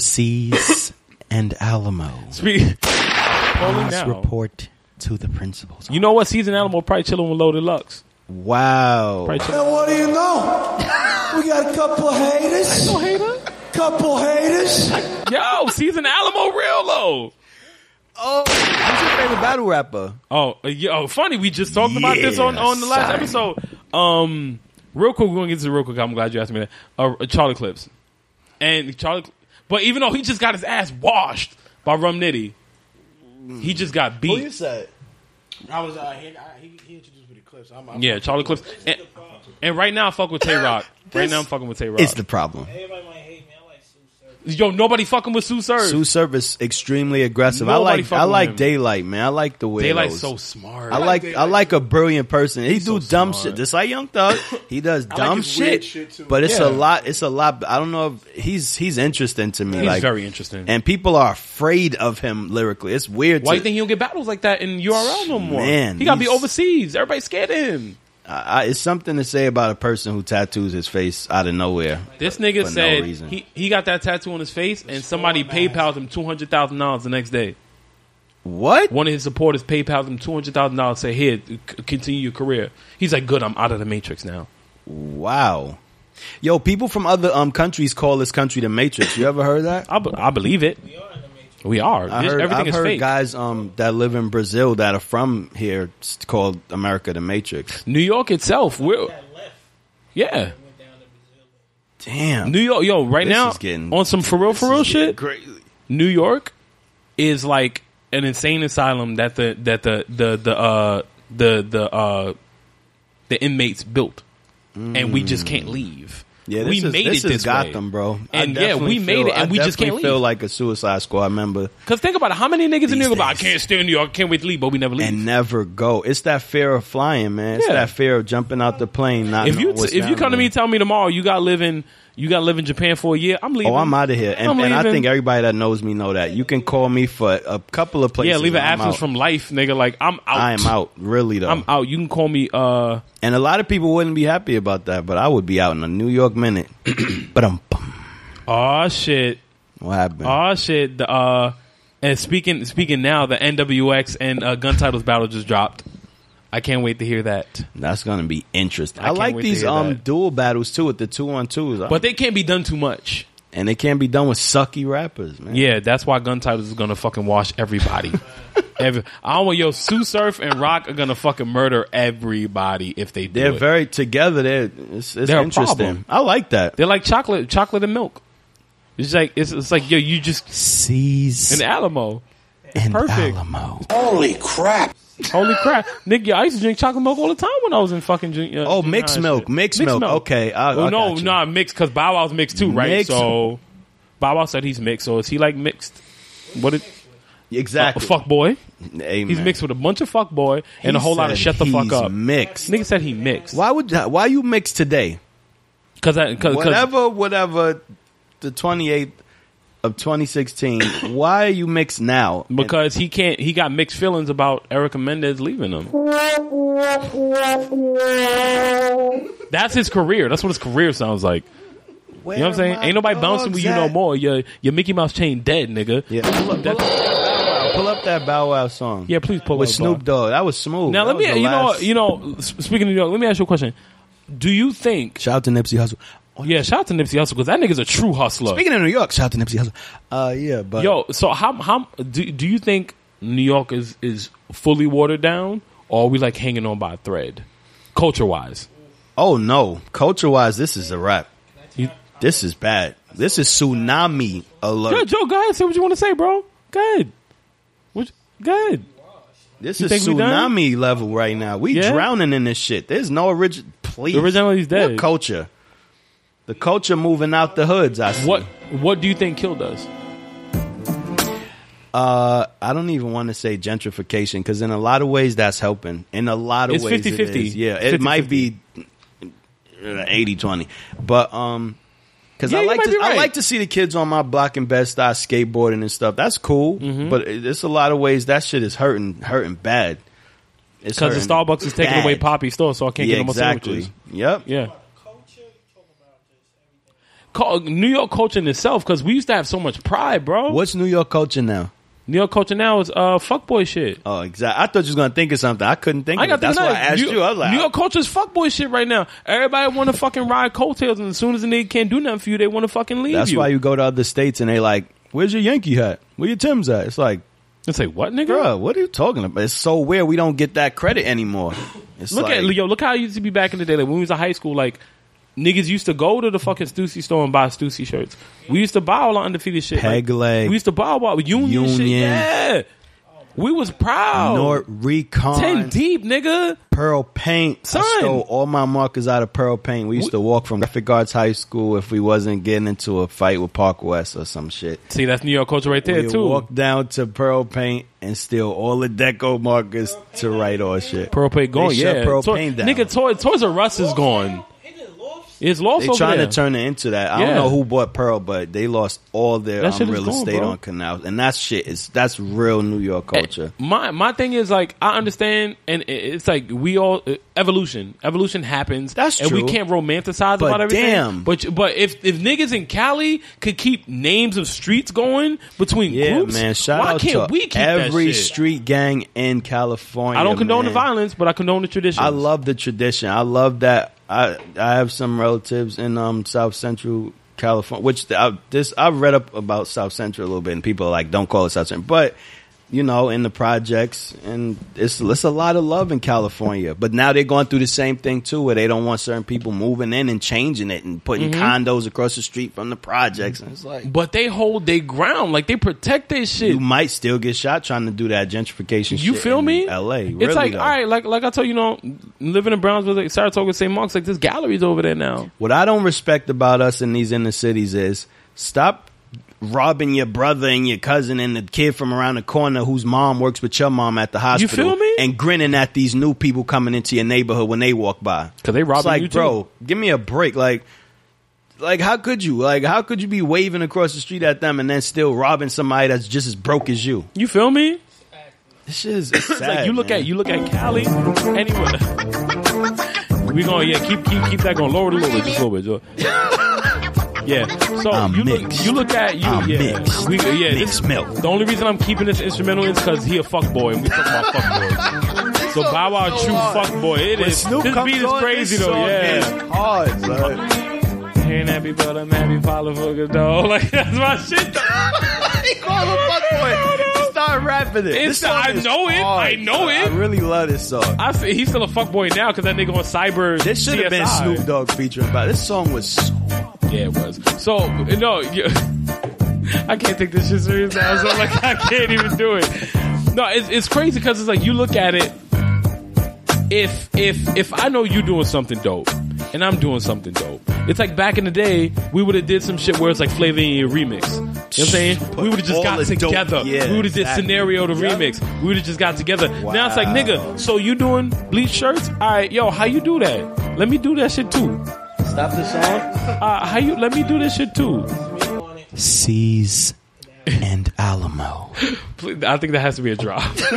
[SPEAKER 3] Cease and Alamo.
[SPEAKER 2] Speak. Holy
[SPEAKER 3] Must
[SPEAKER 2] now.
[SPEAKER 3] report to the principals.
[SPEAKER 2] You know what? Seasoned Alamo probably chilling with Loaded Lux.
[SPEAKER 3] Wow.
[SPEAKER 2] Probably chilling.
[SPEAKER 11] And what do you know? We got a couple of haters. Couple haters.
[SPEAKER 2] Yo, Seasoned Alamo real low.
[SPEAKER 3] Who's your favorite battle rapper?
[SPEAKER 2] Oh, uh, yo, funny. We just talked about this on, on the last
[SPEAKER 3] son.
[SPEAKER 2] episode. Um, real quick, we're gonna get to the real quick. I'm glad you asked me that. Uh, uh, Charlie Clips and Charlie, but even though he just got his ass washed by Rum Nitty, he just got
[SPEAKER 3] Oh,
[SPEAKER 2] beat.
[SPEAKER 3] said?
[SPEAKER 5] I was uh, he, I, he, he introduced me to clips. I'm, I'm
[SPEAKER 2] Yeah, Charlie Clips. And, and right now, I fuck with Tay Rock. Right now, I'm fucking with Tay Rock.
[SPEAKER 3] It's the problem.
[SPEAKER 6] Everybody might hate me. I like Sue Surf.
[SPEAKER 2] Yo, nobody fucking with Sue Surge.
[SPEAKER 3] Sue Service extremely aggressive. I
[SPEAKER 2] Nobody
[SPEAKER 3] like
[SPEAKER 2] fuck
[SPEAKER 3] I
[SPEAKER 2] with
[SPEAKER 3] like
[SPEAKER 2] him.
[SPEAKER 3] Daylight, man. I like the way
[SPEAKER 2] Daylight's so smart.
[SPEAKER 3] I like I like a brilliant person. He
[SPEAKER 2] so
[SPEAKER 3] do dumb
[SPEAKER 2] smart.
[SPEAKER 3] shit, just like Young Thug. He does dumb
[SPEAKER 5] his
[SPEAKER 3] shit,
[SPEAKER 5] weird shit, too.
[SPEAKER 3] but it's
[SPEAKER 2] Yeah.
[SPEAKER 3] a lot. It's a lot. I don't know. if He's he's interesting to me.
[SPEAKER 2] He's
[SPEAKER 3] like
[SPEAKER 2] very interesting.
[SPEAKER 3] and people are afraid of him lyrically. It's weird.
[SPEAKER 2] Why
[SPEAKER 3] to,
[SPEAKER 2] you think he don't get battles like that in URL no more?
[SPEAKER 3] Man,
[SPEAKER 2] he gotta be
[SPEAKER 3] he's-
[SPEAKER 2] overseas. Everybody's scared of him.
[SPEAKER 3] I, I, it's something to say about a person who tattoos his face out of nowhere.
[SPEAKER 2] This nigga
[SPEAKER 3] no
[SPEAKER 2] said
[SPEAKER 3] reason.
[SPEAKER 2] he, he got that tattoo on his face, and somebody PayPal'd him two hundred thousand dollars the next day.
[SPEAKER 3] What?
[SPEAKER 2] One of his supporters PayPal'd him two hundred thousand dollars. Say here, c- continue your career. He's like, good, I'm out of the matrix now.
[SPEAKER 3] Wow. Yo, people from other um countries call this country the Matrix. You ever heard that?
[SPEAKER 2] I, be- I believe it. We are.
[SPEAKER 3] I
[SPEAKER 2] This-
[SPEAKER 3] heard,
[SPEAKER 2] Everything
[SPEAKER 3] I've
[SPEAKER 2] is
[SPEAKER 3] heard
[SPEAKER 2] fake.
[SPEAKER 3] guys um, that live in Brazil that are from here s- called America the Matrix.
[SPEAKER 2] New York itself, we're yeah.
[SPEAKER 3] Damn.
[SPEAKER 2] New York, yo, right
[SPEAKER 3] This
[SPEAKER 2] now
[SPEAKER 3] is getting-
[SPEAKER 2] on some for real, for real shit.
[SPEAKER 3] Crazy.
[SPEAKER 2] New York is like an insane asylum that the that the the the uh, the the uh, the inmates built, and we just can't leave.
[SPEAKER 3] Mm. Yeah, this
[SPEAKER 2] we
[SPEAKER 3] is,
[SPEAKER 2] made
[SPEAKER 3] this
[SPEAKER 2] it
[SPEAKER 3] is
[SPEAKER 2] this
[SPEAKER 3] Gotham,
[SPEAKER 2] way.
[SPEAKER 3] bro. I
[SPEAKER 2] And yeah,
[SPEAKER 3] definitely
[SPEAKER 2] we made
[SPEAKER 3] feel-
[SPEAKER 2] it, and
[SPEAKER 3] I
[SPEAKER 2] we just can't
[SPEAKER 3] definitely feel
[SPEAKER 2] leave.
[SPEAKER 3] like a Suicide Squad member
[SPEAKER 2] Because think about it, how many niggas in New York? About, I
[SPEAKER 3] days.
[SPEAKER 2] can't stay in New York. I can't wait to leave, but we never leave.
[SPEAKER 3] and never go. It's that fear of flying, man. It's
[SPEAKER 2] Yeah.
[SPEAKER 3] that fear of jumping out the plane. Not
[SPEAKER 2] if you
[SPEAKER 3] knowing what's
[SPEAKER 2] if you
[SPEAKER 3] down
[SPEAKER 2] come to
[SPEAKER 3] there.
[SPEAKER 2] me and tell me tomorrow you got to live in you got to live in Japan for a year, I'm leaving.
[SPEAKER 3] Oh, I'm out of here, and,
[SPEAKER 2] I'm
[SPEAKER 3] and I
[SPEAKER 2] leaving.
[SPEAKER 3] think everybody that knows me know that. You can call me for a couple of places.
[SPEAKER 2] yeah, leave an
[SPEAKER 3] and I'm
[SPEAKER 2] absence
[SPEAKER 3] out.
[SPEAKER 2] from life, nigga. Like I'm out.
[SPEAKER 3] I am out, really though.
[SPEAKER 2] I'm out. You can call me. uh
[SPEAKER 3] And a lot of people wouldn't be happy about that, but I would be out in a New York minute. but um,
[SPEAKER 2] Oh shit.
[SPEAKER 3] what happened?
[SPEAKER 2] Oh shit! The, uh, and speaking speaking now, the NWX and uh, Gun Titles battle just dropped. I can't wait to hear that.
[SPEAKER 3] That's gonna be interesting.
[SPEAKER 2] I
[SPEAKER 3] I,
[SPEAKER 2] can't
[SPEAKER 3] like
[SPEAKER 2] wait to
[SPEAKER 3] these
[SPEAKER 2] hear
[SPEAKER 3] um
[SPEAKER 2] that.
[SPEAKER 3] dual battles too with the two on twos,
[SPEAKER 2] But they can't be done too much.
[SPEAKER 3] and they can't be done with sucky rappers, man.
[SPEAKER 2] Yeah, that's why Gun Titles is gonna fucking wash everybody. Every, I don't want yo Sue Surf and Rock are gonna fucking murder everybody if they do
[SPEAKER 3] They're
[SPEAKER 2] it.
[SPEAKER 3] very together. They're it's, it's
[SPEAKER 2] They're a problem.
[SPEAKER 3] interesting. I like that.
[SPEAKER 2] They're like chocolate, chocolate and milk. It's like it's, it's like yo, you just
[SPEAKER 3] Seas
[SPEAKER 2] an Alamo. perfect.
[SPEAKER 3] Alamo.
[SPEAKER 11] Holy crap.
[SPEAKER 2] Holy crap, nigga! I used to drink chocolate milk all the time when I was in fucking. jun- Uh,
[SPEAKER 3] Oh,
[SPEAKER 2] junior
[SPEAKER 3] mixed
[SPEAKER 2] high and
[SPEAKER 3] milk.
[SPEAKER 2] shit.
[SPEAKER 3] Mixed milk. Okay, I-
[SPEAKER 2] well,
[SPEAKER 3] I
[SPEAKER 2] no,
[SPEAKER 3] got you.
[SPEAKER 2] nah, mixed because Bow Wow's mixed too, right?
[SPEAKER 3] Mixed.
[SPEAKER 2] So Bow Wow said he's mixed. So is he like mixed? What is a
[SPEAKER 3] Exactly.
[SPEAKER 2] fuck boy?
[SPEAKER 3] Amen.
[SPEAKER 2] He's mixed with a bunch of fuck boy and a
[SPEAKER 3] He
[SPEAKER 2] whole lot of
[SPEAKER 3] said
[SPEAKER 2] shut the fuck
[SPEAKER 3] he's
[SPEAKER 2] up.
[SPEAKER 3] Mixed.
[SPEAKER 2] Nigga said he mixed.
[SPEAKER 3] Why would why you mix today?
[SPEAKER 2] Because I because
[SPEAKER 3] Whatever, whatever. The twenty eighth of twenty sixteen. why are you mixed now?
[SPEAKER 2] because he can't. He got mixed feelings about Erica Mendez leaving him. That's his career. That's what his career sounds like.
[SPEAKER 3] Where
[SPEAKER 2] You know what I'm saying?
[SPEAKER 3] my
[SPEAKER 2] Ain't nobody bouncing
[SPEAKER 3] dogs
[SPEAKER 2] with you no
[SPEAKER 3] at?
[SPEAKER 2] more. Your your Mickey Mouse chain dead, nigga.
[SPEAKER 3] Yeah. Pull up, pull up that Bow Wow- pull up that Bow Wow song.
[SPEAKER 2] Yeah, please pull
[SPEAKER 3] with
[SPEAKER 2] up,
[SPEAKER 3] Snoop Dogg. That was smooth.
[SPEAKER 2] Now
[SPEAKER 3] That
[SPEAKER 2] let me.
[SPEAKER 3] was the
[SPEAKER 2] You know.
[SPEAKER 3] last-
[SPEAKER 2] You know. s- Speaking of New York, let me ask you a question. Do you think?
[SPEAKER 3] Shout out to Nipsey Hussle. Oh,
[SPEAKER 2] Yeah, shout out to Nipsey Hussle because that nigga's a true hustler.
[SPEAKER 3] Speaking of New York, shout out to Nipsey Hussle. Uh, yeah, but
[SPEAKER 2] Yo, so how how do do you think New York is is fully watered down, or are we like hanging on by a thread, culture wise?
[SPEAKER 3] oh no, culture wise, this is a wrap.
[SPEAKER 2] You-
[SPEAKER 3] This is bad. This is tsunami
[SPEAKER 2] Yo,
[SPEAKER 3] alert.
[SPEAKER 2] Joe, go ahead, say what you want to say, bro. Go ahead. What you- go ahead.
[SPEAKER 3] This
[SPEAKER 2] You
[SPEAKER 3] is
[SPEAKER 2] think we done?
[SPEAKER 3] tsunami level right now. We
[SPEAKER 2] Yeah?
[SPEAKER 3] drowning in this shit. There's no original. Please,
[SPEAKER 2] The originality's
[SPEAKER 3] What
[SPEAKER 2] dead.
[SPEAKER 3] culture. The culture moving out the hoods. I see.
[SPEAKER 2] What what do you think killed us?
[SPEAKER 3] Uh, I don't even want to say gentrification because in a lot of ways that's helping. In a lot of
[SPEAKER 2] It's
[SPEAKER 3] ways,
[SPEAKER 2] 50-50.
[SPEAKER 3] It is. Yeah,
[SPEAKER 2] It's
[SPEAKER 3] it might be 80-20. but um, because
[SPEAKER 2] Yeah,
[SPEAKER 3] I
[SPEAKER 2] you
[SPEAKER 3] like
[SPEAKER 2] might
[SPEAKER 3] to
[SPEAKER 2] be
[SPEAKER 3] I
[SPEAKER 2] right.
[SPEAKER 3] like to see the kids on my block and Best Eye
[SPEAKER 2] Mm-hmm.
[SPEAKER 3] skateboarding and stuff. That's cool, but it- it's a lot of ways that shit is hurting, hurting bad. It's
[SPEAKER 2] because the
[SPEAKER 3] hurting.
[SPEAKER 2] Starbucks is taking away
[SPEAKER 3] Bad.
[SPEAKER 2] Poppy's store, so I can't
[SPEAKER 3] Yeah,
[SPEAKER 2] get no more
[SPEAKER 3] exactly.
[SPEAKER 2] sandwiches.
[SPEAKER 3] Yep.
[SPEAKER 2] Yeah. Co- New York culture in itself, because we used to have so much pride, bro.
[SPEAKER 3] What's New York culture now?
[SPEAKER 2] New York culture now is uh fuckboy shit.
[SPEAKER 3] Oh, exactly. I thought you was gonna think of something. I couldn't think.
[SPEAKER 2] I
[SPEAKER 3] of it.
[SPEAKER 2] got
[SPEAKER 3] That's
[SPEAKER 2] the
[SPEAKER 3] why I
[SPEAKER 2] nut.
[SPEAKER 3] asked
[SPEAKER 2] New,
[SPEAKER 3] you. I was like,
[SPEAKER 2] New York culture's fuckboy shit right now. Everybody want to fucking ride coattails, and as soon as a nigga can't do nothing for you, they want to fucking leave
[SPEAKER 3] that's
[SPEAKER 2] you.
[SPEAKER 3] why you go to other states and they like, "Where's your Yankee hat? Where your Tim's at?" It's like,
[SPEAKER 2] it's like what, nigga?
[SPEAKER 3] Bruh, what are you talking about? It's so weird. We don't get that credit anymore. It's
[SPEAKER 2] look
[SPEAKER 3] like,
[SPEAKER 2] at yo, look how it used to be back in the day. Like when we was in high school, like niggas used to go to the fucking Stussy store and buy Stussy shirts. We used to buy all our undefeated shit.
[SPEAKER 3] Peg
[SPEAKER 2] like,
[SPEAKER 3] leg.
[SPEAKER 2] We used to buy all our union, shit.
[SPEAKER 3] Union.
[SPEAKER 2] Yeah. We was proud.
[SPEAKER 3] North Recon,
[SPEAKER 2] Ten deep, nigga.
[SPEAKER 3] Pearl Paint. I
[SPEAKER 2] Son.
[SPEAKER 3] stole all my markers out of Pearl Paint. We used to walk from Graphic Arts High School if we wasn't getting into a fight with Park West or some shit.
[SPEAKER 2] See, that's New York culture right there
[SPEAKER 3] we
[SPEAKER 2] too.
[SPEAKER 3] walk down to Pearl Paint and steal all the deco markers to write all shit.
[SPEAKER 2] Pearl Paint gone,
[SPEAKER 3] They shut
[SPEAKER 2] yeah.
[SPEAKER 3] Pearl
[SPEAKER 2] Toy-
[SPEAKER 3] Paint down.
[SPEAKER 2] Nigga, Toy, Toys R Us is gone. It's lost
[SPEAKER 3] they
[SPEAKER 2] over
[SPEAKER 3] trying
[SPEAKER 2] there.
[SPEAKER 3] to turn it into that. I
[SPEAKER 2] Yeah.
[SPEAKER 3] don't know who bought Pearl, but they lost all their
[SPEAKER 2] That
[SPEAKER 3] um,
[SPEAKER 2] shit is
[SPEAKER 3] real
[SPEAKER 2] gone,
[SPEAKER 3] estate
[SPEAKER 2] bro. Eh,
[SPEAKER 3] on canals, and that shit is that's real New York culture.
[SPEAKER 2] my my thing is like I understand, and it- it's like we all uh, evolution. Evolution happens.
[SPEAKER 3] That's
[SPEAKER 2] and
[SPEAKER 3] true.
[SPEAKER 2] we can't romanticize
[SPEAKER 3] But
[SPEAKER 2] about everything.
[SPEAKER 3] damn.
[SPEAKER 2] But but if if niggas in Cali could keep names of streets going between
[SPEAKER 3] Yeah,
[SPEAKER 2] groups,
[SPEAKER 3] man. Shout
[SPEAKER 2] why
[SPEAKER 3] out
[SPEAKER 2] can't
[SPEAKER 3] to
[SPEAKER 2] we keep
[SPEAKER 3] every
[SPEAKER 2] that shit?
[SPEAKER 3] street gang in California.
[SPEAKER 2] I don't condone
[SPEAKER 3] man.
[SPEAKER 2] the violence, but I condone the tradition.
[SPEAKER 3] I love the tradition. I love that. I I have some relatives in um South Central California, which the- I, this I've read up about South Central a little bit, and people are like don't call it South Central, but you know, in the projects, and it's it's a lot of love in California. But now they're going through the same thing too, where they don't want certain people moving in and changing it and putting
[SPEAKER 2] Mm-hmm.
[SPEAKER 3] condos across the street from the projects. And it's like
[SPEAKER 2] but they hold their ground, like they protect their shit.
[SPEAKER 3] you might still get shot trying to do that gentrification.
[SPEAKER 2] You
[SPEAKER 3] shit
[SPEAKER 2] feel
[SPEAKER 3] in
[SPEAKER 2] me?
[SPEAKER 3] L.A.
[SPEAKER 2] it's
[SPEAKER 3] really,
[SPEAKER 2] like
[SPEAKER 3] though.
[SPEAKER 2] all right, like like I told you, you know, living in Brownsville, like Saratoga, St. Mark's, like there's galleries over there now.
[SPEAKER 3] What I don't respect about us in these inner cities is stop robbing your brother and your cousin and the kid from around the corner whose mom works with your mom at the hospital.
[SPEAKER 2] feel me?
[SPEAKER 3] And grinning at these new people coming into your neighborhood when they walk by.
[SPEAKER 2] 'Cause they robbing
[SPEAKER 3] It's like,
[SPEAKER 2] you, too.
[SPEAKER 3] bro, give me a break. Like, like how could you? Like, how could you be waving across the street at them and then still robbing somebody that's just as broke as you?
[SPEAKER 2] You feel me?
[SPEAKER 3] This shit is it's sad.
[SPEAKER 2] It's like you look
[SPEAKER 3] man.
[SPEAKER 2] at you look at Cali. Anyway, we gonna yeah keep keep keep that going lower it a little bit just a little bit. Joe. Yeah, so
[SPEAKER 3] I'm
[SPEAKER 2] you look
[SPEAKER 3] mixed.
[SPEAKER 2] you look at you
[SPEAKER 3] I'm
[SPEAKER 2] yeah
[SPEAKER 3] mixed.
[SPEAKER 2] we yeah this,
[SPEAKER 3] Mixed milk.
[SPEAKER 2] the only reason I'm keeping this instrumental is because he a fuck boy and we talk about fuck boys. So Bow Wow true fuck boy it
[SPEAKER 3] When
[SPEAKER 2] is.
[SPEAKER 3] Snoop
[SPEAKER 2] This
[SPEAKER 3] comes
[SPEAKER 2] beat is
[SPEAKER 3] on,
[SPEAKER 2] crazy
[SPEAKER 3] this
[SPEAKER 2] though
[SPEAKER 3] song
[SPEAKER 2] yeah.
[SPEAKER 3] is hard, son.
[SPEAKER 2] Hearing that be but I'm happy follow fucker though like that's my shit.
[SPEAKER 3] He called him fuckboy. He started rapping it.
[SPEAKER 2] It's-
[SPEAKER 3] This song
[SPEAKER 2] I
[SPEAKER 3] is
[SPEAKER 2] know it.
[SPEAKER 3] hard,
[SPEAKER 2] I know
[SPEAKER 3] son.
[SPEAKER 2] it.
[SPEAKER 3] I really love this song.
[SPEAKER 2] I say he's still a fuck boy now because that nigga on cyber.
[SPEAKER 3] This should have been
[SPEAKER 2] CSI.
[SPEAKER 3] Snoop Dogg featuring. But this song was so
[SPEAKER 2] Yeah, it was. So no, you, I can't take this shit serious now. So like, I can't even do it. No, it's, it's crazy because it's like you look at it. If if if I know you doing something dope and I'm doing something dope, it's like back in the day we would have did some shit where it's like Flavor Flavian remix. You know what I'm saying? we would have just
[SPEAKER 3] all
[SPEAKER 2] got
[SPEAKER 3] the dope-
[SPEAKER 2] together.
[SPEAKER 3] yeah,
[SPEAKER 2] we would have did
[SPEAKER 3] exactly.
[SPEAKER 2] scenario to
[SPEAKER 3] Yep.
[SPEAKER 2] remix. We would have just got together. Now it's like
[SPEAKER 3] Wow.
[SPEAKER 2] nigga, so you doing bleach shirts? All right, yo, how you do that? Let me do that shit too.
[SPEAKER 3] stop the song.
[SPEAKER 2] Uh, how you? Let me do this shit too.
[SPEAKER 3] C's and Alamo.
[SPEAKER 2] Please- I think that has to be a drop.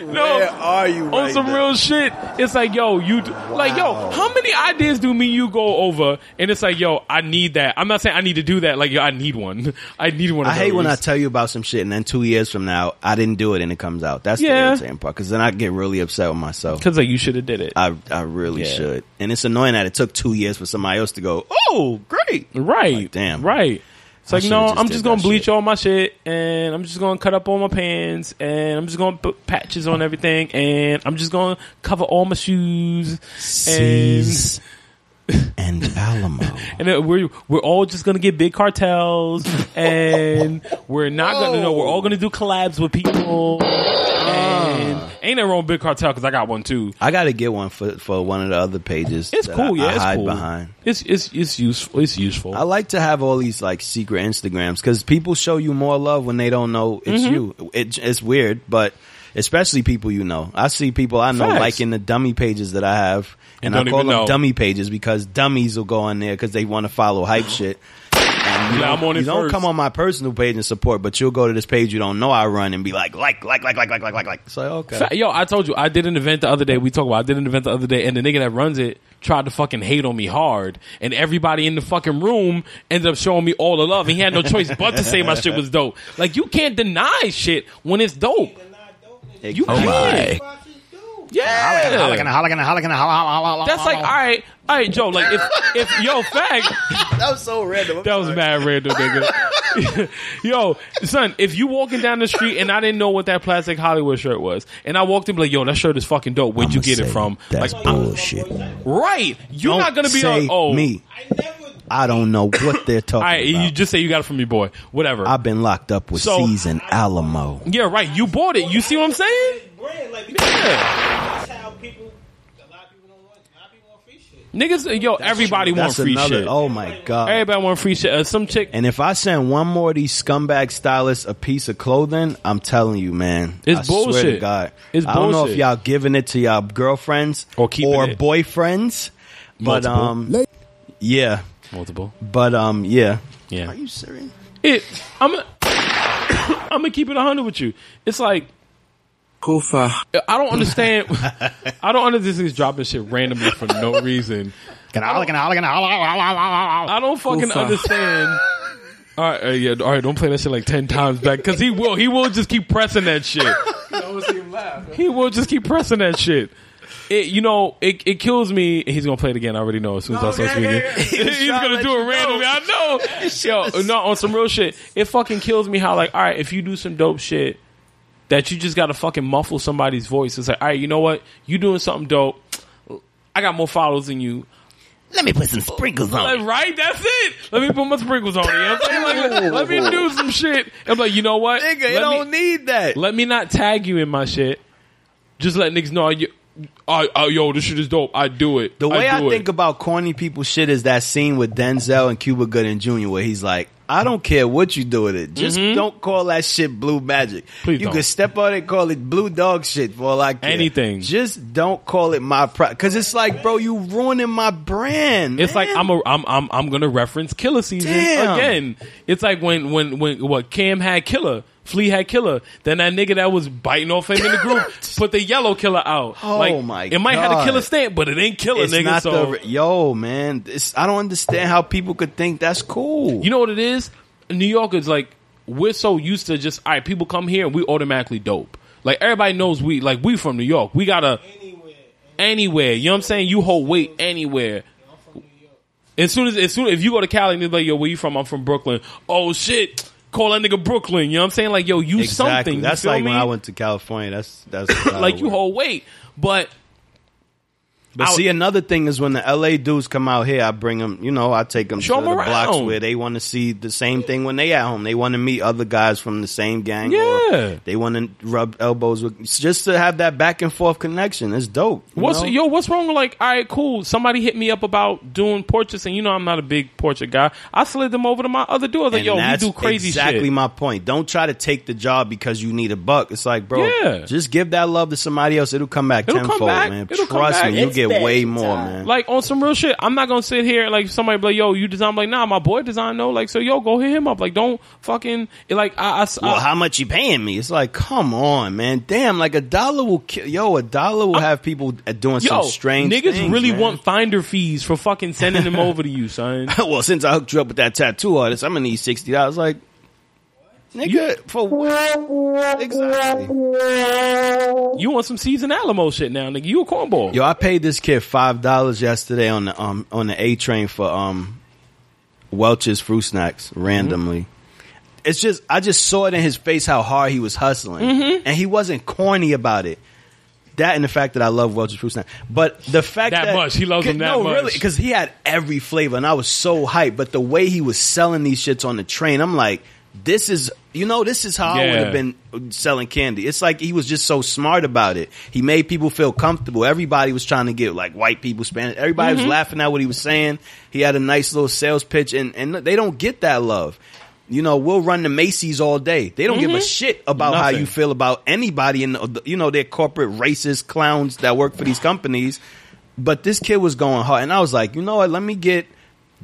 [SPEAKER 2] no,
[SPEAKER 3] Where are you?
[SPEAKER 2] on
[SPEAKER 3] right
[SPEAKER 2] some
[SPEAKER 3] now?
[SPEAKER 2] real shit. It's like, yo, you d like, yo, how many ideas do me and you go over? And it's like, yo, I need that. I'm not saying I need to do that. Like, yo, I need one. I need one. Of
[SPEAKER 3] I hate when I
[SPEAKER 2] those.
[SPEAKER 3] tell you about some shit and then two years from now I didn't do it and it comes out. That's
[SPEAKER 2] Yeah.
[SPEAKER 3] the irritating part because then I get really upset with myself.
[SPEAKER 2] Cause like you should have did it.
[SPEAKER 3] I I really
[SPEAKER 2] Yeah.
[SPEAKER 3] should, and it's annoying that it took two years for somebody else to go. Oh, great!
[SPEAKER 2] right.
[SPEAKER 3] like, damn.
[SPEAKER 2] Right. It's
[SPEAKER 3] I
[SPEAKER 2] like,
[SPEAKER 3] should've
[SPEAKER 2] no,
[SPEAKER 3] just
[SPEAKER 2] I'm
[SPEAKER 3] did
[SPEAKER 2] just gonna
[SPEAKER 3] that
[SPEAKER 2] bleach
[SPEAKER 3] shit.
[SPEAKER 2] all my shit, and I'm just gonna cut up all my pants, and I'm just gonna put patches on everything, and I'm just gonna cover all my shoes, and
[SPEAKER 3] C's and Alamo.
[SPEAKER 2] and then we're we're all just gonna get big cartels, and we're not gonna know. We're all gonna do collabs with people.
[SPEAKER 3] Ah.
[SPEAKER 2] And ain't that wrong with big cartel? Because I got one too.
[SPEAKER 3] I got to get one for for one of the other pages.
[SPEAKER 2] It's
[SPEAKER 3] that
[SPEAKER 2] cool,
[SPEAKER 3] I,
[SPEAKER 2] yeah.
[SPEAKER 3] I
[SPEAKER 2] it's
[SPEAKER 3] hide
[SPEAKER 2] cool.
[SPEAKER 3] behind.
[SPEAKER 2] It's it's it's useful. It's useful.
[SPEAKER 3] I like to have all these like secret Instagrams because people show you more love when they don't know it's
[SPEAKER 2] Mm-hmm.
[SPEAKER 3] you. It, it's weird, but especially people you know. I see people I know
[SPEAKER 2] Facts.
[SPEAKER 3] liking the dummy pages that I have, and,
[SPEAKER 2] don't
[SPEAKER 3] I call
[SPEAKER 2] even
[SPEAKER 3] them
[SPEAKER 2] know.
[SPEAKER 3] dummy pages because dummies will go on there because they want to follow hype shit. And You
[SPEAKER 2] Yeah, I'm on
[SPEAKER 3] you
[SPEAKER 2] it
[SPEAKER 3] don't
[SPEAKER 2] first.
[SPEAKER 3] come on my personal page and support, but you'll go to this page you don't know I run and be like, like, like, like, like, like, like, like, like. So okay.
[SPEAKER 2] Fa- Yo, I told you I did an event the other day. We talked about I did an event the other day, and the nigga that runs it tried to fucking hate on me hard, and everybody in the fucking room ended up showing me all the love, and he had no choice but to say my shit was dope. Like you can't deny shit when it's dope. You can't. Yeah. That's like all right, all right, Joe. Like if if yo fact
[SPEAKER 3] that was so random.
[SPEAKER 2] that was mad random, nigga. yo, son, if you walking down the street and I didn't know what that plastic Hollywood shirt was, and I walked in be like, yo, that shirt is fucking dope. Where'd you get it from?
[SPEAKER 3] That's
[SPEAKER 2] like, I'm-
[SPEAKER 3] bullshit.
[SPEAKER 2] right? You're
[SPEAKER 3] Don't
[SPEAKER 2] not gonna be
[SPEAKER 3] say
[SPEAKER 2] like, oh,
[SPEAKER 3] me. I don't know what they're
[SPEAKER 2] All
[SPEAKER 3] talking
[SPEAKER 2] right, E
[SPEAKER 3] about.
[SPEAKER 2] you just say you got it from your boy, whatever.
[SPEAKER 3] I've been locked up with
[SPEAKER 2] So-
[SPEAKER 3] season Alamo.
[SPEAKER 2] yeah, right. You bought it. You see what I'm saying? Yeah. Niggas, yo, everybody want
[SPEAKER 3] That's
[SPEAKER 2] free
[SPEAKER 3] another.
[SPEAKER 2] shit.
[SPEAKER 3] Oh my god.
[SPEAKER 2] Everybody want free shit. Uh, some chick,
[SPEAKER 3] And if I send one more of these scumbag stylists a piece of clothing, I'm telling you, man,
[SPEAKER 2] It's
[SPEAKER 3] I swear to
[SPEAKER 2] bullshit.
[SPEAKER 3] God,
[SPEAKER 2] It's
[SPEAKER 3] I don't know if
[SPEAKER 2] bullshit.
[SPEAKER 3] y'all giving it to y'all girlfriends
[SPEAKER 2] Or keeping it.
[SPEAKER 3] boyfriends, but
[SPEAKER 2] Multiple.
[SPEAKER 3] um, yeah,
[SPEAKER 2] multiple.
[SPEAKER 3] but um, yeah.
[SPEAKER 2] Yeah.
[SPEAKER 3] you serious?
[SPEAKER 2] It, I'm, i I'm gonna keep it hundred with you. It's like
[SPEAKER 4] Kufa.
[SPEAKER 2] I don't understand. I don't understand this dropping shit randomly for no reason. I don't fucking
[SPEAKER 4] Oofa.
[SPEAKER 2] understand. uh. All right, uh, yeah, all right. Don't play that shit like ten times back because he will. He will just keep pressing that shit. He will just keep pressing that shit. It, you know, it, it kills me. He's gonna play it again. I already know as soon as I start speaking. He's gonna do it randomly. I know. Yo, no, on some real shit. It fucking kills me how like, all right, if you do some dope shit, that you just gotta fucking muffle somebody's voice. It's like, all right, you know what? You doing something dope. I got more followers than you. Let me put some sprinkles on. Like, right? That's it. Let me put my sprinkles on it. You know what I'm saying? Like, let, let me do some shit. I'm like, you know what?
[SPEAKER 3] Nigga,
[SPEAKER 2] Let
[SPEAKER 3] you
[SPEAKER 2] me-
[SPEAKER 3] don't need that.
[SPEAKER 2] let me not tag you in my shit. Just let niggas know you. I, I, yo, this shit is dope. I do it.
[SPEAKER 3] The way I,
[SPEAKER 2] do it.
[SPEAKER 3] think about corny people shit is that scene with Denzel and Cuba Gooding Jr. where he's like, I don't care what you do with it. Just don't call that shit blue magic.
[SPEAKER 2] Mm-hmm. Please
[SPEAKER 3] you
[SPEAKER 2] don't.
[SPEAKER 3] can step on it and call it blue dog shit for all I care.
[SPEAKER 2] Anything.
[SPEAKER 3] Just don't call it my pro Because it's like, bro, you ruining my brand.
[SPEAKER 2] It's like
[SPEAKER 3] man.
[SPEAKER 2] I'm a I'm I'm I'm gonna reference Killer season
[SPEAKER 3] Damn.
[SPEAKER 2] again. It's like when when when what Cam had Killer, Flea had Killer, then that nigga that was biting off him in the group put the yellow killer out.
[SPEAKER 3] Oh
[SPEAKER 2] like,
[SPEAKER 3] my
[SPEAKER 2] It might have the
[SPEAKER 3] God.
[SPEAKER 2] killer stamp, but it ain't killer,
[SPEAKER 3] It's
[SPEAKER 2] nigga.
[SPEAKER 3] not
[SPEAKER 2] so
[SPEAKER 3] the yo, man. It's, I don't understand how people could think that's cool.
[SPEAKER 2] You know what it is? New Yorkers like we're so used to just all right. People come here and we automatically dope. Like everybody knows we like we from New York. We gotta anywhere. You know what I'm saying? You hold weight anywhere. As soon as as soon if you go to Cali and they're like, yo, where you from? I'm from Brooklyn. Oh shit. Call that nigga Brooklyn. You know what I'm saying? Like, yo, you
[SPEAKER 3] exactly.
[SPEAKER 2] something. You
[SPEAKER 3] That's
[SPEAKER 2] feel
[SPEAKER 3] like
[SPEAKER 2] me?
[SPEAKER 3] when I went to California. That's that's
[SPEAKER 2] like you
[SPEAKER 3] hold.
[SPEAKER 2] hold weight. But
[SPEAKER 3] But
[SPEAKER 2] I-
[SPEAKER 3] see, another thing is when the LA dudes come out here, I bring them. You know, I take them
[SPEAKER 2] Show
[SPEAKER 3] to
[SPEAKER 2] 'em
[SPEAKER 3] the blocks
[SPEAKER 2] around.
[SPEAKER 3] where they want to see the same thing when they at home. They want to meet other guys from the same gang. or
[SPEAKER 2] Yeah.
[SPEAKER 3] they want to rub elbows with just to have that back and forth connection. It's dope. you
[SPEAKER 2] What's
[SPEAKER 3] know?
[SPEAKER 2] yo? What's wrong with like? All right, cool. Somebody hit me up about doing portraits, and you know I'm not a big portrait guy. I slid them over to my other dude. I was like,
[SPEAKER 3] And
[SPEAKER 2] yo, we
[SPEAKER 3] that's
[SPEAKER 2] do crazy
[SPEAKER 3] exactly
[SPEAKER 2] shit.
[SPEAKER 3] my point. Don't try to take the job because you need a buck. It's like, bro,
[SPEAKER 2] Yeah.
[SPEAKER 3] just give that love to somebody else. It'll come back
[SPEAKER 2] It'll come
[SPEAKER 3] tenfold,
[SPEAKER 2] back.
[SPEAKER 3] man.
[SPEAKER 2] It'll come
[SPEAKER 3] Trust
[SPEAKER 2] back.
[SPEAKER 3] me, you'll
[SPEAKER 2] It's
[SPEAKER 3] get way
[SPEAKER 11] magic
[SPEAKER 3] more,
[SPEAKER 11] time.
[SPEAKER 3] man.
[SPEAKER 2] like on some real shit. I'm not gonna sit here and like somebody be like, yo, you design. I'm like, nah, my boy design. No, like, so yo, go hit him up. Like, don't fucking it, like. I, I, I-
[SPEAKER 3] well, how much you paying me? It's like, come on, man. Damn, like a dollar will kill. Yo, a dollar will have people uh, doing
[SPEAKER 2] yo,
[SPEAKER 3] some strange.
[SPEAKER 2] niggas
[SPEAKER 3] things,
[SPEAKER 2] really
[SPEAKER 3] man.
[SPEAKER 2] want finder fees for fucking sending them over to you, son.
[SPEAKER 3] well, since I hooked you up with that tattoo artist, I'm gonna need sixty dollars. Like, nigga, for what? Exactly.
[SPEAKER 2] You want some seasoned Alamo shit now, nigga? You a cornball?
[SPEAKER 3] Yo, I paid this kid five dollars yesterday on the um on the A train for um Welch's fruit snacks randomly.
[SPEAKER 2] Mm-hmm.
[SPEAKER 3] It's just I just saw it in his face how hard he was hustling,
[SPEAKER 2] Mm-hmm.
[SPEAKER 3] and he wasn't corny about it. That and the fact that I love Welch's fruit snack, but the fact
[SPEAKER 2] That
[SPEAKER 3] that,
[SPEAKER 2] much. He loves them that
[SPEAKER 3] no,
[SPEAKER 2] much.
[SPEAKER 3] really, because he had every flavor, and I was so hyped. But the way he was selling these shits on the train, I'm like, this is you know, this is how I would
[SPEAKER 2] Yeah.
[SPEAKER 3] have been selling candy. It's like he was just so smart about it. He made people feel comfortable. Everybody was trying to get like white people, Spanish. Everybody was laughing at what he was saying. He had a nice little sales pitch, and and they don't get that love. You know, we'll run the Macy's all day. They don't give a shit about how
[SPEAKER 2] Nothing.
[SPEAKER 3] you feel about anybody in the, you know, their corporate racist clowns that work for these companies. But this kid was going hard, and I was like, you know what? Let me get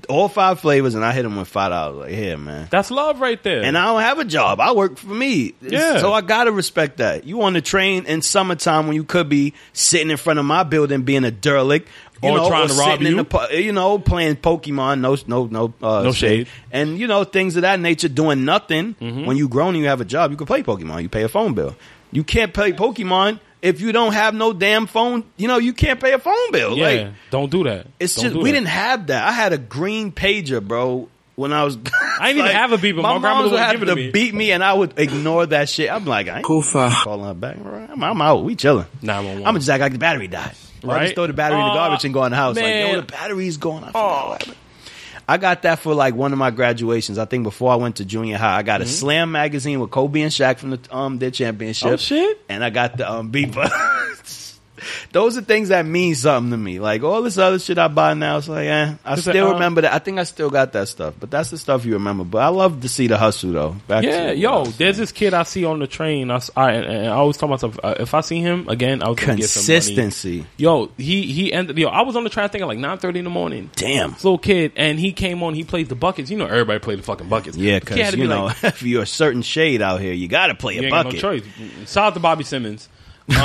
[SPEAKER 3] all five flavors, and I hit him with five dollars. Like, here, man.
[SPEAKER 2] That's love right there.
[SPEAKER 3] And I don't have a job. I work for me.
[SPEAKER 2] Yeah.
[SPEAKER 3] So I gotta respect that. You on the train in summertime when you could be sitting in front of my building being a derelict. You
[SPEAKER 2] Or
[SPEAKER 3] know,
[SPEAKER 2] trying to rob
[SPEAKER 3] sitting in
[SPEAKER 2] you.
[SPEAKER 3] the pu- you know, playing Pokemon, no, no, no, uh,
[SPEAKER 2] No shade. Mm-hmm.
[SPEAKER 3] and you know things of that nature. Doing nothing when you grown and you have a job, you can play Pokemon. You pay a phone bill. You can't play Pokemon if you don't have no damn phone. You know, you can't pay a phone bill.
[SPEAKER 2] yeah,
[SPEAKER 3] Like
[SPEAKER 2] don't do that.
[SPEAKER 3] it's
[SPEAKER 2] Don't
[SPEAKER 3] just
[SPEAKER 2] do
[SPEAKER 3] we
[SPEAKER 2] that.
[SPEAKER 3] didn't have that. I had a green pager, bro. When I was, I
[SPEAKER 2] didn't even have a beeper. My grandmother
[SPEAKER 3] would
[SPEAKER 2] wouldn't
[SPEAKER 3] have
[SPEAKER 2] give it to
[SPEAKER 3] to
[SPEAKER 2] me.
[SPEAKER 3] beat me, and I would ignore that shit. I'm like, I ain't calling her back. I'm, I'm out. We chilling. I'm
[SPEAKER 2] 911.
[SPEAKER 3] gonna just act like the battery died. Or I
[SPEAKER 2] Right?
[SPEAKER 3] just throw the battery in the
[SPEAKER 2] Aw,
[SPEAKER 3] garbage and go in the house. Like,
[SPEAKER 2] man. Oh.
[SPEAKER 3] yo, the battery's going. I forgot what happened. I got that for like one of my graduations. I think before I went to junior high, I got
[SPEAKER 2] Mm-hmm.
[SPEAKER 3] a Slam magazine with Kobe and Shaq from the um their championship.
[SPEAKER 2] Oh, shit.
[SPEAKER 3] And I got the um beeper. Those are things that mean something to me. Like all this other shit I buy now, it's like, eh, I
[SPEAKER 2] It's like,
[SPEAKER 3] still
[SPEAKER 2] uh,
[SPEAKER 3] remember that. I think I still got that stuff, but that's the stuff you remember. But I love to see the hustle though. Back
[SPEAKER 2] Yeah,
[SPEAKER 3] to
[SPEAKER 2] yo, there's this kid I see on the train. I, s- I- and- and I always tell myself uh, if I see him again, I was gonna get some money.
[SPEAKER 3] consistency.
[SPEAKER 2] Yo, he he ended. Yo, I was on the train. I think at like nine thirty in the morning.
[SPEAKER 3] Damn.
[SPEAKER 2] This little kid, and he came on. He played the buckets. You know, everybody played the fucking buckets.
[SPEAKER 3] Yeah,
[SPEAKER 2] The kid had
[SPEAKER 3] because
[SPEAKER 2] to
[SPEAKER 3] you
[SPEAKER 2] be
[SPEAKER 3] know,
[SPEAKER 2] like,
[SPEAKER 3] if you're a certain shade out here, you gotta play
[SPEAKER 2] you
[SPEAKER 3] a
[SPEAKER 2] ain't got no
[SPEAKER 3] bucket.
[SPEAKER 2] choice. Shout out to Bobby Simmons.
[SPEAKER 3] you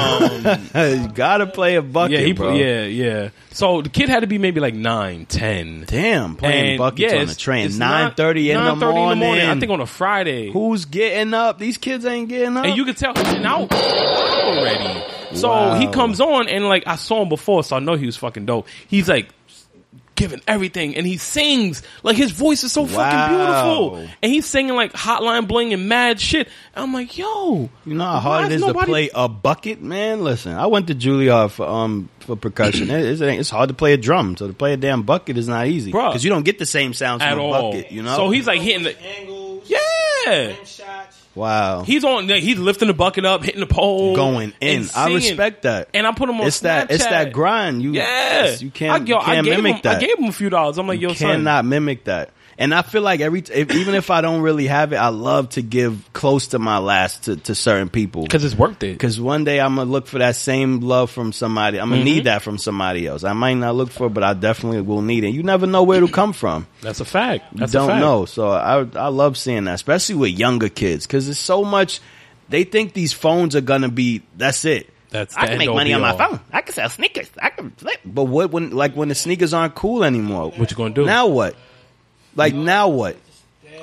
[SPEAKER 3] gotta play a bucket.
[SPEAKER 2] yeah, he
[SPEAKER 3] bro.
[SPEAKER 2] yeah yeah. So the kid had to be maybe like nine, ten.
[SPEAKER 3] Damn, playing
[SPEAKER 2] And,
[SPEAKER 3] buckets
[SPEAKER 2] yeah,
[SPEAKER 3] on the
[SPEAKER 2] it's- it's
[SPEAKER 3] train. Nine
[SPEAKER 2] not-
[SPEAKER 3] thirty in, the
[SPEAKER 2] 9:30
[SPEAKER 3] morning.
[SPEAKER 2] I think on a Friday.
[SPEAKER 3] Who's getting up? These kids ain't getting up.
[SPEAKER 2] and you could tell he's been out already. So
[SPEAKER 3] Wow.
[SPEAKER 2] he comes on and like I saw him before, so I know he was fucking dope. He's like giving everything, and he sings like his voice is so
[SPEAKER 3] Wow.
[SPEAKER 2] fucking beautiful, and he's singing like Hotline Bling and mad shit. And I'm like, yo,
[SPEAKER 3] You know how
[SPEAKER 2] why
[SPEAKER 3] hard it is to
[SPEAKER 2] nobody-
[SPEAKER 3] play a bucket, man. Listen, I went to Juilliard for um for percussion. it, it's, it's hard to play a drum, so to play a damn bucket is not easy,
[SPEAKER 2] Bruh.
[SPEAKER 3] Because you don't get the same sounds
[SPEAKER 2] at
[SPEAKER 3] from a
[SPEAKER 2] all.
[SPEAKER 3] bucket, you know.
[SPEAKER 2] So he's like hitting the
[SPEAKER 6] Angles,
[SPEAKER 2] yeah.
[SPEAKER 6] jump shots.
[SPEAKER 3] wow,
[SPEAKER 2] He's on. He's lifting the bucket up, hitting the pole,
[SPEAKER 3] going in.
[SPEAKER 2] and
[SPEAKER 3] I
[SPEAKER 2] singing.
[SPEAKER 3] respect that.
[SPEAKER 2] And I put him on
[SPEAKER 3] It's that it's
[SPEAKER 2] Snapchat.
[SPEAKER 3] that grind. You
[SPEAKER 2] Yeah,
[SPEAKER 3] you can't
[SPEAKER 2] I, yo,
[SPEAKER 3] you can't
[SPEAKER 2] I gave
[SPEAKER 3] mimic
[SPEAKER 2] him,
[SPEAKER 3] that.
[SPEAKER 2] I gave him a few dollars. I'm like, yo, son,
[SPEAKER 3] cannot mimic that. And I feel like every t- if, even if I don't really have it, I love to give close to my last to, to certain people.
[SPEAKER 2] because it's worth it.
[SPEAKER 3] Because one day I'm gonna look for that same love from somebody.
[SPEAKER 2] Mm-hmm.
[SPEAKER 3] I'm gonna need that from somebody else. I might not look for, it, but I definitely will need it. You never know where it'll come from.
[SPEAKER 2] That's a fact. That's
[SPEAKER 3] Don't
[SPEAKER 2] a fact.
[SPEAKER 3] know. So I I love seeing that, especially with younger kids, because it's so much. They think these phones are gonna be. That's it.
[SPEAKER 2] That's
[SPEAKER 3] I
[SPEAKER 2] the
[SPEAKER 3] can
[SPEAKER 2] end
[SPEAKER 3] make
[SPEAKER 2] all
[SPEAKER 3] money
[SPEAKER 2] be
[SPEAKER 3] on my
[SPEAKER 2] all.
[SPEAKER 3] phone. I can sell sneakers. I can flip. But what when like when the sneakers aren't cool anymore?
[SPEAKER 2] What you gonna do?
[SPEAKER 3] Now what? Like now what?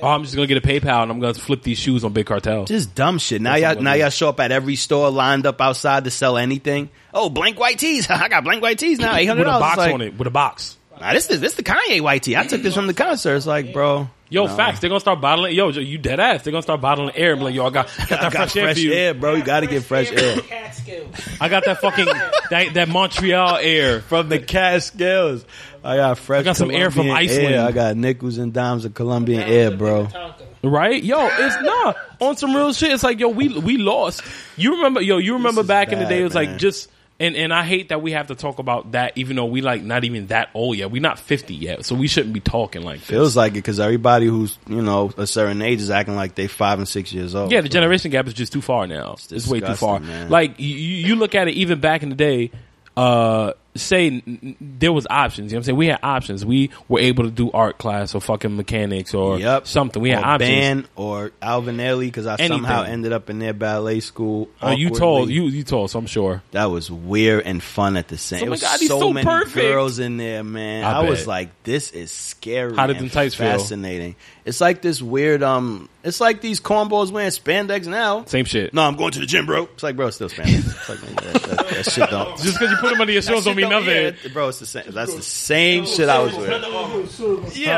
[SPEAKER 2] Oh, I'm just gonna get a PayPal and I'm gonna flip these shoes on Big Cartel.
[SPEAKER 3] Just dumb shit. Now y'all, now y'all show up at every store lined up outside to sell anything. Oh, blank white tees. I got blank white tees now. Eight
[SPEAKER 2] with a
[SPEAKER 3] hundred dollars.
[SPEAKER 2] box on it. With a box.
[SPEAKER 3] Nah, this is this the Kanye white tee. I took this from the concert. It's like, bro,
[SPEAKER 2] Yo,
[SPEAKER 3] no.
[SPEAKER 2] facts. They're gonna start bottling. Yo, you dead ass. They're gonna start bottling air. I'm like, yo, I got, got that
[SPEAKER 3] I got
[SPEAKER 2] fresh, air for you.
[SPEAKER 3] bro. You got to get fresh air
[SPEAKER 6] Catskill.
[SPEAKER 2] I got that fucking that, that Montreal air.
[SPEAKER 3] from the Catskills. I got fresh.
[SPEAKER 2] got some air from
[SPEAKER 3] Colombian
[SPEAKER 2] Iceland.
[SPEAKER 3] I got nickels and dimes of Colombian air, bro.
[SPEAKER 6] Tonka.
[SPEAKER 2] Right? Yo, it's not on some real shit. It's like, yo, we we lost. You remember, yo, you remember
[SPEAKER 3] is
[SPEAKER 2] back in the
[SPEAKER 3] bad,
[SPEAKER 2] day. It was
[SPEAKER 3] man.
[SPEAKER 2] like just and and I hate that we have to talk about that, even though we like not even that old yet. We're not fifty yet, so we shouldn't be talking like this.
[SPEAKER 3] Feels like it because everybody who's you know a certain age is acting like they five and six years old.
[SPEAKER 2] Yeah, the generation gap is just too far now. It's, way too
[SPEAKER 3] disgusting,
[SPEAKER 2] far.
[SPEAKER 3] man.
[SPEAKER 2] Like you, you look at it even back in the day. Uh, say n- n- there was options. You know what I'm saying? We had options. We were able to do art class or fucking mechanics or
[SPEAKER 3] Yep.
[SPEAKER 2] something. We had
[SPEAKER 3] or
[SPEAKER 2] options.
[SPEAKER 3] band or Alvinelli because I somehow
[SPEAKER 2] Anything.
[SPEAKER 3] ended up in their ballet school.
[SPEAKER 2] Oh, you
[SPEAKER 3] awkwardly.
[SPEAKER 2] told you you told. So I'm sure.
[SPEAKER 3] that was weird and fun at the same.
[SPEAKER 2] Oh
[SPEAKER 3] it
[SPEAKER 2] my
[SPEAKER 3] was
[SPEAKER 2] God, he's
[SPEAKER 3] so,
[SPEAKER 2] so
[SPEAKER 3] many
[SPEAKER 2] perfect.
[SPEAKER 3] girls in there, man.
[SPEAKER 2] I
[SPEAKER 3] I, was
[SPEAKER 2] bet.
[SPEAKER 3] like, this is scary.
[SPEAKER 2] How did
[SPEAKER 3] and
[SPEAKER 2] them tights feel?
[SPEAKER 3] Fascinating. It's like this weird. Um, it's like these cornballs wearing spandex now.
[SPEAKER 2] Same shit.
[SPEAKER 3] No, I'm going to the gym, bro. It's like, bro, it's still spandex. It's like, man, that, that- that shit don't.
[SPEAKER 2] Just because you put them under your shoes don't mean
[SPEAKER 3] Shit
[SPEAKER 2] nothing.
[SPEAKER 3] yeah, bro, it's the same. That's the same shit I was wearing. Yeah,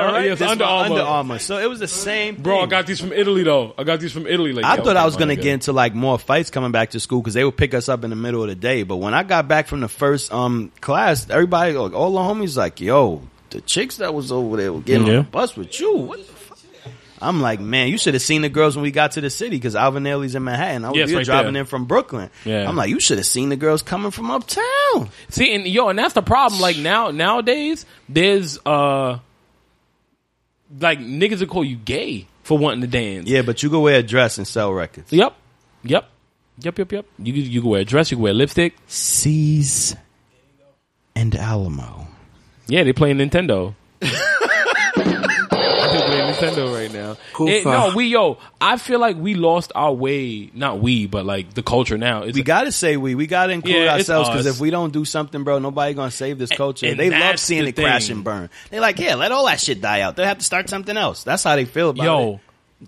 [SPEAKER 2] Huh?
[SPEAKER 3] right.
[SPEAKER 2] Yes,
[SPEAKER 3] This
[SPEAKER 2] Under
[SPEAKER 3] one,
[SPEAKER 2] Armour.
[SPEAKER 3] Under Armour. So it was the same.
[SPEAKER 2] Bro, I
[SPEAKER 3] thing.
[SPEAKER 2] got these from Italy though. I got these from Italy. Like,
[SPEAKER 3] I
[SPEAKER 2] yo,
[SPEAKER 3] thought I
[SPEAKER 2] okay,
[SPEAKER 3] was
[SPEAKER 2] my
[SPEAKER 3] going to
[SPEAKER 2] nigga.
[SPEAKER 3] get into like more fights coming back to school because they would pick us up in the middle of the day. But when I got back from the first um class, everybody, like, all the homies, like, yo, the chicks that was over there were getting on
[SPEAKER 2] Yeah.
[SPEAKER 3] the bus with you. What the fuck? I'm like, man, you should have seen the girls when we got to the city because Alvinelli's in Manhattan. I was
[SPEAKER 2] Yes,
[SPEAKER 3] we were
[SPEAKER 2] right
[SPEAKER 3] driving
[SPEAKER 2] there.
[SPEAKER 3] in from Brooklyn.
[SPEAKER 2] Yeah.
[SPEAKER 3] I'm like, you should have seen the girls coming from uptown.
[SPEAKER 2] See, and yo, and that's the problem. Like now, nowadays, there's uh, like niggas will call you gay for wanting to dance.
[SPEAKER 3] Yeah, but you go wear a dress and sell records.
[SPEAKER 2] Yep. Yep. Yep. Yep. Yep. You can- you can wear a dress. You can wear lipstick.
[SPEAKER 3] C's and Alamo.
[SPEAKER 2] Yeah, they play Nintendo. Nintendo right now.
[SPEAKER 10] Cool
[SPEAKER 2] It-
[SPEAKER 10] fuck.
[SPEAKER 2] no, we yo, I feel like we lost our way. Not we, but like the culture now. It's
[SPEAKER 3] we gotta say we. We gotta include
[SPEAKER 2] Yeah, it's
[SPEAKER 3] ourselves because
[SPEAKER 2] us.
[SPEAKER 3] if we don't do something, bro, nobody gonna save this culture.
[SPEAKER 2] and
[SPEAKER 3] they love
[SPEAKER 2] that's
[SPEAKER 3] seeing
[SPEAKER 2] the
[SPEAKER 3] it crash
[SPEAKER 2] thing.
[SPEAKER 3] and burn. They like, yeah, let all that shit die out. They have to start something else. That's how they feel about it.
[SPEAKER 2] yo.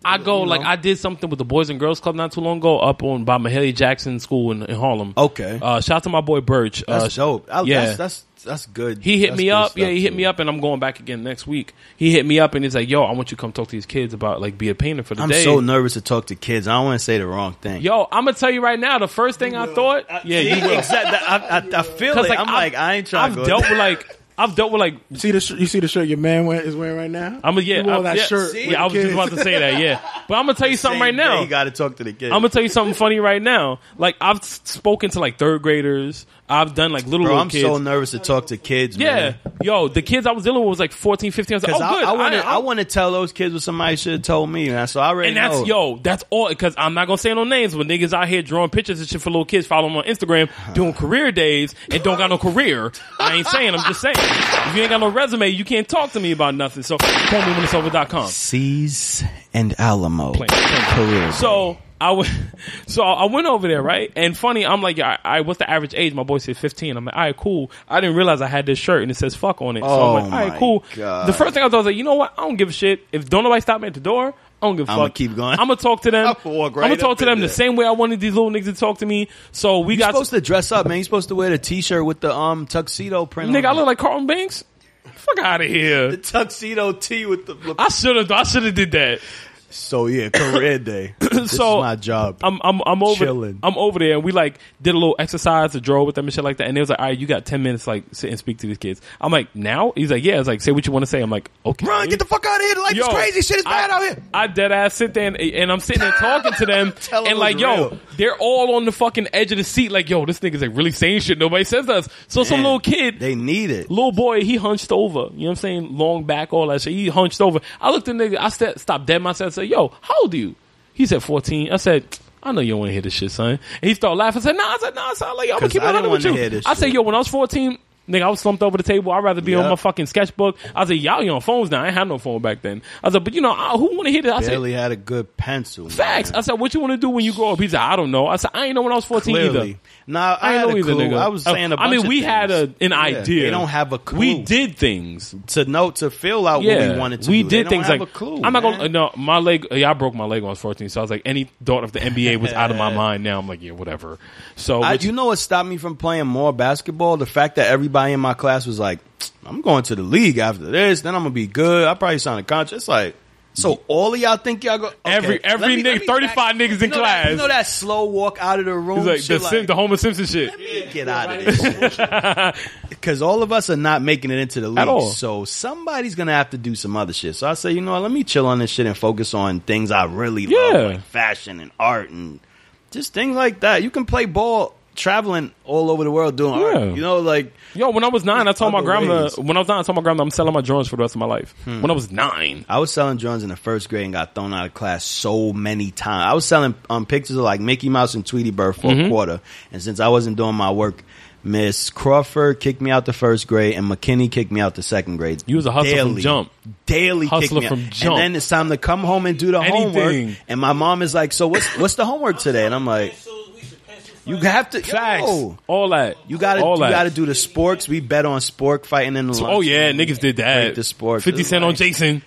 [SPEAKER 2] I go
[SPEAKER 3] You
[SPEAKER 2] like
[SPEAKER 3] know?
[SPEAKER 2] I did something with the Boys and Girls Club not too long ago up on by Mahalia Jackson School in, in Harlem. Okay, uh, shout out to my boy Birch.
[SPEAKER 3] That's
[SPEAKER 2] uh,
[SPEAKER 3] dope. I,
[SPEAKER 2] yeah,
[SPEAKER 3] that's, that's that's good.
[SPEAKER 2] He hit
[SPEAKER 3] That's
[SPEAKER 2] me
[SPEAKER 3] good
[SPEAKER 2] up.
[SPEAKER 3] stuff,
[SPEAKER 2] Yeah, he hit
[SPEAKER 3] too.
[SPEAKER 2] me up, and I'm going back again next week. He hit me up, and he's like, "Yo, I want you to come talk to these kids about like be a painter for the
[SPEAKER 3] I'm
[SPEAKER 2] day."
[SPEAKER 3] so nervous to talk to kids. I don't want to say the wrong thing.
[SPEAKER 2] Yo, I'm gonna tell you right now. The first thing I thought, yeah, you will.
[SPEAKER 3] exactly. I, I, I feel it. I'm like, I ain't trying.
[SPEAKER 2] I've dealt with like, I've dealt with like.
[SPEAKER 4] See the sh- you see the shirt your man wear, is wearing right now.
[SPEAKER 2] I'm a, yeah,
[SPEAKER 4] You wore
[SPEAKER 2] I,
[SPEAKER 4] that
[SPEAKER 2] yeah,
[SPEAKER 4] shirt. with
[SPEAKER 2] Yeah, I was
[SPEAKER 4] the
[SPEAKER 2] just about
[SPEAKER 4] kids.
[SPEAKER 2] to say that. Yeah, but I'm gonna tell you something right now.
[SPEAKER 3] You got to talk to the kids.
[SPEAKER 2] I'm gonna tell you something funny right now. Like I've s- spoken to like third graders. I've done like little.
[SPEAKER 3] Bro,
[SPEAKER 2] little
[SPEAKER 3] I'm
[SPEAKER 2] kids.
[SPEAKER 3] so nervous to talk to kids.
[SPEAKER 2] yeah, yo, the kids I was dealing with was like 14, 15. I was like, oh,
[SPEAKER 3] because
[SPEAKER 2] good.
[SPEAKER 3] I want to.
[SPEAKER 2] I-
[SPEAKER 3] I want to tell those kids what somebody should have told me, man. So I already
[SPEAKER 2] And that's
[SPEAKER 3] know.
[SPEAKER 2] yo, that's all because I'm not gonna say no names when niggas out here drawing pictures and shit for little kids following on Instagram doing career days and don't got no career. I ain't saying, I'm just saying. If you ain't got no resume, you can't talk to me about nothing. So call me when it's over.com.
[SPEAKER 3] C's and Alamo career.
[SPEAKER 2] So I w- so I went over there, right? And funny, I'm like, yeah, I, I what's the average age? My boy said 15. I'm like, all right, cool. I didn't realize I had this shirt and it says fuck on it. So
[SPEAKER 3] Oh
[SPEAKER 2] I'm like, all
[SPEAKER 3] my
[SPEAKER 2] right, cool.
[SPEAKER 3] God.
[SPEAKER 2] The first thing I thought was like, you know what? I don't give a shit. If don't nobody stop me at the door, I don't give a
[SPEAKER 3] I'ma
[SPEAKER 2] fuck.
[SPEAKER 3] keep going.
[SPEAKER 2] I'm gonna talk to them.
[SPEAKER 3] I'ma walk
[SPEAKER 2] I'm
[SPEAKER 3] right
[SPEAKER 2] gonna talk
[SPEAKER 3] up
[SPEAKER 2] to
[SPEAKER 3] in
[SPEAKER 2] them
[SPEAKER 3] there.
[SPEAKER 2] the same way I wanted these little niggas to talk to me. So we
[SPEAKER 3] you
[SPEAKER 2] got
[SPEAKER 3] supposed to dress up, man. You're supposed to wear the T-shirt with the um tuxedo print.
[SPEAKER 2] nigga. I look like Carlton Banks. Fuck out of here.
[SPEAKER 3] the tuxedo T with the.
[SPEAKER 2] I should have. I should have did that.
[SPEAKER 3] So yeah, career day. this is
[SPEAKER 2] So,
[SPEAKER 3] my job.
[SPEAKER 2] I'm I'm I'm over
[SPEAKER 3] Chilling.
[SPEAKER 2] I'm over there and we like did a little exercise to draw with them and shit like that. And they was like, all right, you got ten minutes, like sit and speak to these kids. I'm like, now? He's like, yeah. It's like, say what you want to say. I'm like, okay.
[SPEAKER 3] Run, get the fuck out of here! Life
[SPEAKER 2] uh, Yo,
[SPEAKER 3] is crazy. Shit is
[SPEAKER 2] I-
[SPEAKER 3] bad out here.
[SPEAKER 2] I dead ass sit there and, and I'm sitting there talking to them
[SPEAKER 3] Tell 'em
[SPEAKER 2] and like,
[SPEAKER 3] what's
[SPEAKER 2] yo,
[SPEAKER 3] real.
[SPEAKER 2] they're all on the fucking edge of the seat. Like, yo, this nigga's like really saying shit. Nobody says to us. So some
[SPEAKER 3] Man,
[SPEAKER 2] little kid,
[SPEAKER 3] They need it.
[SPEAKER 2] little boy, he hunched over. You know what I'm saying? Long back, all that shit. He hunched over. I looked at the nigga. I st- stopped dead myself. and said, "Yo, how old are you?" He said, "14." I said. I know you don't want to hear this shit, son. And he started laughing. I said, nah, I said, nah, son. Like, I'm gonna
[SPEAKER 3] 'Cause
[SPEAKER 2] keep it
[SPEAKER 3] I didn't
[SPEAKER 2] 100 with
[SPEAKER 3] wanna
[SPEAKER 2] you.
[SPEAKER 3] hear this
[SPEAKER 2] I said,
[SPEAKER 3] shit.
[SPEAKER 2] yo, when I was 14, nigga, I was slumped over the table. I'd rather be on
[SPEAKER 3] Yep.
[SPEAKER 2] my fucking sketchbook. I said, y'all, you on phones now. I ain't had no phone back then. I said, but you know, I, who want to hear this? I said,
[SPEAKER 3] Barely had a good pencil. man.
[SPEAKER 2] facts. I said, what you want to do when you grow up? He said, I don't know. I said, I ain't know when I was 14
[SPEAKER 3] Clearly.
[SPEAKER 2] either.
[SPEAKER 3] Nah, I,
[SPEAKER 2] ain't
[SPEAKER 3] had
[SPEAKER 2] know
[SPEAKER 3] a
[SPEAKER 2] either,
[SPEAKER 3] clue.
[SPEAKER 2] nigga. Oh,
[SPEAKER 3] I was saying a
[SPEAKER 2] I
[SPEAKER 3] bunch
[SPEAKER 2] mean,
[SPEAKER 3] of
[SPEAKER 2] we
[SPEAKER 3] things.
[SPEAKER 2] had a, an
[SPEAKER 3] Yeah,
[SPEAKER 2] idea.
[SPEAKER 3] They don't have a clue.
[SPEAKER 2] We did things.
[SPEAKER 3] to know to fill out what we wanted to
[SPEAKER 2] we
[SPEAKER 3] do.
[SPEAKER 2] did
[SPEAKER 3] They
[SPEAKER 2] things
[SPEAKER 3] don't have
[SPEAKER 2] like
[SPEAKER 3] a clue.
[SPEAKER 2] I'm not gonna
[SPEAKER 3] man.
[SPEAKER 2] no my leg. Yeah, I broke my leg when I was 14, so I was like, any thought of the NBA was out of my mind. Now I'm like, yeah, whatever. So
[SPEAKER 3] I,
[SPEAKER 2] which-
[SPEAKER 3] you know what stopped me from playing more basketball? The fact that everybody in my class was like, "I'm going to the league after this. Then I'm gonna be good. I probably sign a contract." It's like, so all of y'all think y'all go okay,
[SPEAKER 2] Every- every
[SPEAKER 3] let me-
[SPEAKER 2] nigga-
[SPEAKER 3] let me
[SPEAKER 2] 35 niggas in
[SPEAKER 3] you know that-
[SPEAKER 2] class.
[SPEAKER 3] you know that slow walk out of the room.
[SPEAKER 2] it's like the,
[SPEAKER 3] shit,
[SPEAKER 2] Sim, the Homer Simpson shit.
[SPEAKER 3] get out of this because all of us are not making it into the league.
[SPEAKER 2] all.
[SPEAKER 3] So somebody's gonna have to do some other shit. So I say, you know what? Let me chill on this shit and focus on things I really
[SPEAKER 2] Yeah.
[SPEAKER 3] love, like fashion and art and just things like that. You can play ball traveling all over the world doing
[SPEAKER 2] Yeah.
[SPEAKER 3] art. You know, like
[SPEAKER 2] Yo, when I was nine, I told my
[SPEAKER 3] Other
[SPEAKER 2] grandma.
[SPEAKER 3] ways. Hmm.
[SPEAKER 2] When I was nine, I told my grandma I'm selling my drawings for the rest of my life. When I was nine,
[SPEAKER 3] I was selling drawings in the first grade and got thrown out of class so many times. I was selling um, pictures of like Mickey Mouse and Tweety Bird for
[SPEAKER 2] Mm-hmm.
[SPEAKER 3] a quarter, and since I wasn't doing my work. Miss Crawford kicked me out the first grade, and McKinney kicked me out the second grade.
[SPEAKER 2] you was a hustler from
[SPEAKER 3] Daily.
[SPEAKER 2] jump.
[SPEAKER 3] daily kick
[SPEAKER 2] Hustler
[SPEAKER 3] me out.
[SPEAKER 2] from jump.
[SPEAKER 3] And then it's time to come home and do the
[SPEAKER 2] Anything.
[SPEAKER 3] homework. And my mom is like, "So what's what's the homework today?" And I'm like, "You have to
[SPEAKER 2] Facts,
[SPEAKER 3] yo,
[SPEAKER 2] all that.
[SPEAKER 3] you got to
[SPEAKER 2] all
[SPEAKER 3] you
[SPEAKER 2] that.
[SPEAKER 3] got to do the sporks. We bet on spork fighting in the lunch.
[SPEAKER 2] Oh yeah, niggas did that.
[SPEAKER 3] Break the sport.
[SPEAKER 2] Fifty
[SPEAKER 3] It's
[SPEAKER 2] Cent on
[SPEAKER 3] like-
[SPEAKER 2] Jason.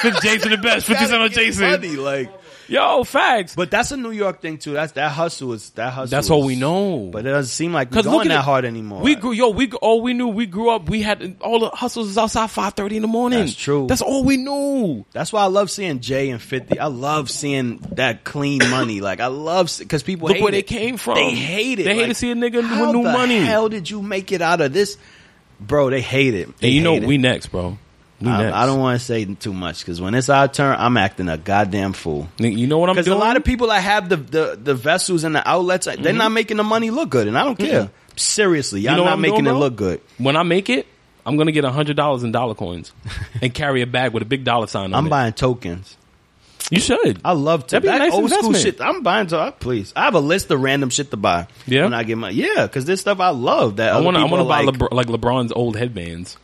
[SPEAKER 2] 50 Jason the best. Fifty Cent on Jason.
[SPEAKER 3] Funny, like,
[SPEAKER 2] Yo, facts.
[SPEAKER 3] but that's a New York thing too. That's that hustle is that hustle.
[SPEAKER 2] That's all
[SPEAKER 3] is-
[SPEAKER 2] we know.
[SPEAKER 3] But it doesn't seem like we're
[SPEAKER 2] Because
[SPEAKER 3] going
[SPEAKER 2] look at
[SPEAKER 3] that
[SPEAKER 2] it.
[SPEAKER 3] hard anymore.
[SPEAKER 2] We grew, yo, we gr- all we knew. We grew up. We had all the hustles was outside five thirty in the morning.
[SPEAKER 3] That's true.
[SPEAKER 2] That's all we knew.
[SPEAKER 3] That's why I love seeing Jay and Fifty. I love seeing that clean money. Like I love because people
[SPEAKER 2] Look
[SPEAKER 3] hate
[SPEAKER 2] where they
[SPEAKER 3] it.
[SPEAKER 2] came from.
[SPEAKER 3] They hate it.
[SPEAKER 2] They hate
[SPEAKER 3] Like,
[SPEAKER 2] to see a nigga
[SPEAKER 3] how
[SPEAKER 2] with new
[SPEAKER 3] the
[SPEAKER 2] money.
[SPEAKER 3] Hell, did you make it out of this, bro? They hate it. They
[SPEAKER 2] and you know
[SPEAKER 3] hate it.
[SPEAKER 2] we next, bro. We next.
[SPEAKER 3] I, I don't want to say too much because when it's our turn, I'm acting a goddamn fool.
[SPEAKER 2] Nigga, You know what I'm
[SPEAKER 3] Because
[SPEAKER 2] doing?
[SPEAKER 3] a lot of people that have the, the, the vessels and the outlets, they're not making the money look good, and I don't care. Seriously, y'all
[SPEAKER 2] Mm-hmm. know what
[SPEAKER 3] not
[SPEAKER 2] I'm
[SPEAKER 3] making
[SPEAKER 2] doing,
[SPEAKER 3] it
[SPEAKER 2] bro?
[SPEAKER 3] look good.
[SPEAKER 2] when I make it, I'm gonna get hundred dollars in dollar coins and carry a bag with a big dollar sign on
[SPEAKER 3] I'm
[SPEAKER 2] it.
[SPEAKER 3] buying tokens.
[SPEAKER 2] You should.
[SPEAKER 3] I love to
[SPEAKER 2] That'd be a
[SPEAKER 3] that
[SPEAKER 2] nice
[SPEAKER 3] old
[SPEAKER 2] investment.
[SPEAKER 3] school shit. I'm buying to please. I have a list of random shit to buy.
[SPEAKER 2] Yeah?
[SPEAKER 3] when I get my yeah, because this stuff I love that
[SPEAKER 2] I
[SPEAKER 3] want to
[SPEAKER 2] I want to buy
[SPEAKER 3] like,
[SPEAKER 2] Lebr- like LeBron's old headbands.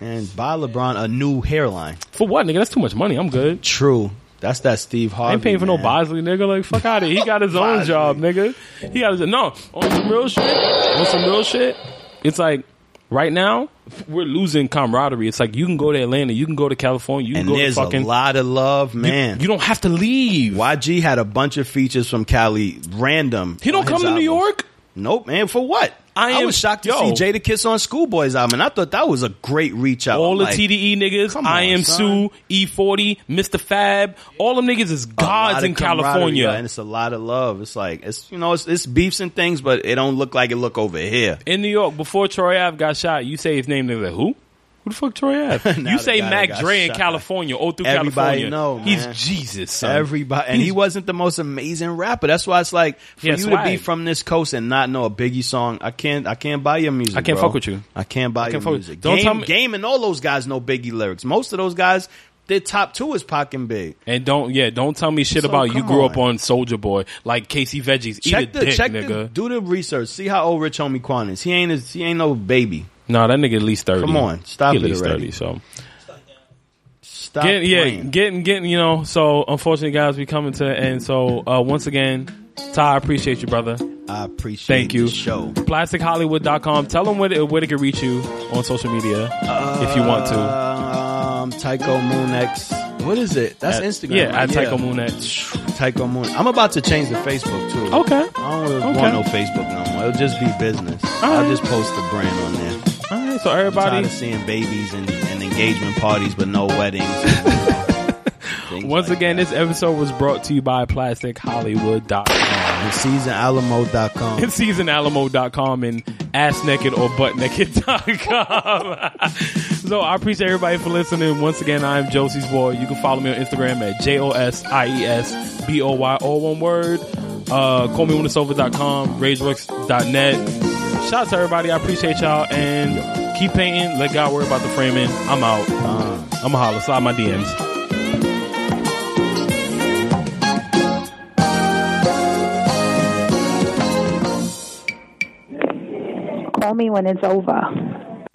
[SPEAKER 3] And buy LeBron a new hairline.
[SPEAKER 2] For what, nigga? That's too much money. I'm good.
[SPEAKER 3] True. That's that Steve Harvey.
[SPEAKER 2] I ain't paying for no
[SPEAKER 3] man.
[SPEAKER 2] Bosley, nigga. Like, fuck out of here. He got his own job, nigga. He got his no on some real shit. On some real shit. It's like right now we're losing camaraderie. It's like you can go to Atlanta, you can go to California, you can
[SPEAKER 3] And
[SPEAKER 2] go to
[SPEAKER 3] there's
[SPEAKER 2] fucking.
[SPEAKER 3] a lot of love, man.
[SPEAKER 2] You, you don't have to leave.
[SPEAKER 3] YG had a bunch of features from Cali, random.
[SPEAKER 2] He don't
[SPEAKER 3] on
[SPEAKER 2] come
[SPEAKER 3] his
[SPEAKER 2] to New
[SPEAKER 3] album.
[SPEAKER 2] York.
[SPEAKER 3] Nope, man. For what?
[SPEAKER 2] I
[SPEAKER 3] I,
[SPEAKER 2] am-
[SPEAKER 3] was shocked to
[SPEAKER 2] yo.
[SPEAKER 3] see Jada Kiss on Schoolboy's album, and I thought that was a great reach out.
[SPEAKER 2] All
[SPEAKER 3] I'm
[SPEAKER 2] the
[SPEAKER 3] like,
[SPEAKER 2] TDE niggas,
[SPEAKER 3] come
[SPEAKER 2] I
[SPEAKER 3] on,
[SPEAKER 2] am
[SPEAKER 3] son.
[SPEAKER 2] Sue, E40, Mr. Fab, all them niggas is
[SPEAKER 3] a lot
[SPEAKER 2] gods
[SPEAKER 3] of
[SPEAKER 2] in
[SPEAKER 3] camaraderie,
[SPEAKER 2] California.
[SPEAKER 3] and it's a lot of love. It's like it's you know it's, it's beefs and things, but it don't look like it look over here.
[SPEAKER 2] in New York before Troy Ave got shot, you say his name. They're like, who? Who the fuck Troy Ave?
[SPEAKER 3] Now
[SPEAKER 2] you
[SPEAKER 3] the
[SPEAKER 2] say
[SPEAKER 3] guy that
[SPEAKER 2] Mac
[SPEAKER 3] got
[SPEAKER 2] Dre in
[SPEAKER 3] shot.
[SPEAKER 2] California, all through
[SPEAKER 3] Everybody
[SPEAKER 2] California.
[SPEAKER 3] know, man.
[SPEAKER 2] He's Jesus, son.
[SPEAKER 3] Everybody, and he wasn't the most amazing rapper. That's why it's like for
[SPEAKER 2] He
[SPEAKER 3] you
[SPEAKER 2] had
[SPEAKER 3] to be
[SPEAKER 2] swag.
[SPEAKER 3] from this coast and not know a Biggie song. I can't, I can't buy your music.
[SPEAKER 2] I can't
[SPEAKER 3] bro.
[SPEAKER 2] fuck with you.
[SPEAKER 3] I can't buy
[SPEAKER 2] I
[SPEAKER 3] your
[SPEAKER 2] can't fuck with-
[SPEAKER 3] music.
[SPEAKER 2] Don't
[SPEAKER 3] game,
[SPEAKER 2] tell me-
[SPEAKER 3] game, and all those guys know Biggie lyrics. Most of those guys, their top two is Pac and Big.
[SPEAKER 2] And don't yeah, don't tell me shit
[SPEAKER 3] So,
[SPEAKER 2] about you
[SPEAKER 3] come
[SPEAKER 2] grew up
[SPEAKER 3] on.
[SPEAKER 2] on Soldier Boy like Casey Veggies.
[SPEAKER 3] Check
[SPEAKER 2] Eat
[SPEAKER 3] the
[SPEAKER 2] a dick,
[SPEAKER 3] check the
[SPEAKER 2] nigga.
[SPEAKER 3] do the research. See how old Rich Homie Quan is. He ain't his, he ain't no baby.
[SPEAKER 2] nah, that nigga at least thirty.
[SPEAKER 3] Come on, stop
[SPEAKER 2] he at
[SPEAKER 3] it
[SPEAKER 2] least
[SPEAKER 3] already.
[SPEAKER 2] thirty. So
[SPEAKER 3] Stop
[SPEAKER 2] Get, yeah,
[SPEAKER 3] playing.
[SPEAKER 2] getting getting you know. So unfortunately, guys, we coming to and so uh, once again, Ty, I appreciate you, brother.
[SPEAKER 3] I appreciate.
[SPEAKER 2] Thank you.
[SPEAKER 3] The show.
[SPEAKER 2] PlasticHollywood.com. Tell them where, they- where they can reach you on social media if you want to.
[SPEAKER 3] Um, Tycho Moon X. What is it? That's
[SPEAKER 2] At-
[SPEAKER 3] Instagram.
[SPEAKER 2] Yeah,
[SPEAKER 3] right?
[SPEAKER 2] at Tycho Moon X.
[SPEAKER 3] Tycho Moon. I'm about to change the Facebook too.
[SPEAKER 2] Okay.
[SPEAKER 3] I don't really
[SPEAKER 2] Okay.
[SPEAKER 3] want no Facebook no more. It'll just be business. I'll
[SPEAKER 2] right.
[SPEAKER 3] just post the brand on there.
[SPEAKER 2] All right, so
[SPEAKER 3] Tired
[SPEAKER 2] everybody,
[SPEAKER 3] of seeing babies and, and engagement parties, but no weddings. Things
[SPEAKER 2] once
[SPEAKER 3] like
[SPEAKER 2] again,
[SPEAKER 3] that.
[SPEAKER 2] this episode was brought to you by PlasticHollywood.com
[SPEAKER 3] And seasonalamo.com.
[SPEAKER 2] and SeasonAlamo.com and AssNaked or ButtNaked.com. so I appreciate everybody for listening. Once again, I'm Josie's Boy. You can follow me on Instagram at E J-O-S-I-E-S-B-O-Y, all one word. Uh, call me on com, rageworks.net. Shout out to everybody. I appreciate y'all. And keep painting. Let God worry about the framing. I'm out. I'm going to holler. Slide my DMs.
[SPEAKER 8] Call me when it's over.